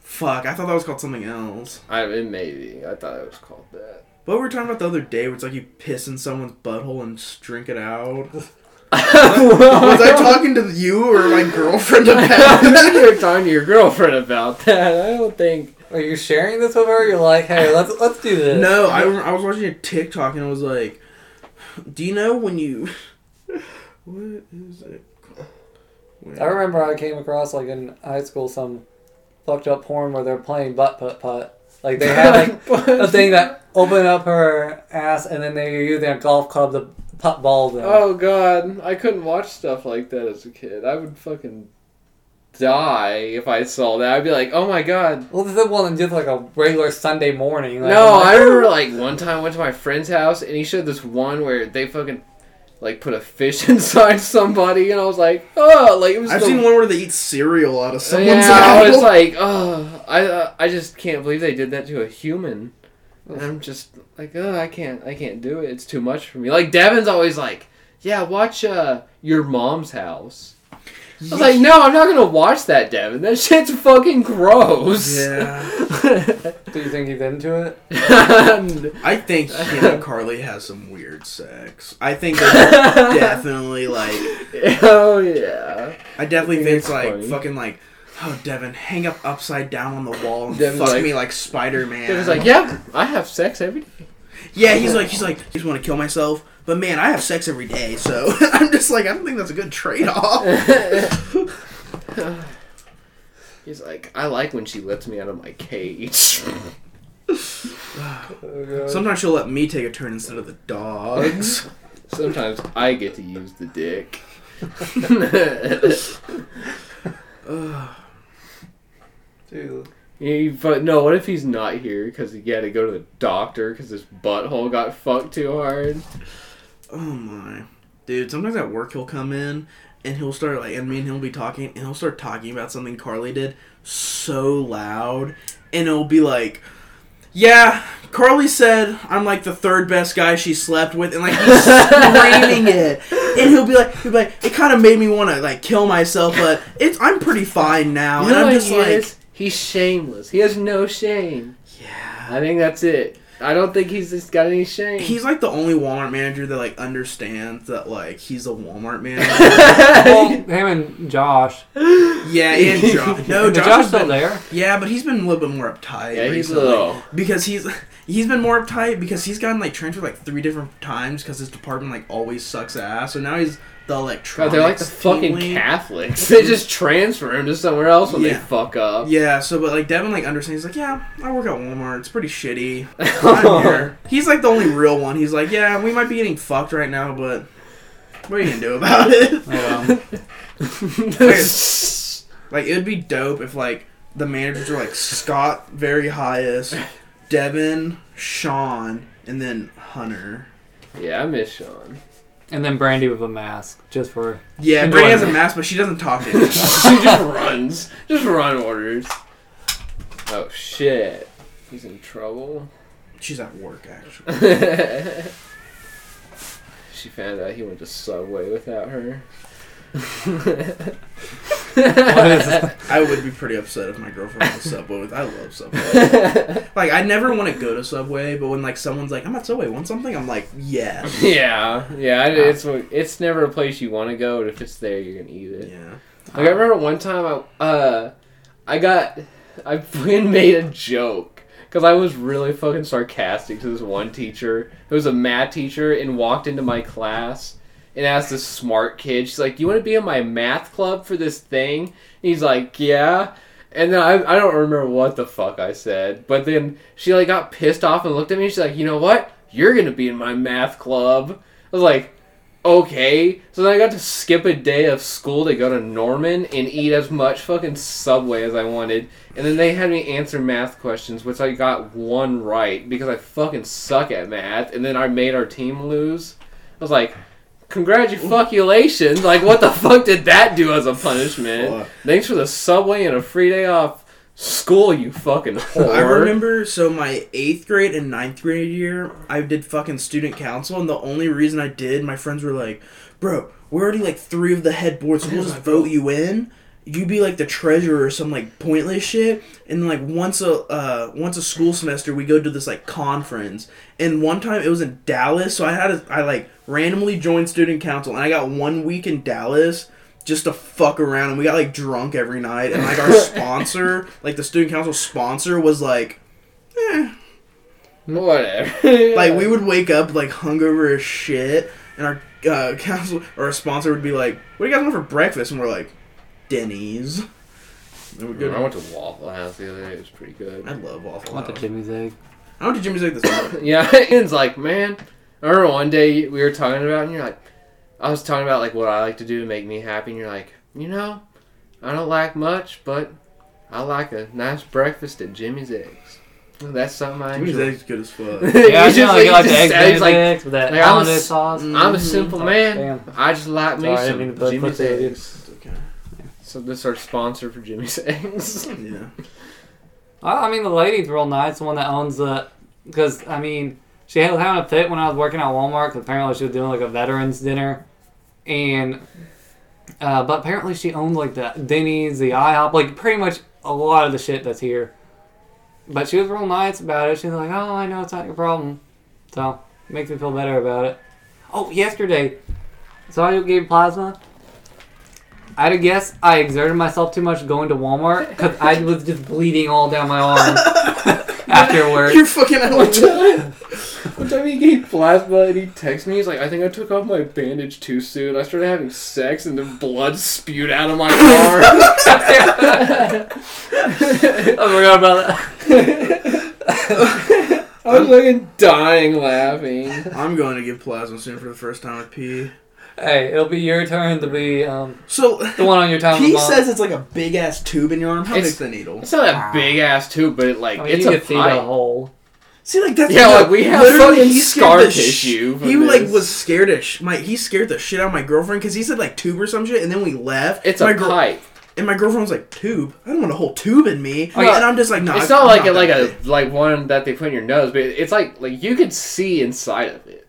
S3: Fuck, I thought that was called something else.
S1: I it maybe I thought it was called that.
S3: What we were talking about the other day, where it's like you piss in someone's butthole and s- drink it out. Was I talking to you or my girlfriend about
S1: I think
S3: that?
S1: you were talking to your girlfriend about that. I don't think.
S4: Are you sharing this with her? You're like, hey, let's let's do this.
S3: No, I, rem- I was watching a TikTok and I was like, do you know when you. What is it called? When-
S4: I remember I came across like in high school some fucked up porn where they're playing butt putt putt. Like they had like a thing that opened up her ass and then they were using a golf club to pop balls in.
S1: Oh god, I couldn't watch stuff like that as a kid. I would fucking die if I saw that. I'd be like, oh my god.
S4: Well, this is one just like a regular Sunday morning. Like,
S1: No, I
S4: I'm like,
S1: remember like one time I went to my friend's house and he showed this one where they fucking like put a fish inside somebody and I was like, oh, like it was.
S3: I've
S1: the-
S3: seen one where they eat cereal out of someone's
S1: Yeah, I was
S3: apple.
S1: like, oh, I uh, I just can't believe they did that to a human. And I'm just like, oh, I can't, I can't do it. It's too much for me. Like Devin's always like, yeah, watch uh, your mom's house. I was like, no, I'm not gonna watch that, Devin. That shit's fucking gross.
S3: yeah,
S4: Do you think he's into it?
S1: And-
S3: I think him and Carly has some weird sex. I think they're definitely like
S1: oh yeah.
S3: I definitely
S1: think
S3: think
S1: it's
S3: it's like
S1: funny.
S3: fucking like, oh Devin, hang up upside down on the wall and
S1: Devin's
S3: fuck
S1: like-
S3: me like Spider Man.
S1: Devin's like, yeah, I have sex every day.
S3: yeah, he's like, he's like, I just want to kill myself, but man, I have sex every day, so I'm just like, I don't think that's a good trade off.
S1: He's like, I like when she lets me out of my cage.
S4: Oh,
S3: Sometimes she'll let me take a turn instead of the dogs.
S1: Sometimes I get to use the dick.
S4: Dude.
S1: You- but no, what if he's not here because he had to go to the doctor because his butthole got fucked too hard?
S3: oh my, dude. Sometimes at work he'll come in and he'll start like, and me and he'll be talking, and he'll start talking about something Carly did so loud, and it'll be like. Yeah, Carly said I'm like the third best guy she slept with, and like he's screaming it, and he'll be like, he'll be like, it kind of made me want to like kill myself, but it's I'm pretty fine now,
S1: You
S3: and
S1: know
S3: I'm
S1: what
S3: just
S1: he
S3: like,
S1: is? he's shameless. He has no shame.
S3: yeah.
S1: I think that's it. I don't think he's just got any shame.
S3: He's like the only Walmart manager that like understands that like he's a Walmart manager.
S4: Well, him and Josh.
S3: yeah, and Josh. No,
S4: Is
S3: Josh.
S4: Josh,
S3: has
S4: still
S3: been,
S4: there?
S3: yeah, but he's been a little bit more uptight.
S1: yeah, he's
S3: recently.
S1: little.
S3: because he's he's been more uptight because he's gotten like transferred like three different times because his department like always sucks ass. So now he's the
S1: God,
S3: electronics.
S1: they're like the
S3: team
S1: fucking
S3: lead.
S1: Catholics. They just transfer him to somewhere else when they
S3: Yeah.
S1: fuck up.
S3: Yeah, so but like Devin like understands like yeah, I work at Walmart. It's pretty shitty. I'm here. He's like the only real one. He's like yeah, we might be getting fucked right now, but what are you gonna do about it? Like it'd be dope if like the managers were like Scott very highest, Devin, Sean, and then Hunter.
S1: yeah, I miss Sean.
S4: And then Brandy with a mask, just for.
S3: Yeah,
S4: And
S3: Brady has a
S4: Jordan.
S3: mask, but she doesn't talk to him.
S1: she just runs. Just run orders. Oh shit. He's in trouble.
S3: She's at work actually.
S1: she found out he went to Subway without her.
S4: What is-
S3: I would be pretty upset if my girlfriend was Subway. With I love Subway. like I never want to go to Subway, but when like someone's like, "I'm at Subway, want something?" I'm like, "Yeah,
S1: yeah, yeah. I- It's it's never a place you want to go, but if it's there, you're gonna eat it.
S3: yeah."
S1: Like I remember one time I uh I got I fucking made a joke because I was really fucking sarcastic to this one teacher who was a math teacher and walked into my class and asked this smart kid, she's like, "You want to be in my math club for this thing?" And he's like, "Yeah." And then I, I don't remember what the fuck I said, but then she like got pissed off and looked at me. She's like, "You know what? You're gonna be in my math club." I was like, okay. So then I got to skip a day of school to go to Norman and eat as much fucking Subway as I wanted. And then they had me answer math questions, which I got one right because I fucking suck at math. And then I made our team lose. I was like, congratulations. Like, what the fuck did that do as a punishment?
S3: Fuck.
S1: Thanks for the Subway and a free day off school, you fucking whore.
S3: I remember so my eighth grade and ninth grade year, I did fucking student council, and the only reason I did, my friends were like, "Bro, we're already like three of the head boards, so we'll just vote you in. You be like the treasurer or some like pointless shit." And like once a uh, once a school semester, we go to this like conference, and one time it was in Dallas, so I had a, I like randomly joined student council, and I got one week in Dallas just to fuck around and we got like drunk every night and like our sponsor like the student council sponsor was like
S1: Whatever.
S3: like we would wake up like hungover as shit and our uh, council or our sponsor would be like what do you guys want for breakfast and we're like denny's and we go
S1: I went to Waffle House the other day. It was pretty good.
S3: i love waffle
S4: I want the
S3: house
S4: Jimmy's egg.
S3: i went to jimmy's like this morning
S1: Yeah, Ian's like, man, I remember one day we were talking about, and you're like, I was talking about like what I like to do to make me happy, and you're like, you know, I don't like much, but I like a nice breakfast at Jimmy's Eggs. Well, that's something I
S3: Jimmy's
S1: enjoy.
S3: eggs good as fuck.
S4: Yeah, I
S1: He's
S4: know,
S1: just
S4: like,
S1: like-
S4: like the
S1: he's
S4: eggs,
S1: just- he's
S4: eggs,
S1: like-
S4: eggs with that
S1: like, Mm. I'm a
S4: hollandaise
S1: s-
S4: sauce.
S1: I'm a simple man.
S4: Damn.
S1: I just like me
S4: Sorry, I didn't mean to
S1: some
S4: butt
S1: Jimmy's
S4: foot there, dude.
S1: Eggs. So this is our sponsor for Jimmy's Eggs.
S3: Yeah.
S4: Well, I mean, the lady's real nice, the one that owns the. Because, I mean, she had having a fit when I was working at Walmart. 'cause apparently, she was doing like a veterans dinner. And. Uh, but apparently, she owned like the Denny's, the IHOP, like pretty much a lot of the shit that's here. But she was real nice about it. She's like, oh, I know it's not your problem. So, makes me feel better about it. Oh, yesterday. So, I gave plasma. I had a guess I exerted myself too much going to Walmart because I was just bleeding all down my arm afterwards.
S3: You're fucking out
S1: One
S3: of time.
S1: time, one time he gave plasma and he texted me. He's like, I think I took off my bandage too soon. I started having sex and then blood spewed out of my arm.
S4: I forgot about that.
S1: I was fucking dying laughing.
S3: I'm going to give plasma soon for the first time with P.
S4: Hey, it'll be your turn to be um,
S3: So
S4: the one on your time.
S3: P says it's like a big ass tube in your arm. How
S1: It's-
S3: big's the needle?
S1: It's not that big ass tube, but it, like
S4: I mean,
S1: it's
S4: you
S1: a
S4: can see the
S1: pipe.
S4: hole.
S3: See, like that's
S1: Yeah,
S3: no,
S1: like, we have
S3: literally,
S1: fucking
S3: he scared
S1: scar
S3: the
S1: tissue from
S3: He like
S1: this.
S3: was scared of sh- my. He scared the shit out of my girlfriend because he said like tube or some shit, and then we left.
S1: It's
S3: my
S1: a
S3: girl-
S1: pipe.
S3: and my girlfriend was like, "Tube? I don't want a whole tube in me."
S1: yeah.
S3: And I'm just like, "No,
S1: It's
S3: I'm
S1: not like a,
S3: that
S1: like a
S3: big."
S1: like one that they put in your nose, but it's like like you could see inside of it.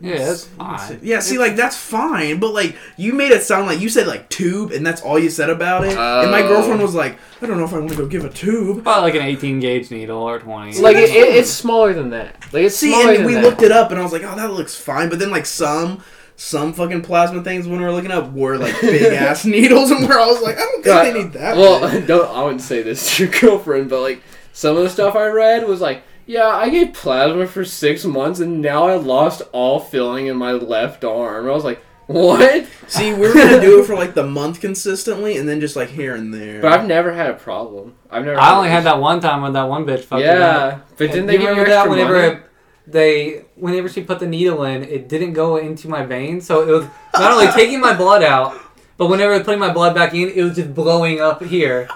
S4: Yeah, that's fine.
S3: Yeah, see, like that's fine, but like you made it sound like you said like tube, and that's all you said about it. And my
S1: Oh.
S3: girlfriend was like, "I don't know if I want to go give a tube."
S4: Probably like an 18 gauge needle or 20.
S1: Like it, it, it's smaller than that. Like it's
S3: See,
S1: smaller
S3: and
S1: than
S3: we
S1: that.
S3: looked it up, and I was like, "Oh, that looks fine," but then like some. Some fucking plasma things when we were looking up were like big ass needles, and where I was like, I don't think
S1: God,
S3: they need that. big.
S1: Uh, Well, don't, I wouldn't say this to your girlfriend, but like some of the stuff I read was like, yeah, I gave plasma for six months and now I lost all feeling in my left arm. I was like, what?
S3: See, we we're gonna do it for like the month consistently, and then just like here and there.
S1: But I've never had a problem. I've never.
S4: I only had that one time when that one bitch fucked it up.
S1: Yeah, but didn't they
S4: you
S1: give you
S4: remember
S1: extra
S4: that whenever
S1: money?
S4: they whenever she put the needle in, it didn't go into my veins, so it was not only taking my blood out, but whenever it put my blood back in, it was just blowing up here.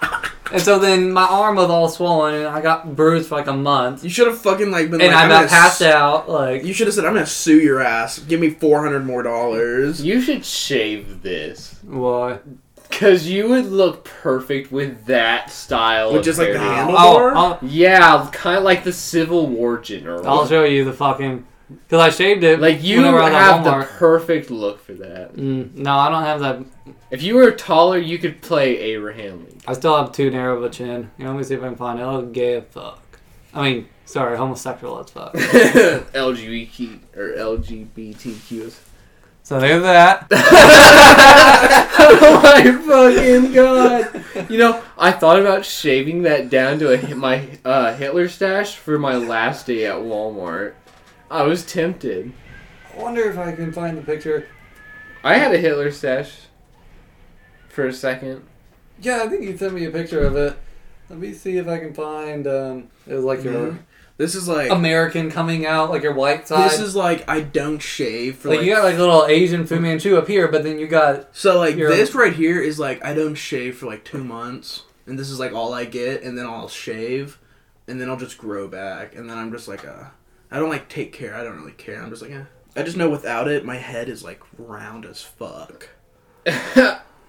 S4: And so then my arm was all swollen, and I got bruised for like a month,
S3: you should have fucking like been.
S4: and
S3: like,
S4: I
S3: gonna
S4: got passed
S3: s-
S4: out. Like
S3: You should have said, "I'm gonna sue your ass. Give me four hundred more dollars."
S1: You should shave this,
S4: what?
S1: cause you would look perfect with that style.
S3: With
S1: of
S3: just like the
S1: hair.
S3: handle
S4: Oh,
S3: bar?
S4: I'll,
S1: Yeah, kind of like the Civil War general.
S4: I'll show you the fucking because I shaved it.
S1: like you
S4: whenever I was at
S1: have the
S4: Walmart.
S1: perfect look for that.
S4: Mm, no, I don't have that.
S1: If you were taller, you could play Abraham Lincoln.
S4: I still have too narrow of a chin. You know, let me see if I can find it. I look gay as fuck. I mean, sorry, homosexual as fuck.
S1: LGBTQ or LGBTQs.
S4: So there's that.
S1: oh my fucking god! You know, I thought about shaving that down to a, my uh, Hitler stash for my last day at Walmart. I was tempted.
S4: I wonder if I can find the picture.
S1: I had a Hitler stash for a second.
S4: Yeah, I think you sent me a picture of it. Let me see if I can find. Um, it was like your
S3: This is like
S4: American coming out, like your white side.
S3: this is like I don't shave for
S4: like,
S3: like,
S4: you got like a little Asian Fu Manchu up here, but then you got
S3: so like
S4: you're-
S3: this right here is like I don't shave for like two months, and this is like all I get, and then I'll shave, and then I'll just grow back, and then I'm just like uh, I don't like take care. I don't really care. I'm just like eh. I just know without it, my head is like round as fuck.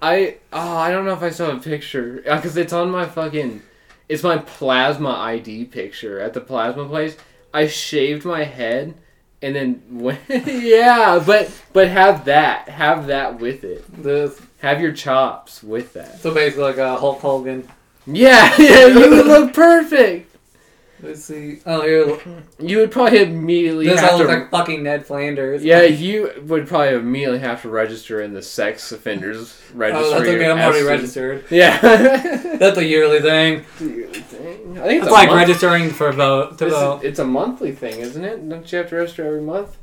S1: I oh I don't know if I still have a picture because it's on my fucking it's my plasma ID picture at the plasma place. I shaved my head and then went yeah, but but have that have that with it.
S4: this.
S1: Have your chops with that.
S4: So basically, like a Hulk Hogan.
S1: Yeah, yeah, you would look perfect.
S4: Let's see. Oh, here.
S1: You would probably immediately
S4: This all
S1: have to.
S4: looks like fucking Ned Flanders.
S1: yeah, you would probably immediately have to register in the sex offenders registry.
S4: Oh, that's okay. I'm
S1: as
S4: already
S1: soon-
S4: registered.
S1: Yeah.
S4: That's a yearly thing.
S1: I think
S4: It's,
S1: a
S4: like
S1: month.
S4: registering for vote to
S1: This is-
S4: vote.
S1: it's a monthly thing, isn't it? Don't you have to register every month?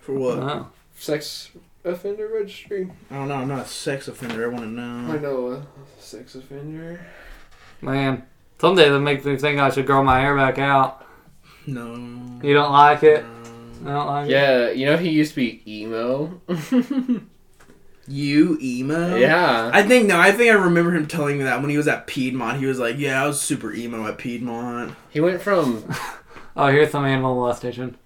S3: For what?
S4: Oh.
S1: Sex offender registry.
S3: I don't know. I'm not a sex offender. I want to
S1: I
S3: know.
S1: know a sex offender.
S4: Man, someday that makes me think I should grow my hair back out.
S3: No.
S4: You don't like it?
S3: No.
S4: No, I'm,
S1: Yeah, you know he used to be emo.
S3: You emo?
S1: yeah.
S3: I think no, I think I remember him telling me that when he was at Piedmont. He was like, "Yeah, I was super emo at Piedmont."
S1: He went from
S4: Oh, here's some animal molestation.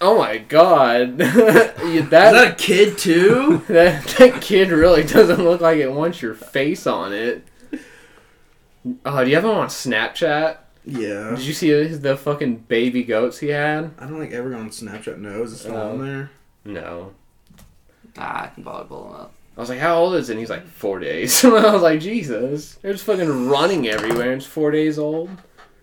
S1: Oh my god. Yeah,
S3: Is
S1: that
S3: that a kid too?
S1: that that kid really doesn't look like it wants your face on it. Oh, do you have him on Snapchat?
S3: yeah.
S1: Did you see his, the fucking baby goats he had?
S3: I don't think everyone on Snapchat knows it's still
S1: Oh.
S3: on there.
S1: No.
S4: Ah, I can probably pull him up.
S1: I was like, how old is it? And he's like, four days. And I was like, Jesus. They're just fucking running everywhere and it's four days old.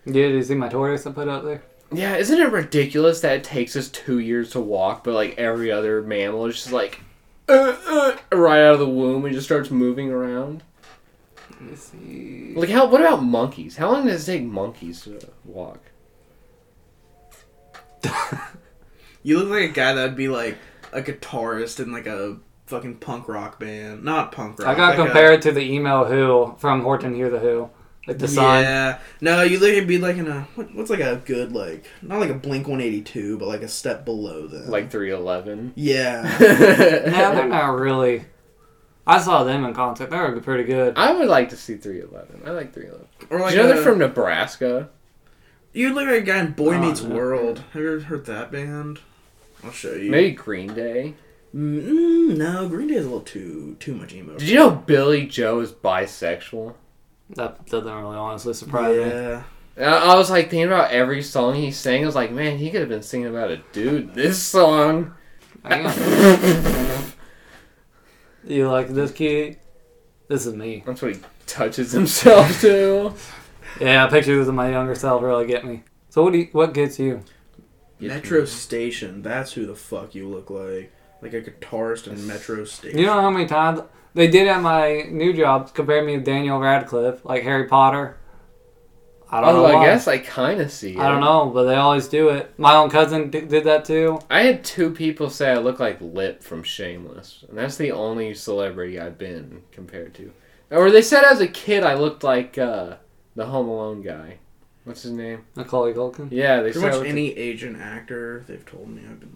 S4: Yeah, did you see my tortoise I put up there?
S1: Yeah, isn't it ridiculous that it takes us two years to walk, but like every other mammal is just like uh, uh, right out of the womb and just starts moving around?
S4: Let me see.
S1: Like, how? What about monkeys? How long does it take monkeys to walk?
S3: You look like a guy that'd be like a guitarist in like a fucking punk rock band. Not punk rock.
S4: I got
S3: like a-
S4: compared to the email Who from Horton Hear the Who. Like the sign.
S3: Yeah. No, you look it'd be like in a what, what's like a good like not like a Blink One Eighty Two, but like a step below that.
S1: Like three eleven.
S3: yeah.
S4: Yeah, they're
S1: I
S4: not really. I saw them in concert. They were pretty good.
S1: would like to see three eleven. I like three eleven.
S3: Or like
S1: you know
S3: a-
S1: they're from Nebraska?
S3: You look like a guy in Boy
S4: Oh,
S3: Meets
S4: no.
S3: World. Have you ever heard that band? I'll show you.
S1: Maybe Green Day.
S3: Mm, no, Green Day is a little too too much emo.
S1: Did you know Billy Joe is bisexual?
S4: That doesn't really honestly surprise me.
S3: Yeah.
S1: I I was like thinking about every song he sang. I was like, man, he could have been singing about a dude. This song.
S4: Hang on. You like this kid? This is me.
S1: That's what he touches himself to.
S4: Yeah, pictures of my younger self really get me. So what do you, what gets you?
S3: Metro Station. That's who the fuck you look like. Like a guitarist in Metro Station.
S4: You know how many times they did at my new job compare me to Daniel Radcliffe, like Harry Potter. I
S3: Oh,
S4: don't know.
S1: Although I
S4: why.
S1: guess I kind of see it.
S4: I don't know, but they always do it. My own cousin d- did that too.
S1: I had two people say I look like Lip from Shameless, and that's the only celebrity I've been compared to. Or they said as a kid I looked like uh, the Home Alone guy. What's his name?
S4: Macaulay Culkin.
S1: Yeah, they
S3: Pretty
S1: said I
S3: much
S1: looked-
S3: any Asian actor they've told me I've been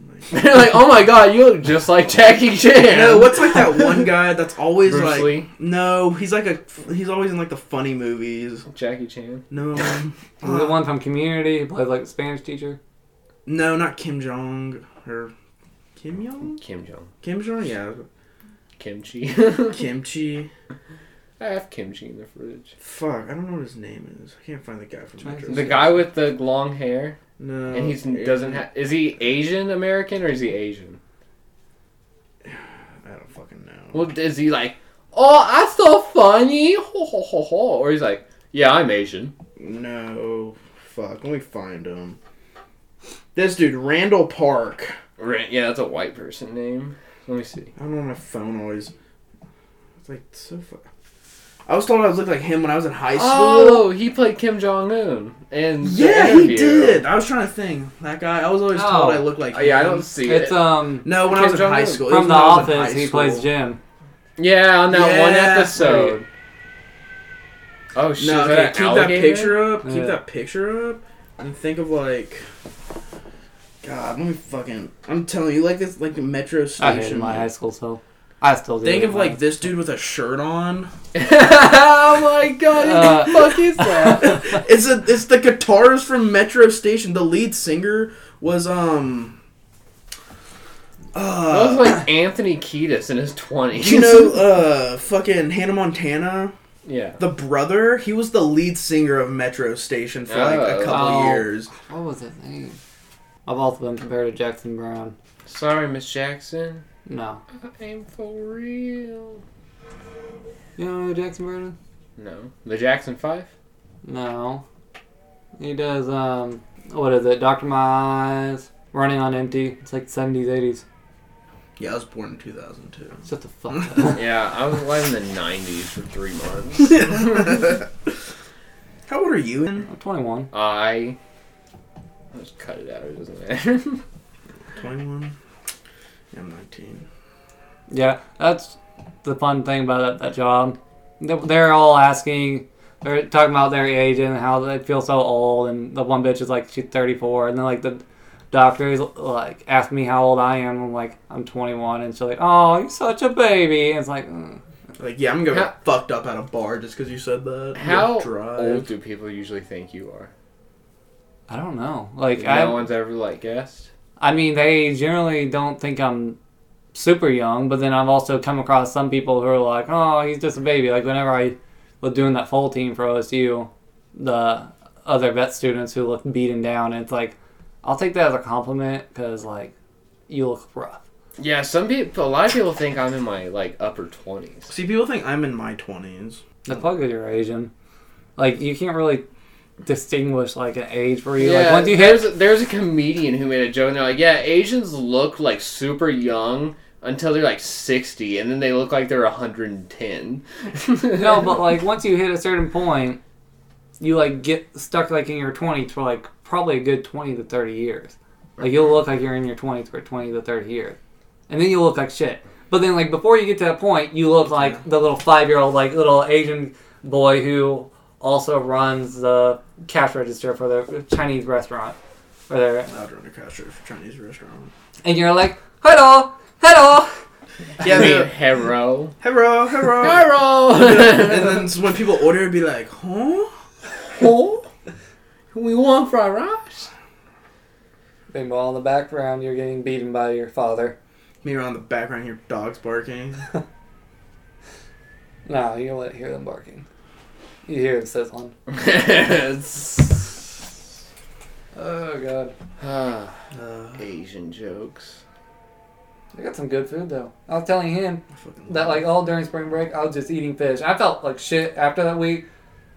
S3: like.
S1: They're like, oh my god, you look just like Jackie Chan.
S3: No, what's like that one guy that's always
S1: Bruce
S3: like?
S1: Lee?
S3: No, he's like a he's always in like the funny movies.
S1: Jackie Chan?
S3: No, um, uh,
S4: The one from Community who played like the Spanish teacher.
S3: no, not Kim Jong or Kim Jong
S1: Kim Jong.
S3: Kim Jong. Yeah,
S1: Kimchi.
S3: Kimchi.
S1: I have kimchi in the fridge.
S3: Fuck, I don't know what his name is. I can't find the guy from
S4: Trying to
S3: Metro.
S1: The
S3: Station.
S1: guy with the long hair,
S3: No,
S1: and he's doesn't have. Is he Asian American or is he Asian?
S3: I don't fucking know.
S1: Well, is he like, oh, that's so funny, ho ho ho ho, or he's like, yeah, I'm Asian.
S3: No, fuck. Let me find him. This dude, Randall Park.
S1: Right, yeah, that's a white person name. Let me see.
S3: I don't know my phone always. It's like so. Fu- I was told I looked like him when I was in high school.
S1: Oh, he played Kim Jong Un, and
S3: yeah, he did. I was trying to think. That guy. I was always
S4: Oh.
S3: told I looked like. Him.
S1: yeah, I don't see
S4: It's
S1: it.
S3: uh,
S4: um
S3: No, when I
S1: Kim
S3: was in
S1: Jong-un.
S3: high school. It was
S4: from The
S3: when I was in
S4: Office.
S3: high
S4: He plays
S3: school.
S4: Jim.
S1: yeah, on that one
S3: Yeah.
S1: episode. Oh shit!
S3: No,
S1: is
S3: okay,
S1: that
S3: keep that picture up. Keep
S4: Yeah.
S3: that picture up, and think of like. God, let me fucking. I'm telling you, like this, like the metro
S4: I hated
S3: station.
S4: my
S3: like-
S4: high school so I still do.
S3: Think
S4: it.
S3: of like this dude with a shirt on.
S1: oh my god! what
S4: Uh,
S1: the fuck is that?
S3: It's a it's the guitarist from Metro Station. The lead singer was um.
S1: that was
S3: Uh,
S1: like Anthony Kiedis in his twenties.
S3: you know, uh, fucking Hannah Montana.
S1: yeah.
S3: The brother, he was the lead singer of Metro Station for like a
S1: Oh.
S3: couple
S4: Oh.
S3: years.
S4: what was his name? I've also been compared to Jackson Brown.
S1: Sorry, Miss Jackson.
S4: No,
S1: I am for real.
S4: you know who Jackson Brown? is?
S1: No, the Jackson Five.
S4: No, he does. Um, what is it? Doctor My Eyes, Running on Empty. It's like seventies, eighties.
S3: Yeah, I was born in 2002.
S4: Shut the fuck up.
S1: Yeah, I was alive in the '90s for three months.
S3: How old are you?
S4: I'm twenty-one.
S1: I I'll just cut it out. It doesn't matter.
S3: 21. Yeah, I'm 19.
S4: Yeah, that's the fun thing about that, that job. They- They're all asking, they're talking about their age and how they feel so old. And the one bitch is like she's thirty-four, and then like the doctor is like asked me how old I am. I'm like I'm 21, and she's like, "Oh, you're such a baby." And it's like, mm.
S3: Like, yeah, I'm gonna
S1: How-
S3: get fucked up at a bar just because you said that.
S1: How
S3: You're dry.
S1: old do people usually think you are?
S4: I don't know. Like
S1: no
S4: I,
S1: one's ever like guessed.
S4: I mean, they generally don't think I'm super young, but then I've also come across some people who are like, "Oh, he's just a baby." Like whenever I was doing that full team for OSU, the other vet students who looked beaten down, and it's like, I'll take that as a compliment because like you look rough.
S1: Yeah, some people, a lot of people think I'm in my like upper twenties.
S3: See, people think I'm in my twenties.
S4: The fuck is your Asian? Like you can't really distinguish like an age for you.
S1: Yeah,
S4: like once you hit
S1: there's a, there's a comedian who made a joke and they're like, yeah, Asians look like super young until they're like sixty, and then they look like they're 110.
S4: no, but like once you hit a certain point, you like get stuck like in your twenties for like probably a good twenty to thirty years. Like you'll look like you're in your twenties for twenty to thirty years, and then you look like shit. But then like before you get to that point, you look like the little five year old like little Asian boy who also runs the cash register for the Chinese restaurant or their
S3: I'd run a cash register for Chinese restaurant.
S4: and you're like, hello, hello.
S3: Yeah,
S1: I mean,
S3: the,
S1: hero,
S3: hello, hello.
S1: hero.
S3: and then when people order, it'd be like, huh?
S1: we want fried rice.
S4: Then while in the background, you're getting beaten by your father.
S3: Me around the background, your dog's barking.
S4: No, you don't hear them barking. You hear them sizzling. Oh god,
S1: Ah,
S3: Uh,
S1: Asian jokes.
S4: I got some good food though. I was telling him
S3: I fucking
S4: that like all during spring break, I was just eating fish. I felt like shit after that week,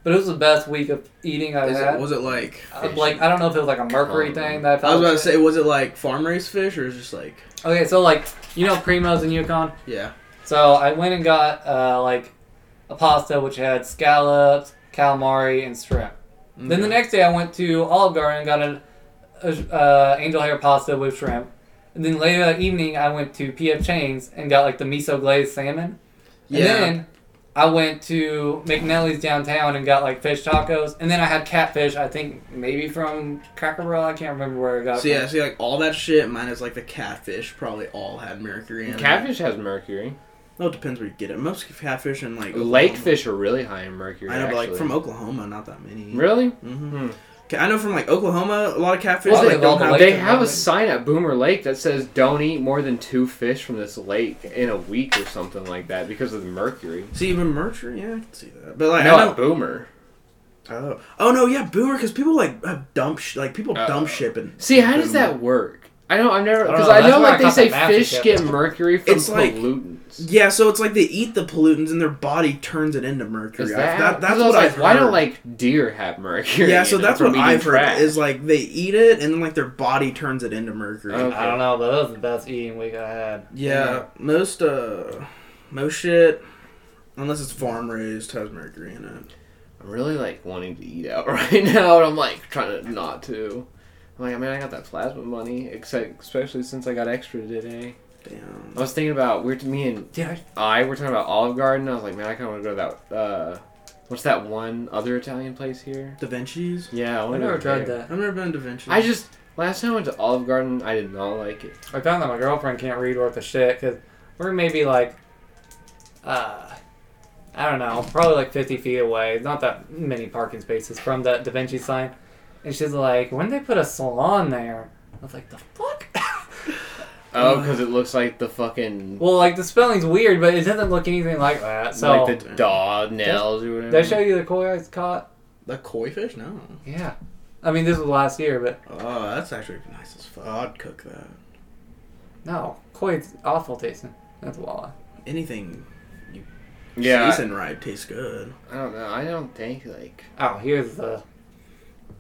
S4: but it was the best week of eating I've
S3: Is it,
S4: had.
S3: was it like?
S4: Uh, like I don't know if it was like a mercury
S1: Come
S4: thing
S1: on.
S4: that I
S3: I was
S4: felt.
S3: about to say, was it like farm raised fish or is it just like?
S4: okay, so like you know Primos in Yukon.
S3: Yeah.
S4: So I went and got uh, like a pasta which had scallops, calamari, and shrimp. Then the next day I went to Olive Garden and got an a, uh, angel hair pasta with shrimp. And then later that evening I went to PF Chang's and got like the miso glazed salmon.
S3: Yeah.
S4: And then I went to McNelly's downtown and got like fish tacos. And then I had catfish, I think maybe from Cracker Barrel. I can't remember where I got it.
S3: so yeah, see like all that shit minus like the catfish probably all had mercury in it.
S1: Catfish has mercury.
S3: No, it depends where you get it. Most catfish and like
S1: Lake
S3: Oklahoma.
S1: fish are really high in mercury.
S3: I know, but like
S1: actually.
S3: from Oklahoma, not that many.
S1: really,
S3: Mm-hmm. I know from like Oklahoma, a lot of catfish
S4: Well,
S3: like,
S4: they
S3: don't
S4: love
S3: have.
S4: the
S1: they
S4: lake.
S1: have a sign at Boomer Lake that says "Don't eat more than two fish from this lake in a week" or something like that because of the mercury.
S3: See, even mercury, yeah, I can see that. But like,
S1: No,
S3: I
S1: at
S3: know,
S1: Boomer.
S3: oh, oh no, yeah, boomer, because people like have dump, sh- like people
S1: Uh,
S3: dump ship and
S1: See, how does that work? I don't. I've never
S4: I don't
S1: because
S4: know,
S1: I know,
S4: that's where I
S1: like they
S4: caught
S1: say
S4: that basket
S1: fish
S4: shit.
S1: get mercury from
S3: It's like-
S1: pollutants.
S3: Yeah, so it's like they eat the pollutants and their body turns it into mercury.
S1: Is
S3: I-
S1: that,
S3: that- that's
S1: I
S3: what
S1: was
S3: I've
S1: like,
S3: heard.
S1: Why don't like deer have mercury?
S3: Yeah,
S1: in
S3: so
S1: it
S3: that's
S1: from
S3: what
S1: eating
S3: I've heard
S1: trash?
S3: is like they eat it and then like their body turns it into mercury.
S1: Okay.
S4: I don't know, but that was the best eating week I had.
S3: yeah, most uh, most shit, unless it's farm raised, has mercury in it.
S1: I'm really like wanting to eat out right now, and I'm like trying to not to. I'm like, I mean, I got that plasma money, except especially since I got extra today.
S3: Damn.
S1: I was thinking about we're me and
S4: Dude, I,
S1: I were talking about Olive Garden. I was like, man, I kind of want to go to that. Uh, what's that one other Italian place here?
S3: Da Vinci's?
S1: Yeah, I
S4: I
S1: want
S4: never tried that.
S3: I've never been to Da Vinci's.
S1: I just last time I went to Olive Garden, I did not like it.
S4: I found that my girlfriend can't read worth a shit because we're maybe like, uh, I don't know, probably like 50 feet away. Not that many parking spaces from that Da Vinci sign. And she's like, when they put a salon there? I was like, the fuck?
S1: Oh, because it looks like the fucking
S4: well, like the spelling's weird, but it doesn't look anything like that. So
S1: like the daw nails or whatever.
S4: did I show you the koi I caught?
S3: the koi fish? No.
S4: Yeah. I mean, this was last year, but
S3: Oh, that's actually nice as fuck. I'd cook that.
S4: no, koi's awful tasting. That's walleye.
S3: Anything
S1: yeah,
S3: seasoned right tastes good.
S1: I don't know. I don't think like
S4: Oh, here's the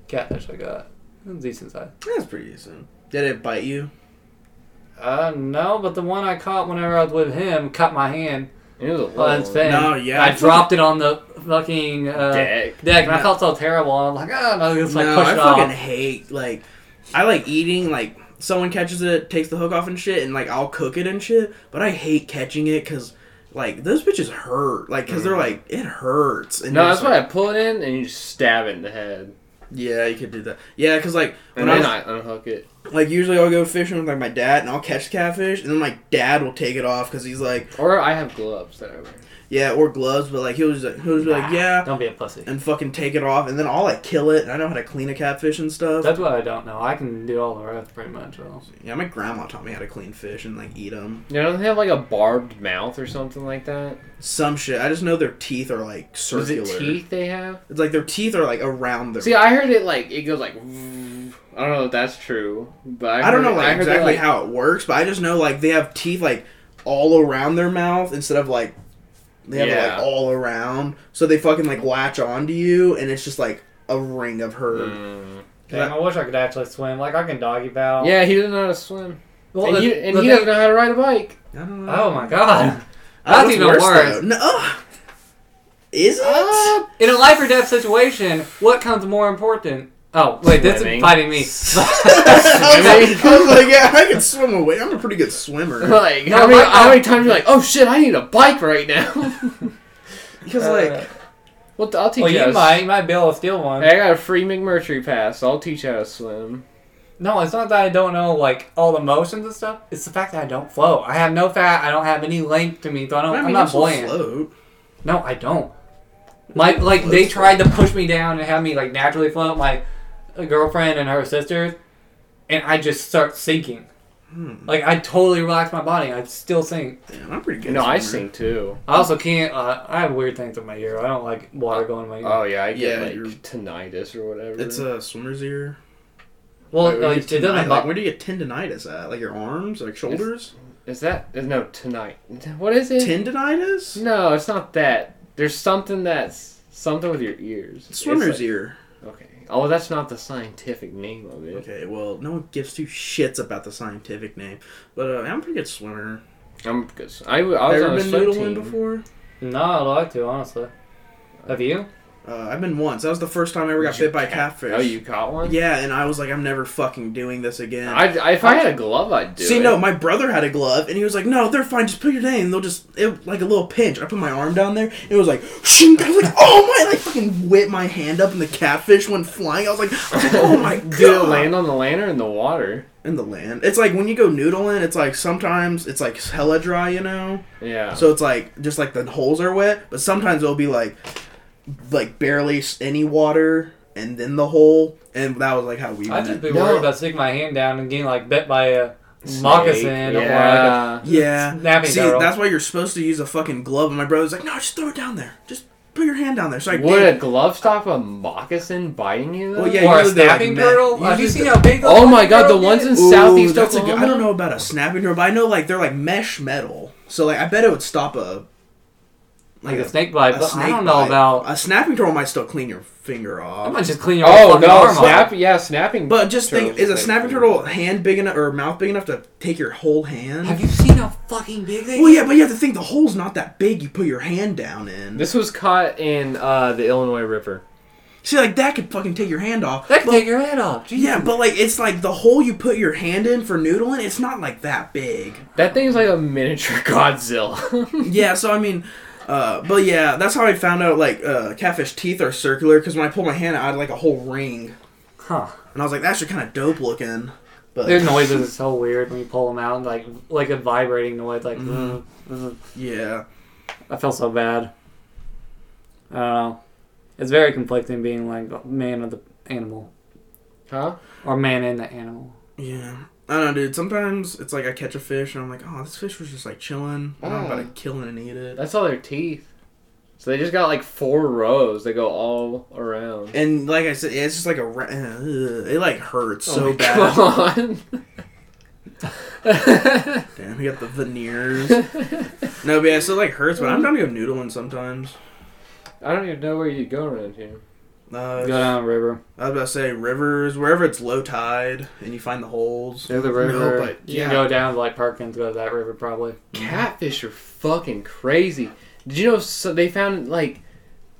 S4: catfish I got. Decent size.
S3: That's pretty decent. Did it bite you?
S4: Uh, no, but the one I caught whenever I was with him cut my hand.
S1: it was a
S4: Well, it's
S1: little-
S4: been.
S3: Oh, No, yeah,
S4: I
S3: I-
S4: dropped it on the fucking uh, deck.
S1: Dick.
S4: and I felt so terrible. I'm like, oh, no, just like
S3: no,
S4: push
S3: I
S4: it
S3: fucking
S4: off.
S3: hate like I like eating like someone catches it, takes the hook off and shit, and like I'll cook it and shit. But I hate catching it because like those bitches hurt, like because they're like it hurts. And
S1: No,
S3: you're
S1: that's
S3: just
S1: why I
S3: like,
S1: pull it in and you just stab it in the head,
S3: Yeah, you could do that. Yeah, because like when
S1: and
S3: I
S1: then
S3: was
S1: I unhook it.
S3: Like usually I'll go fishing with like my dad and I'll catch catfish and then my dad will take it off because he's like
S1: Or I have gloves that I wear.
S3: yeah or gloves but like he'll just like, he'll just be like yeah
S4: Don't be a pussy.
S3: and fucking take it off and then I'll like kill it and I know how to clean a catfish and stuff.
S4: That's what I don't know. I can do all the rest pretty much. Though.
S3: yeah, my grandma taught me how to clean fish and like eat them.
S1: You know, don't they have like a barbed mouth or something like that?
S3: Some shit. I just know their teeth are like
S1: Is
S3: circular.
S1: it teeth they have?
S3: It's like their teeth are like around their.
S1: See, I heard it like it goes like. I don't know if that's true, but I,
S3: I don't
S1: heard-
S3: know like,
S1: heard they,
S3: exactly
S1: like-
S3: how it works, but I just know like they have teeth like all around their mouth instead of like they have it
S1: Yeah.
S3: like all around. So they fucking like latch onto you, and it's just like a ring of herd.
S1: Mm.
S4: Damn, I wish I could actually swim. Like I can doggy paddle.
S1: Yeah, he doesn't know how to swim,
S4: Well,
S1: and,
S4: the-
S1: he, and
S4: the
S1: he
S4: thing-
S1: doesn't know how to ride a bike.
S3: I don't know.
S4: Oh my god.
S3: I don't know
S4: That's
S3: what's
S4: even
S3: though.
S4: worse.
S3: No, ugh. is it?
S1: Ah,
S4: In a life or death situation, what comes more important? Oh, wait, this
S1: Swimming.
S4: is fighting me.
S3: I, was like, I was like, yeah, I can swim away. I'm a pretty good swimmer.
S1: like
S4: No,
S1: how, many,
S4: my-
S1: how many times you're like, oh shit, I need a bike right now.
S3: Because like,
S1: well, I'll teach
S4: well,
S1: you.
S4: you
S1: how to
S4: might, you might be able to steal one.
S1: Hey, I got a free McMurtry pass. So I'll teach you how to swim.
S4: No, it's not that I don't know like all the motions and stuff. It's the fact that I don't float. I have no fat. I don't have any length to me, so I don't.
S3: I
S4: I
S3: mean, I'm
S4: am Uh, not buoyant.
S3: float.
S4: No, I don't. My like they tried to push me down and have me like naturally float my uh, girlfriend and her sisters, and I just start sinking. Like I totally relaxed my body, I still sink.
S3: Damn, I'm pretty good.
S1: No, I
S3: swimmer.
S1: sing too.
S4: I also can't. Uh, I have weird things in my ear. I don't like water going in my ear.
S1: Oh yeah, I get
S3: Yeah,
S1: like
S3: you're-
S1: tinnitus or whatever.
S3: It's a swimmer's ear.
S4: well,
S1: wait,
S4: like,
S1: wait,
S4: it doesn't.
S3: like,
S4: bother
S3: where do you get tendonitis at? Like your arms, like shoulders?
S1: Is that no tonight? What is it?
S3: Tendonitis?
S1: No, it's not that. There's something that's something with your ears.
S3: Swimmer's
S1: It's like-
S3: ear.
S1: Okay. Oh, that's not the scientific name of it.
S3: Okay, well, no one gives two shits about the scientific name, but uh, I'm a pretty good swimmer.
S1: I'm good. I, w- I was on
S3: Ever
S1: a
S3: been
S1: swim
S3: noodling
S1: team.
S3: before?
S4: no, I'd like to honestly. Have you?
S3: Uh, I've been once. That was the first time I ever got
S1: You
S3: bit by a
S1: ca-
S3: catfish.
S1: Oh, you caught one?
S3: Yeah, and I was like, I'm never fucking doing this again.
S1: I, I- if I had a glove, I'd do
S3: See,
S1: it.
S3: no, my brother had a glove, and he was like, "No, they're fine. Just put your name." And they'll just it, like a little pinch. I put my arm down there. It was like, shing, I was like, "Oh my!" And I fucking whipped my hand up, and the catfish went flying. I was like, I was like, "Oh my god!"
S1: Did it land on the land or in the water?
S3: in the land. It's like when you go noodling, it's like sometimes it's like hella dry, you know.
S1: Yeah.
S3: So it's like just like the holes are wet, but sometimes it'll be like like barely s- any water, and then the hole, and that was like how we.
S4: I'd
S3: went.
S4: just be
S1: No.
S4: worried about sticking my hand down and getting like bit by a
S1: Snake,
S4: moccasin or
S1: yeah.
S3: yeah.
S4: Snapping
S3: See,
S4: turtle.
S3: that's why you're supposed to use a fucking glove. And my brother's like, no, just throw it down there. Just put your hand down there. So I
S1: Would
S3: did.
S1: a glove stop a moccasin biting you? Though?
S3: Well,
S4: like
S3: Yeah,
S4: or a
S3: usually they're, like,
S4: snapping
S3: mad.
S4: turtle. Have
S3: Usually
S4: you seen
S3: the-
S4: how big? those
S1: Oh my
S4: snapping
S1: god, the
S4: turtles
S1: ones
S4: get?
S1: in
S3: Ooh,
S1: southeast
S3: that's a good-
S1: Oklahoma.
S3: I don't know about a snapping turtle, but I know like they're like mesh metal. So like I bet it would stop a
S4: like a snake bite,
S3: a
S4: but I
S3: snake
S4: don't know
S3: bite.
S4: about.
S3: a snapping turtle might still clean your finger off.
S4: I might just clean your whole
S1: Oh
S4: fucking
S1: no,
S4: arm
S1: snap!
S4: off.
S1: Yeah, snapping.
S3: But just think,
S1: turtles
S3: is a
S1: make
S3: snapping
S1: food.
S3: turtle hand big enough or mouth big enough to take your whole hand?
S4: Have you seen how fucking big they?
S3: well, yeah, but you have to think the hole's not that big. You put your hand down in.
S1: This was caught in uh, the Illinois River.
S3: See, like that could fucking take your hand off.
S4: That can
S3: but,
S4: take your head off. Jesus.
S3: Yeah, but like it's like the hole you put your hand in for noodling. It's not like that big.
S1: That thing's like a miniature Godzilla.
S3: yeah, so I mean. Uh, but yeah, that's how I found out like uh, catfish teeth are circular because when I pulled my hand out, I had like a whole ring,
S4: Huh.
S3: and I was like, "That's actually kind of dope looking." But
S4: Their noises are so weird when you pull them out, and, like like a vibrating noise. Like
S1: Mm-hmm.
S4: "Mm,
S3: yeah,
S4: I feel so bad. I don't know. It's very conflicting being like man of the animal
S1: huh?
S4: or man in the animal.
S3: Yeah. I don't know, dude. Sometimes it's like I catch a fish and I'm like, oh, this fish was just like chilling. I'm not
S1: Oh.
S3: about to kill it and eat it.
S1: That's all their teeth. So they just got like four rows that go all around.
S3: And like I said, it's just like a. ra- uh, It like hurts so
S1: Oh my
S3: bad.
S1: God.
S3: Damn, we got the veneers. no, but yeah, so it like hurts, but I'm down to go noodling sometimes.
S1: I don't even know where you'd go around here.
S3: Uh,
S4: Go down the river.
S3: I was about to say rivers, wherever it's low tide and you find the holes.
S4: There's a river.
S3: but-
S4: you
S3: yeah.
S4: can go down to like Parkins, go to that river probably.
S1: Catfish are fucking crazy. Did you know so they found like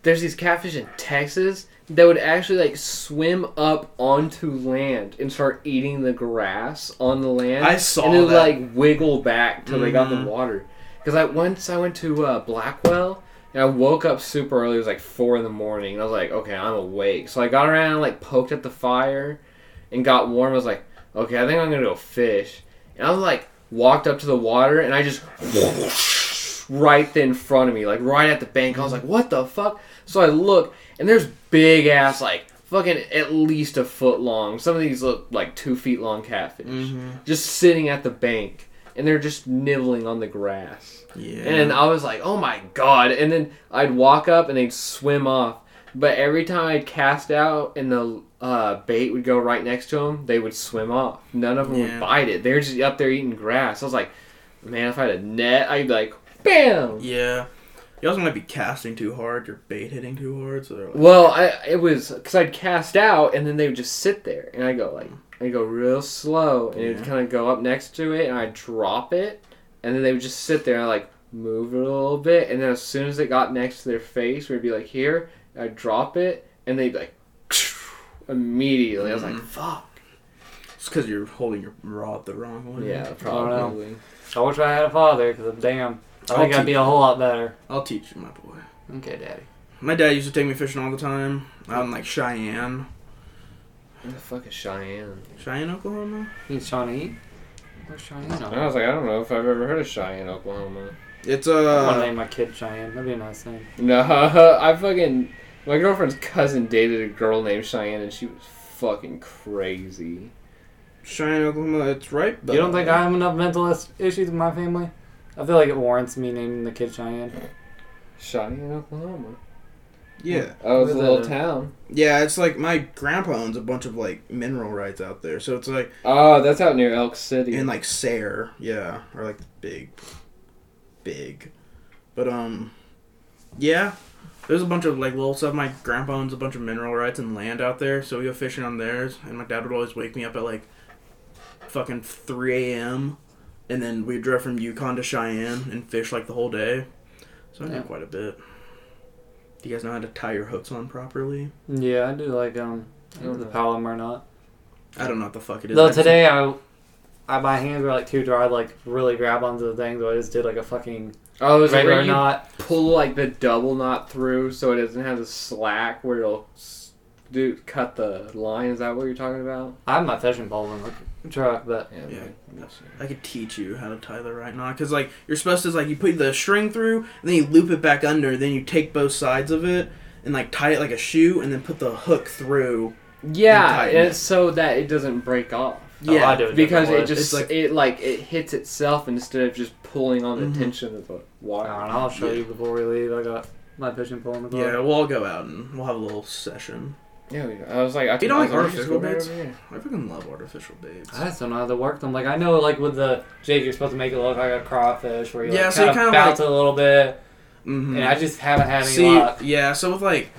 S1: there's these catfish in Texas that would actually like swim up onto land and start eating the grass on the land.
S3: I saw
S1: and it would
S3: that.
S1: like wiggle back till they got in
S3: Mhm.
S1: the water. Because I once I went to uh, Blackwell and I woke up super early. It was like four in the morning. And I was like, okay, I'm awake. So I got around and like poked at the fire and got warm. I was like, okay, I think I'm gonna go fish. And I was like, walked up to the water and I just right in front of me, like right at the bank. I was like, what the fuck? So I look and there's big ass, like fucking at least a foot long. Some of these look like two feet long catfish just sitting at the bank and they're just nibbling on the grass.
S3: Yeah.
S4: uh,
S1: And I was like, oh my god. And then I'd walk up and they'd swim off. But every time I'd cast out and the uh, bait would go right next to them, they would swim off. None of them
S3: Yeah.
S1: would bite it. They're just up there eating grass. I was like, man, if I had a net, I'd be like, bam.
S3: yeah. You also might be casting too hard. You're bait hitting too hard, so they're like,
S1: Well, I it was because I'd cast out and then they would just sit there and I go like I go real slow and it
S3: Yeah.
S1: would kind of go up next to it and I would drop it and then they would just sit there and I like move it a little bit and then as soon as it got next to their face we'd be like here I would drop it and they'd be like immediately I was like fuck
S3: it's because you're holding your rod the wrong way.
S1: yeah probably
S4: I wish I had a father, because I'm damn. I think
S3: I'll
S4: I'd be a whole lot better.
S3: I'll teach you, my boy.
S4: Okay, daddy.
S3: My dad used to take me fishing all the time out in like Cheyenne,
S1: what the fuck is Cheyenne
S3: Cheyenne, Oklahoma.
S4: You need Shawnee? Where's Shawnee? No.
S1: I was like I don't know if I've ever heard of Cheyenne Oklahoma
S3: It's
S4: I want to
S3: uh,
S4: name my kid Cheyenne. That'd be a nice name.
S1: No, I fucking my girlfriend's cousin dated a girl named Cheyenne, and she was fucking crazy.
S3: Cheyenne, Oklahoma. It's right.
S4: You don't think I have enough mental is- issues in my family? I feel like it warrants me naming the kid Cheyenne.
S1: Cheyenne, Oklahoma.
S3: Yeah,
S1: Oh, it's a
S4: Where's
S1: little
S4: that at?
S1: town.
S3: yeah. It's like my grandpa owns a bunch of like mineral rights out there, so it's like
S1: Oh, that's out near Elk City.
S3: in like Sayre, yeah, or like big, big. But um, yeah. There's a bunch of like little stuff. My grandpa owns a bunch of mineral rights and land out there, so we go fishing on theirs. And my dad would always wake me up at like fucking 3 a.m. And then we'd drive from Yukon to Cheyenne and fish like the whole day. So I
S4: Yeah.
S3: know quite a bit. Do you guys know how to tie your hooks on properly?
S4: Yeah, I do like um I don't know the palom or not.
S3: I don't know what the fuck it is.
S4: Though
S3: I just-
S4: today I, I my hands were like too dry, to, like really grab onto the thing, so I just did like a fucking
S1: oh, is it
S4: regular
S1: where you
S4: knot.
S1: pull like the double knot through so it doesn't have the slack where it'll s- do cut the line? Is that what you're talking about?
S4: I have my fishing pole in the truck, but
S3: Yeah.
S1: man.
S3: I could teach you how to tie the right knot because like you're supposed to like you put the string through and then you loop it back under, then you take both sides of it and like tie it like a shoe and then put the hook through. And
S1: Yeah,
S3: tighten
S1: and
S3: it.
S1: it's so that it doesn't break off.
S4: Yeah, Oh, I do it
S1: because
S4: different
S1: it
S3: It's
S1: just
S3: like-
S1: it like it hits itself instead of just pulling on the
S3: Mhm.
S1: tension of the
S4: I
S1: wire.
S4: don't know, I'll show you before we leave. I got my fishing pole in the
S3: Yeah,
S4: car.
S3: we'll all go out and we'll have a little session.
S1: Yeah, we- I was like, I
S3: You don't
S1: I was
S3: like
S1: we should
S3: artificial
S1: go right
S3: baits?
S1: over here.
S3: I fucking love artificial baits.
S4: I just don't know how to work them. Like I know, like with the jig, you're supposed to make it look like a crawfish, where you like,
S3: Yeah, so you
S4: kind of
S3: kinda,
S4: bounce it a little bit,
S3: Mm-hmm.
S4: and I just haven't had any
S3: See,
S4: luck.
S3: yeah. So with like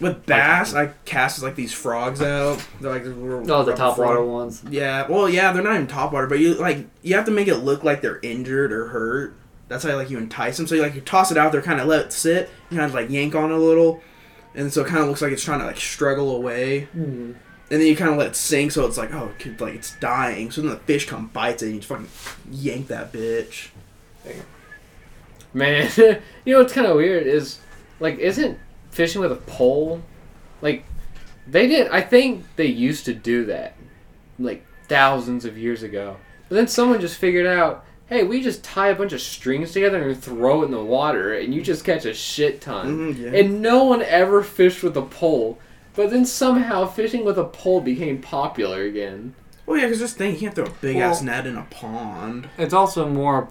S3: with bass, I cast like these frogs out. They're like these little
S4: Oh, the
S3: rubber
S4: top
S3: frog-
S4: water ones.
S3: Yeah, well, yeah, they're not even top water, but you like you have to make it look like they're injured or hurt. That's how like you entice them. So you like you toss it out there, kind of let it sit, you kind of like yank on it a little, and so it kind of looks like it's trying to like struggle away.
S4: Mhm.
S3: And then you kind of let it sink, so it's like oh, it could, like it's dying. So then the fish come bites it, and you just fucking yank that bitch.
S1: Man, you know what's kind of weird is like, isn't fishing with a pole like they did? I think they used to do that like thousands of years ago, but then someone just figured out. Hey, we just tie a bunch of strings together and throw it in the water, and you just catch a shit ton.
S3: Mhm, yeah.
S1: And no one ever fished with a pole, but then somehow fishing with a pole became popular again.
S3: Well, yeah, because just think you can't throw a big ass
S4: Well-
S3: net in a pond.
S4: It's also more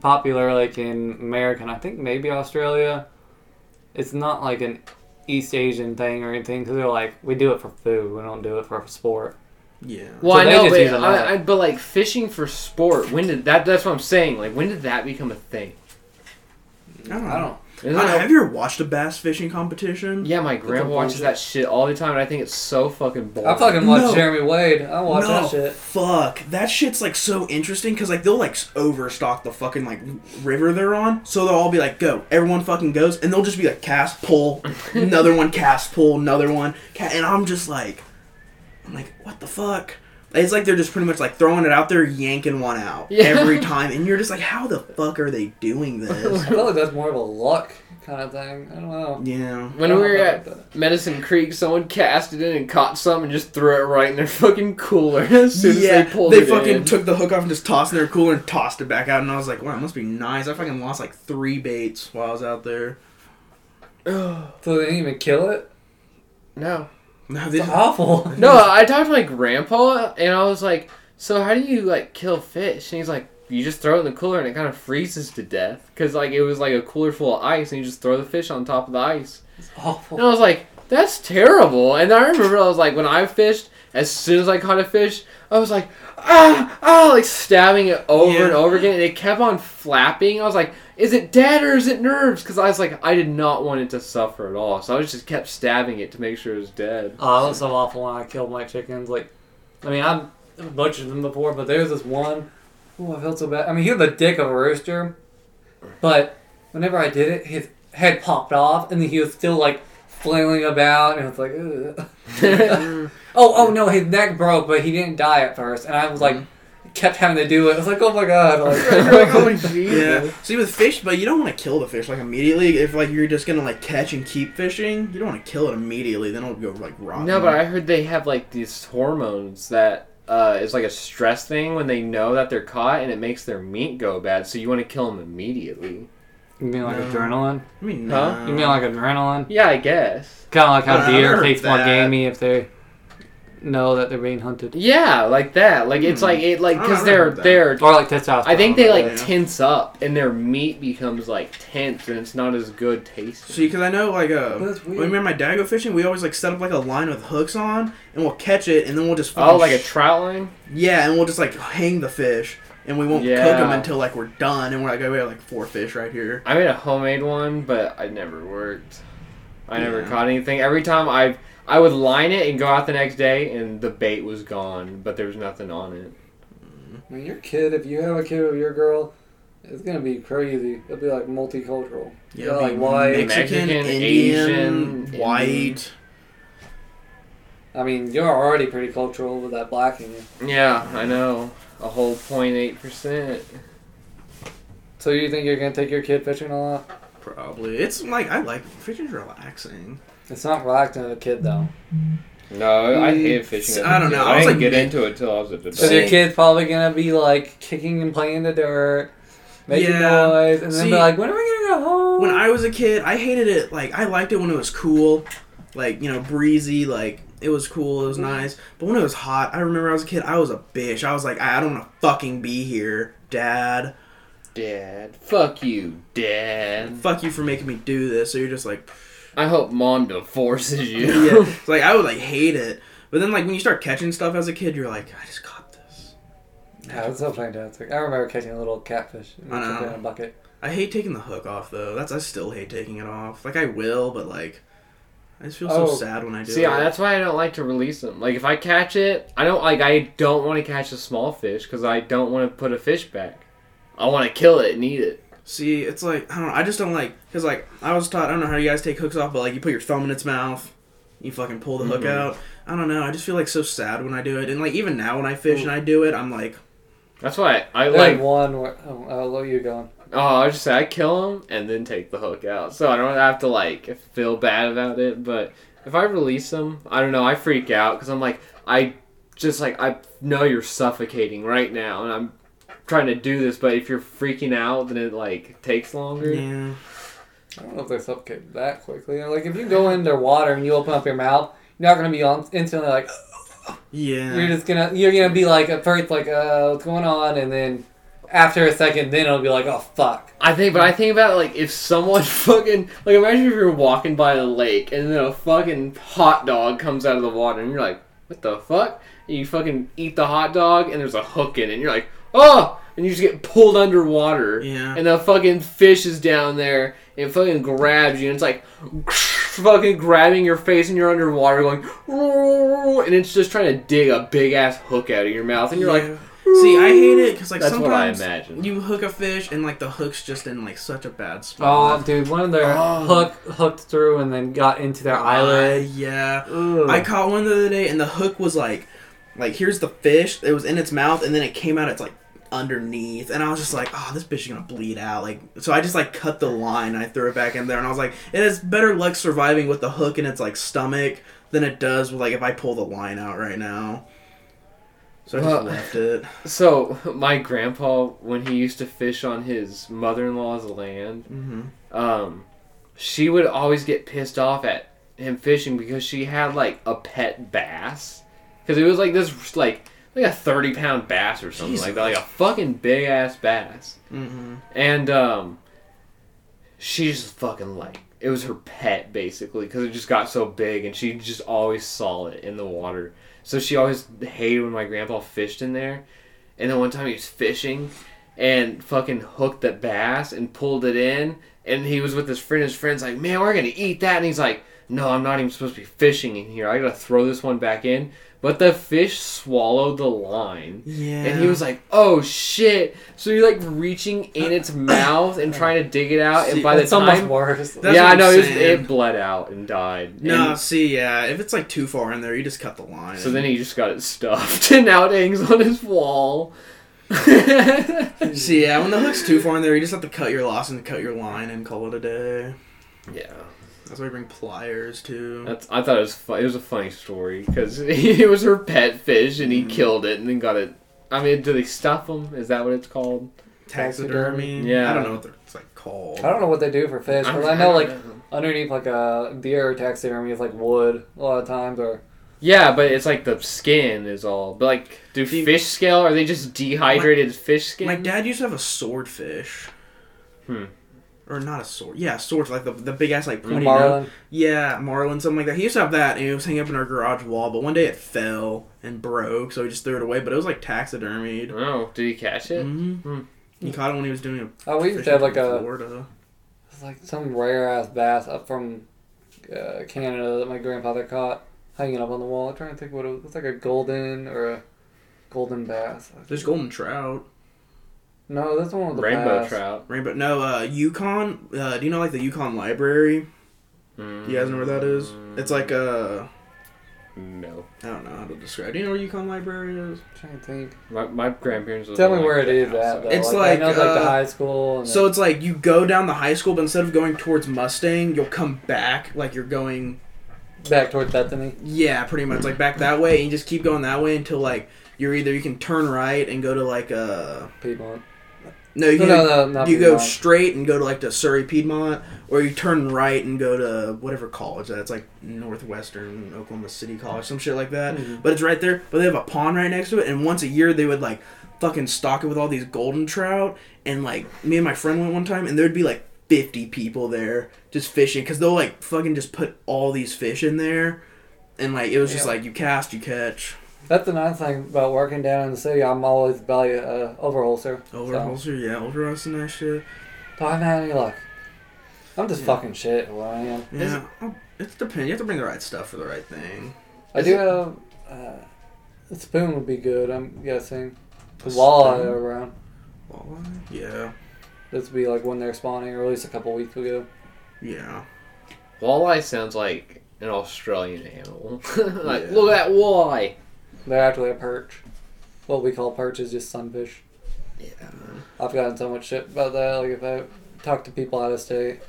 S4: popular like in America and I think maybe Australia. It's not like an East Asian thing or anything because they're like we do it for food. We don't do it for sport.
S3: Yeah.
S1: Well,
S4: So
S1: I
S4: they
S1: know,
S4: just use a
S1: but,
S4: lot.
S1: I, I, but like fishing for sport, when did that? That's what I'm saying. Like, when did that become a thing?
S3: I don't.
S4: I
S3: know.
S4: don't.
S3: I don't know. Have you ever watched a bass fishing competition?
S1: yeah, my
S4: That's a
S1: grandma watches
S4: bullshit.
S1: that shit all the time, and I think it's so fucking boring.
S4: I fucking
S3: watch
S4: watch
S3: No.
S4: Jeremy Wade. I watch
S3: no,
S4: that shit.
S3: fuck. That shit's like so interesting because like they'll like s- overstock the fucking like river they're on, so they'll all be like, "Go!" Everyone fucking goes, and they'll just be like, "Cast, pull, another one, cast, pull, another one," ca-, and I'm just like, I'm like, what the fuck? It's like they're just pretty much like throwing it out there, yanking one out
S1: Yeah.
S3: every time, and you're just like, how the fuck are they doing
S4: I
S3: this?
S4: feel like that's more of a luck kind of thing. I don't know.
S3: yeah.
S1: When we were at Medicine Creek, someone cast it in and caught some and just threw it right in their fucking cooler as soon
S3: yeah,
S1: as they pulled it
S3: fucking
S1: in.
S3: took the hook off and just tossed in their cooler and tossed it back out, and I was like, wow, it must be nice. I fucking lost like three baits while I was out there.
S4: So they didn't even kill it.
S1: no.
S3: No, they
S4: It's
S3: just,
S4: awful.
S1: No, I talked to my grandpa and I was like, "So how do you like kill fish?" And he's like, "You just throw it in the cooler and it kind of freezes to death because like it was like a cooler full of ice and you just throw the fish on top of the ice."
S4: It's
S1: And
S4: awful.
S1: I was like, "That's terrible." And I remember I was like, when I fished, as soon as I caught a fish, I was like, "Ah, ah!" Like stabbing it over
S3: Yeah.
S1: and over again, and it kept on flapping. I was like, "Is it dead or is it nerves?" Because I was like, I did not want it to suffer at all, so I was just kept stabbing it to make sure it was dead.
S4: Oh, it was so awful when I killed my chickens. Like, I mean, I've butchered them before, but there was this one. Oh, I felt so bad. I mean, he was the dick of a rooster, but whenever I did it, his head popped off, and then he was still like flailing about, and it's like, Ugh. oh, oh no, his neck broke, but he didn't die at first, and I was like, kept having to do it. I was like, oh my god, like,
S3: yeah. See, with fish, but you don't want to kill the fish like immediately. If like you're just gonna like catch and keep fishing, you don't want to kill it immediately. Then it'll go like rotten.
S1: No, but I heard they have like these hormones that uh, is like a stress thing when they know that they're caught, and it makes their meat go bad. So you want to kill them immediately.
S4: you mean like
S3: No.
S4: adrenaline?
S3: I mean,
S1: Huh?
S3: no.
S4: You mean like adrenaline?
S1: Yeah, I guess.
S4: Kind of like how
S3: Uh, I
S4: deer
S3: heard
S4: takes more
S3: that.
S4: gamey if they know that they're being hunted,
S1: Yeah, like that. Like it's like it like
S3: Hmm. I don't
S1: because they're
S3: remember that.
S1: they're.
S4: or like testosterone.
S1: I think they like
S3: Yeah.
S1: tense up, and their meat becomes like tense, and it's not as good tasting.
S3: See, because I know, like, uh,
S4: That's
S3: when
S4: weird.
S3: me and my dad go fishing, we always, like, set up, like, a line with hooks on, and we'll catch it, and then we'll just
S1: Oh,
S3: fucking
S1: like a
S3: sh-
S1: trout line.
S3: yeah, and we'll just, like, hang the fish, and we won't cook 'em cook
S1: Yeah.
S3: them until, like, we're done, and we're like, oh, we have, like, four fish right here.
S1: I made a homemade one, but I never worked. I never
S3: Yeah.
S1: caught anything. Every time I I would line it and go out the next day, and the bait was gone, but there was nothing on it.
S4: I mean, your kid, if you have a kid with your girl, it's gonna be crazy. It'll be like multicultural. Yeah,
S3: it'll
S4: like
S3: be
S4: why?
S3: Mexican,
S1: Mexican,
S3: Indian,
S1: Asian,
S3: white.
S1: Indian.
S4: I mean, you're already pretty cultural with that black in you.
S1: Yeah, I know. A whole point eight percent.
S4: So you think you're gonna take your kid fishing a lot?
S3: Probably. It's, like, I like, fishing's relaxing.
S4: It's not relaxing to a kid though.
S1: No, I hated fishing. as a
S3: Mm, I don't
S1: kid.
S3: know. I
S1: I,
S3: was
S1: didn't
S3: like
S1: get
S3: mid-
S1: into it till I was a
S4: Because
S1: adult.
S4: your
S3: See-
S4: kid's probably gonna be like kicking and playing in the dirt, making
S3: Yeah.
S4: noise, and then
S3: See-
S4: be like, "When are we gonna go home?"
S3: when I was a kid, I hated it. Like I liked it when it was cool, like you know, breezy. Like it was cool, it was nice. But when it was hot, I remember I was a kid. I was a bitch. I was like, I I don't want to fucking be here, Dad.
S1: Dad, fuck you, Dad.
S3: Fuck you for making me do this. So you're just like,
S1: I hope Mom divorces
S3: yeah.
S1: you.
S3: It's like I would like hate it. But then like when you start catching stuff as a kid, you're like, I just caught this.
S4: yeah, it's so fantastic. I remember catching a little catfish and
S3: I know.
S4: took it in a bucket.
S3: I hate taking the hook off though. That's I still hate taking it off. Like I will, but like. I just feel so
S4: Oh.
S3: sad when I do
S1: See,
S3: it.
S1: I, that's why I don't like to release them. Like if I catch it, I don't like. I don't want to catch a small fish because I don't want to put a fish back. I want to kill it and eat it.
S3: See, it's like I don't know. I just don't like because like I was taught. I don't know how you guys take hooks off, but like you put your thumb in its mouth, you fucking pull the hook
S1: Mm-hmm.
S3: out. I don't know. I just feel like so sad when I do it, and like even now when I fish and I do it, I'm like,
S1: That's why I,
S4: There's
S1: like.
S4: one where oh, I'll let you go.
S1: Oh, I just say I kill them and then take the hook out, so I don't have to like feel bad about it. But if I release them, I don't know. I freak out because I'm like, I just like I know you're suffocating right now, and I'm trying to do this. But if you're freaking out, then it like takes longer.
S3: yeah,
S4: I don't know if they suffocate that quickly. Like if you go in their water and you open up your mouth, you're not gonna be on instantly like
S3: yeah.
S4: you're just gonna you're gonna be like at first like uh what's going on and then after a second then it'll be like oh fuck
S1: I think, but I think about like if someone fucking like imagine if you're walking by the lake and then a fucking hot dog comes out of the water and you're like, what the fuck? And you fucking eat the hot dog and there's a hook in it and you're like, oh, and you just get pulled underwater.
S3: Yeah.
S1: And the fucking fish is down there and it fucking grabs you and it's like fucking grabbing your face and you're underwater going and it's just trying to dig a big ass hook out of your mouth and you're
S3: Yeah.
S1: like,
S3: See, I hate it because like
S1: That's what I
S3: sometimes
S1: imagine.
S3: you hook a fish and like the hook's just in like such a bad spot.
S4: oh dude one of their hook hooked through and then got into their eyelid
S3: yeah.
S4: Ugh.
S3: I caught one the other day, and the hook was like, Like here's the fish. It was in its mouth, and then it came out. It's like underneath, and I was just like, oh, this bitch is gonna bleed out. Like so, I just like cut the line. I threw it back in there, and I was like, it has better luck surviving with the hook in its like stomach than it does with like if I pull the line out right now. So I just
S1: Well-
S3: left it.
S1: So my grandpa, when he used to fish on his mother-in-law's land, um, she would always get pissed off at him fishing because she had like a pet bass, because it was like this like like a thirty-pound bass or something like that, like a fucking big-ass bass,
S3: Mm-hmm.
S1: and um, she just fucking like it was her pet basically because it just got so big and she just always saw it in the water. So she always hated when my grandpa fished in there. And then one time he was fishing and fucking hooked the bass and pulled it in. And he was with his friend. His friend's like, man, we're going to eat that. And he's like, no, I'm not even supposed to be fishing in here. I got to throw this one back in. But the fish swallowed the line.
S3: Yeah.
S1: And he was like, oh shit. So you're like reaching in its mouth and trying to dig it out.
S3: See,
S1: and by the
S4: It's almost
S1: time.
S4: worse.
S3: That's
S1: yeah,
S3: what
S1: I
S3: I'm
S1: know. It, was-
S3: saying.
S1: it bled out and died.
S3: No,
S1: And
S3: see, yeah, if it's like too far in there, you just cut the line.
S1: so then he just got it stuffed. And now it hangs on his wall.
S3: see, yeah, when the hook's too far in there, you just have to cut your loss and cut your line and call it a day.
S1: yeah.
S3: That's why you bring pliers too.
S1: That's, I thought it was fu- it was a funny story because it was her pet fish and he
S3: Mm.
S1: killed it and then got it. I mean, do they stuff them? Is that what it's called?
S3: Taxidermy.
S1: Yeah.
S3: I don't know what they're, it's like called.
S4: I don't know what they do for fish, but I know like underneath like a beer taxidermy is like wood a lot of times, or
S1: yeah, but it's like the skin is all. But like, do
S3: Do you-
S1: fish scale? Are they just dehydrated fish skin?
S3: My dad used to have a swordfish.
S1: Hmm.
S3: Or not a sword. Yeah, sword like the, the big ass like pointy nose.
S4: marlin.
S3: Yeah, marlin, something like that. He used to have that, and it was hanging up in our garage wall. But one day it fell and broke, so he just threw it away. But it was like taxidermied.
S1: oh, did he catch it?
S3: Mm-hmm.
S1: Hmm.
S3: He caught it when he was doing a
S4: Oh, we used to
S3: fishing
S4: have like
S3: trip in
S4: a
S3: Florida.
S4: it's like some rare ass bass up from uh, Canada that my grandfather caught hanging up on the wall. I'm trying to think what it was. It's like a golden or a golden bass.
S3: There's golden trout.
S4: No, that's the one with the
S1: Rainbow
S4: bass.
S1: trout.
S3: Rainbow. No, uh, Yukon. Uh, do you know like the Yukon Library?
S1: Mm,
S3: You guys know where that is? It's like uh,
S1: no.
S3: I don't know how to describe. Do you know where Yukon Library is?
S4: I'm trying to think.
S1: My, my grandparents. lived
S4: Tell
S1: on,
S4: me
S1: like,
S4: where it
S1: the
S4: is
S1: outside.
S4: at. Though.
S3: It's
S4: like, I know
S3: like,
S4: it's like the
S3: uh,
S4: high school. And
S3: So it's like you go down the high school, but instead of going towards Mustang, you'll come back like you're going
S4: then back toward Bethany.
S3: Yeah, pretty much like back that way, and you just keep going that way until like you're either you can turn right and go to like uh
S4: Piedmont.
S3: no you
S4: No,
S3: can,
S4: no, no, not
S3: you go
S4: Piedmont.
S3: straight and go to like to Surrey Piedmont, or you turn right and go to whatever college that's like Northwestern Oklahoma City College, some shit like that.
S4: Mm-hmm.
S3: But it's right there. But they have a pond right next to it, and once a year they would like fucking stock it with all these golden trout, and like me and my friend went one time, and there'd be like. 50 people there just fishing because they'll like fucking just put all these fish in there and like it was just
S4: Yeah.
S3: like you cast, you catch.
S4: That's the nice thing about working down in the city. I'm always value uh, overholster.
S3: Over
S4: so.
S3: holster, yeah, over us and that shit.
S4: Do I have any luck? I'm just fucking shit who I am.
S3: Yeah, oh, it's depend. You have to bring the right stuff for the right thing.
S4: I
S1: Is
S4: do
S1: it-
S4: have uh, a spoon would be good. I'm guessing
S3: A
S4: walleye
S3: spoon?
S4: are around.
S3: Walleye? Yeah,
S4: This would be like when they're spawning, or at least a couple weeks ago.
S3: yeah.
S1: Walleye sounds like an Australian animal. like,
S3: Yeah.
S1: look at that walleye.
S4: They're actually a perch. What we call perch is just sunfish.
S1: Yeah.
S4: I've gotten so much shit about that. Like if I talk to people out of state,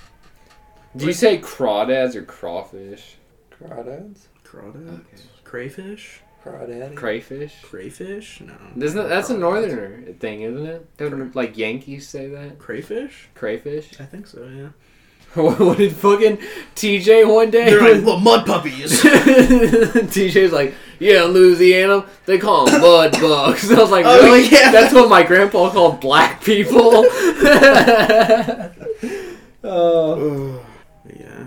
S1: Do you say crawdads or crawfish?
S4: crawdads,
S3: Crawdads,
S1: Okay.
S3: crayfish,
S4: crawdaddy.
S1: Crayfish?
S3: crayfish. No,
S1: Isn't that, that's a
S3: Crawdads.
S1: northerner thing, isn't it? Don't like Yankees say that?
S3: Crayfish?
S1: Crayfish?
S3: I think so. Yeah.
S1: what did fucking TJ one day?
S3: They're like little mud puppies.
S1: TJ's like, yeah, in Louisiana, they call them mud bugs. I was like,
S3: Oh,
S1: really?
S3: yeah.
S1: That's what my grandpa called black people.
S4: Oh,
S3: Ugh. yeah.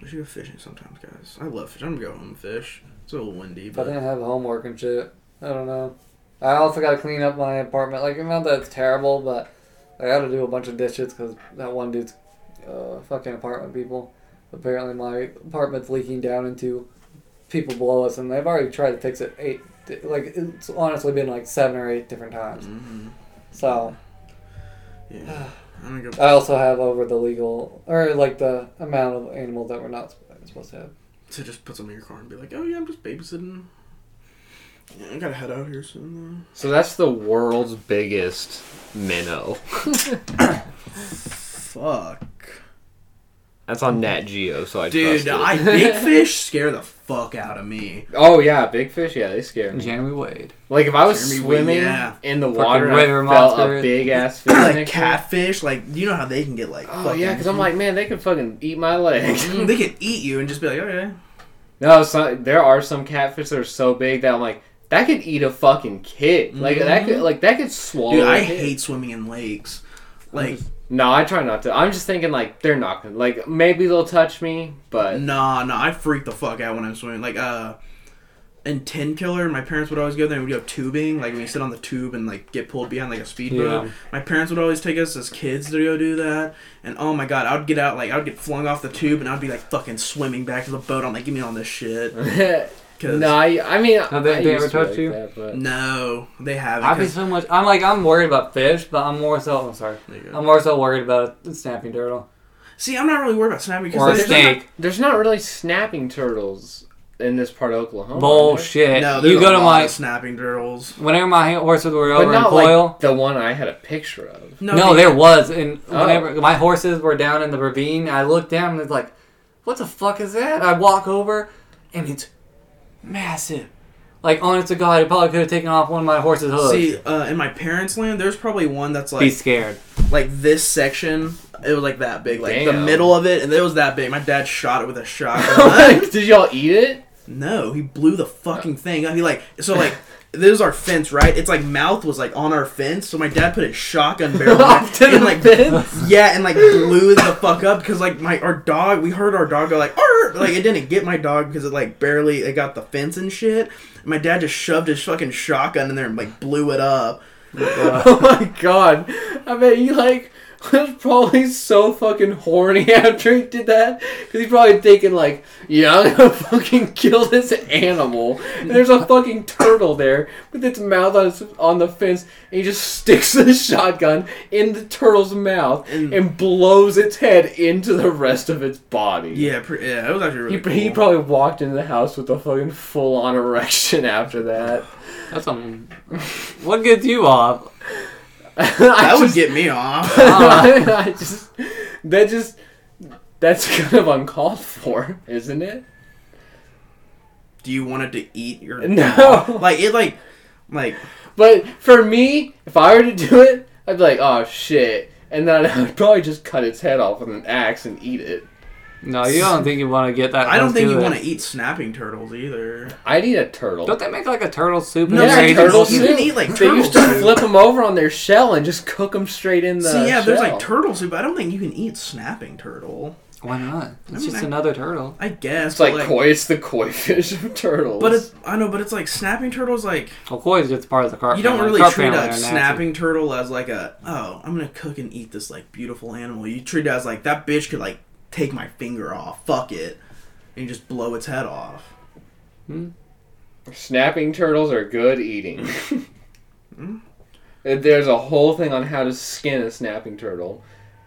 S3: We should go fishing sometimes, guys. I love fish. I'm gonna go home and fish. It's a little windy,
S4: If I
S3: but
S4: didn't have homework and shit, I don't know. I also got to clean up my apartment. Like, not that it's terrible, but I got to do a bunch of dishes because that one dude's uh, fucking apartment people. Apparently, my apartment's leaking down into people below us, and they've already tried to fix it eight. Like, it's honestly been like seven or eight different times.
S3: Mhm.
S4: So,
S3: yeah. I'm gonna go.
S4: I also have over the legal, or like the amount of animals that we're not supposed to have.
S3: to just put some in your car and be like, oh yeah, I'm just babysitting. Yeah, I gotta head out here soon.
S1: So that's the world's biggest minnow.
S3: Though. Fuck.
S1: That's on Nat Geo, so I trust
S3: Dude,
S1: it.
S3: I big fish scare the fuck out of me.
S1: oh yeah, big fish. Yeah, they scare me.
S4: Jeremy Wade.
S1: Like if I was
S3: Jeremy Wade,
S1: swimming
S3: yeah.
S1: in the water, and I
S4: river
S1: felt a
S4: monster.
S1: big ass fish. next
S3: like
S1: to me.
S3: catfish, like you know how they can get like.
S1: Oh
S3: fucking-
S1: yeah, because I'm like, man, they could fucking eat my leg.
S3: Mm, they could eat you and just be like, okay.
S1: no, so, there are some catfish that are so big that I'm like, that could eat a fucking kid. Like that could, like that could swallow.
S3: Mm-hmm. Dude, I
S1: a kid.
S3: hate swimming in lakes. Like,
S1: No, I try not to. I'm just thinking like they're not gonna like maybe they'll touch me, but
S3: nah, nah, I freak the fuck out when I'm swimming. Like, uh, in Tin Killer, my parents would always go there and we'd go tubing. Like, when you sit on the tube and, like, get pulled behind, like, a speedboat.
S4: Yeah.
S3: My parents would always take us as kids to go do that. And, oh my god, I would get out, like, I would get flung off the tube and I'd be, like, fucking swimming back to the boat. I'm like, give me all this shit. Cause,
S1: no, I, I mean,
S4: No, they-
S1: I
S4: they
S1: used
S4: ever
S1: to be
S4: touch you?
S1: That, but-
S3: no, they haven't.
S4: I'd be
S3: 'cause-
S4: so much. I'm like I'm worried about fish, but I'm more so. I'm sorry.
S3: There you go.
S4: I'm more so worried about a snapping turtle
S3: See, I'm not really worried about snapping
S4: or a
S3: because there's-
S4: snake.
S1: There's not really snapping turtles in this part of Oklahoma.
S4: Bullshit.
S3: Oh, no, there's
S4: you go to my
S3: snapping turtles.
S4: whenever my horses were
S1: But
S4: over in
S1: not
S4: Coil.
S1: like the one I had a picture of.
S4: No,
S3: they-
S4: there was, and
S1: Oh.
S4: whenever my horses were down in the ravine, I looked down and it's like, "What the fuck is that?" I walk over, and it's massive. Like, honest to God, it probably could have taken off one of my horse's hooves.
S3: See, uh, in my parents' land, there's probably one that's like
S4: Be scared.
S3: like this section. It was like that big, like the
S1: Damn.
S3: middle of it, and it was that big. My dad shot it with a shotgun.
S1: Like, did y'all eat it?
S3: no, he blew the fucking thing. up. He like so like this is our fence, right? It's like mouth was like on our fence, so my dad put his shotgun barrel on
S1: Off
S3: it,
S1: to
S3: and
S1: the
S3: like
S1: fence?
S3: yeah, and like blew the fuck up because like my our dog, we heard our dog go like "Arr!" like it didn't get my dog because it like barely it got the fence and shit. My dad just shoved his fucking shotgun in there and like blew it up.
S1: oh my god! I bet he like was probably so fucking horny after he did that because he's probably thinking like, yeah, I'm gonna fucking kill this animal. And there's a fucking turtle there with its mouth on its, on the fence, and he just sticks the shotgun in the turtle's mouth
S3: Mm.
S1: and, blows its head into the rest of its body.
S3: Yeah, pre- yeah, it was actually really.
S1: He, he
S3: cool.
S1: probably walked into the house with a fucking full on erection after that.
S4: That's something. what gets you off?
S1: I
S3: that would
S1: just-
S3: get me off.
S1: I just that just that's kind of uncalled for, isn't it?
S3: Do you want it to eat your?
S1: No.
S3: like it, like, like
S1: But for me, if I were to do it, I'd be like, oh shit. And then I'd probably just cut its head off with an axe and eat it.
S4: No, you don't think you want to get that.
S3: I don't think you want
S4: to.
S3: to eat snapping turtles either.
S1: I'd eat a turtle.
S4: Don't they make like a turtle soup?
S3: No,
S4: and
S1: yeah,
S4: they
S1: turtle
S4: just-
S3: You
S1: soup.
S3: can eat, like,
S1: they used to
S3: turtle soup.
S1: flip them over on their shell and just cook them straight in the.
S3: See, yeah, there's like
S1: shell.
S3: turtle soup. but I don't think you can eat snapping turtle.
S4: Why not? It's
S3: mean,
S4: just
S3: I-
S4: another turtle.
S3: I guess.
S1: It's
S3: but,
S1: like, koi. It's the koi fish of turtles.
S3: But it's I know, but it's like snapping turtles. Like
S4: Well, koi is just part of the carp.
S3: you don't
S4: family.
S3: really
S4: Carp
S3: treat
S4: family
S3: a
S4: are nasty.
S3: snapping turtle as like a oh I'm gonna cook and eat this like beautiful animal. You treat it as like that bitch could like take my finger off. Fuck it, and you just blow its head off.
S1: Snapping turtles are good eating. Mm-hmm. There's a whole thing on how to skin a snapping turtle.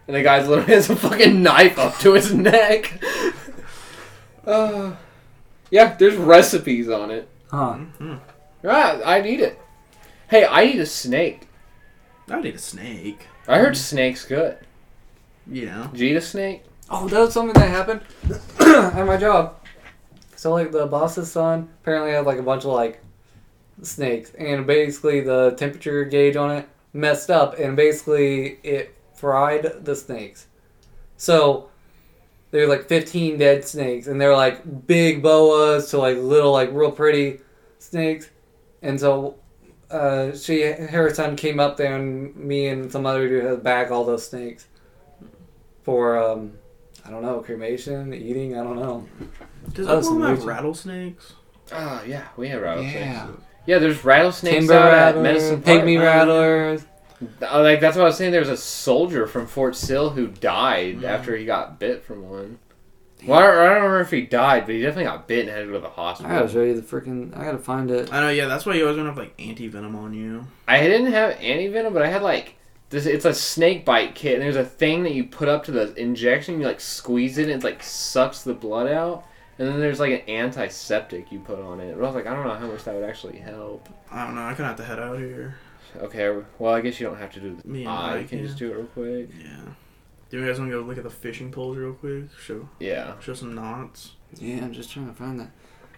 S1: And the guy's literally has a fucking knife up to his neck. uh, yeah, there's recipes on it.
S4: Huh.
S1: Right, I'd eat it. Hey, I eat a snake.
S3: I would eat a snake.
S1: I heard
S4: Mm-hmm.
S1: snake's good.
S3: You know.
S1: Did you eat a snake?
S4: Oh, that was something that happened at my job. So like the boss's son apparently had like a bunch of like snakes, and basically the temperature gauge on it messed up, and basically it fried the snakes. So there were like 15 dead snakes, and they're like big boas to like little like real pretty snakes, and so. Uh, she her son came up there and me and some other dude had back all those snakes for um I don't know, cremation, eating, I don't know.
S3: Does
S4: That was
S3: Oklahoma have
S4: amazing.
S3: rattlesnakes?
S1: Ah, yeah, we had rattlesnakes.
S4: Yeah.
S1: Yeah, there's rattlesnakes
S4: Timber
S1: out at
S4: rattlers,
S1: Medicine Park.
S4: pygmy rattlers.
S1: Uh, Like that's what I was saying. There was a soldier from Fort Sill who died
S3: Hmm.
S1: after he got bit from one. Well, I don't, I don't remember if he died, but he definitely got bit and had to go to the
S4: I gotta
S1: hospital.
S4: show you the freaking. I gotta find it.
S3: I know, yeah, that's why you always want to have like anti venom on you.
S1: I didn't have antivenom, but I had like this. It's a snake bite kit, and there's a thing that you put up to the injection. You like squeeze it, and it like sucks the blood out. And then there's like an antiseptic you put on it. But I was like, I don't know how much that would actually help.
S3: I don't know. I kind of have to head out here.
S1: Okay, well, I guess you don't have to do the
S3: Me and
S1: eye. You
S3: Mike,
S1: can
S3: yeah.
S1: just do it real quick.
S3: Yeah. Do you guys want to go look at the fishing poles real quick? Show
S1: Yeah.
S3: show some knots.
S4: Yeah, I'm just trying to find that.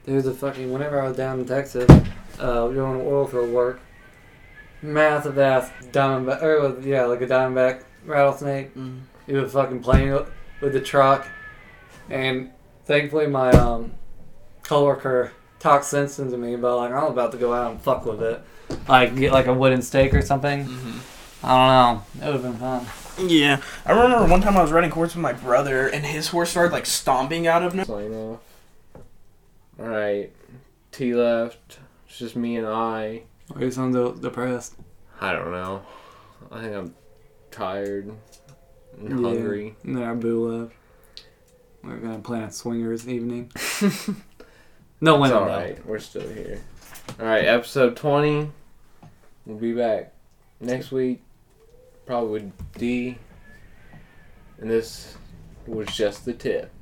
S4: There's a fucking. Whenever I was down in Texas, uh, doing oil field work, massive ass diamondback, or it was- yeah, like a diamondback rattlesnake.
S3: Mm.
S4: He was fucking playing with the truck, and thankfully my um, coworker talked sense into me about like I'm about to go out and fuck with it, like get like a wooden stake or something. I don't know. It would have been fun.
S3: Yeah, I remember one time I was riding horse with my brother, and his horse started like stomping out of nowhere.
S1: Sign off. Alright. T left. It's just me and I.
S4: Why you sound so depressed?
S1: I don't know. I think I'm tired and
S4: Yeah.
S1: hungry.
S4: And then our boo left. We are gonna plan a swingers evening. no
S1: It's
S4: winner though.
S1: alright. We're still here. Alright, episode 20. We'll be back next week. Probably with D. And this was just the tip.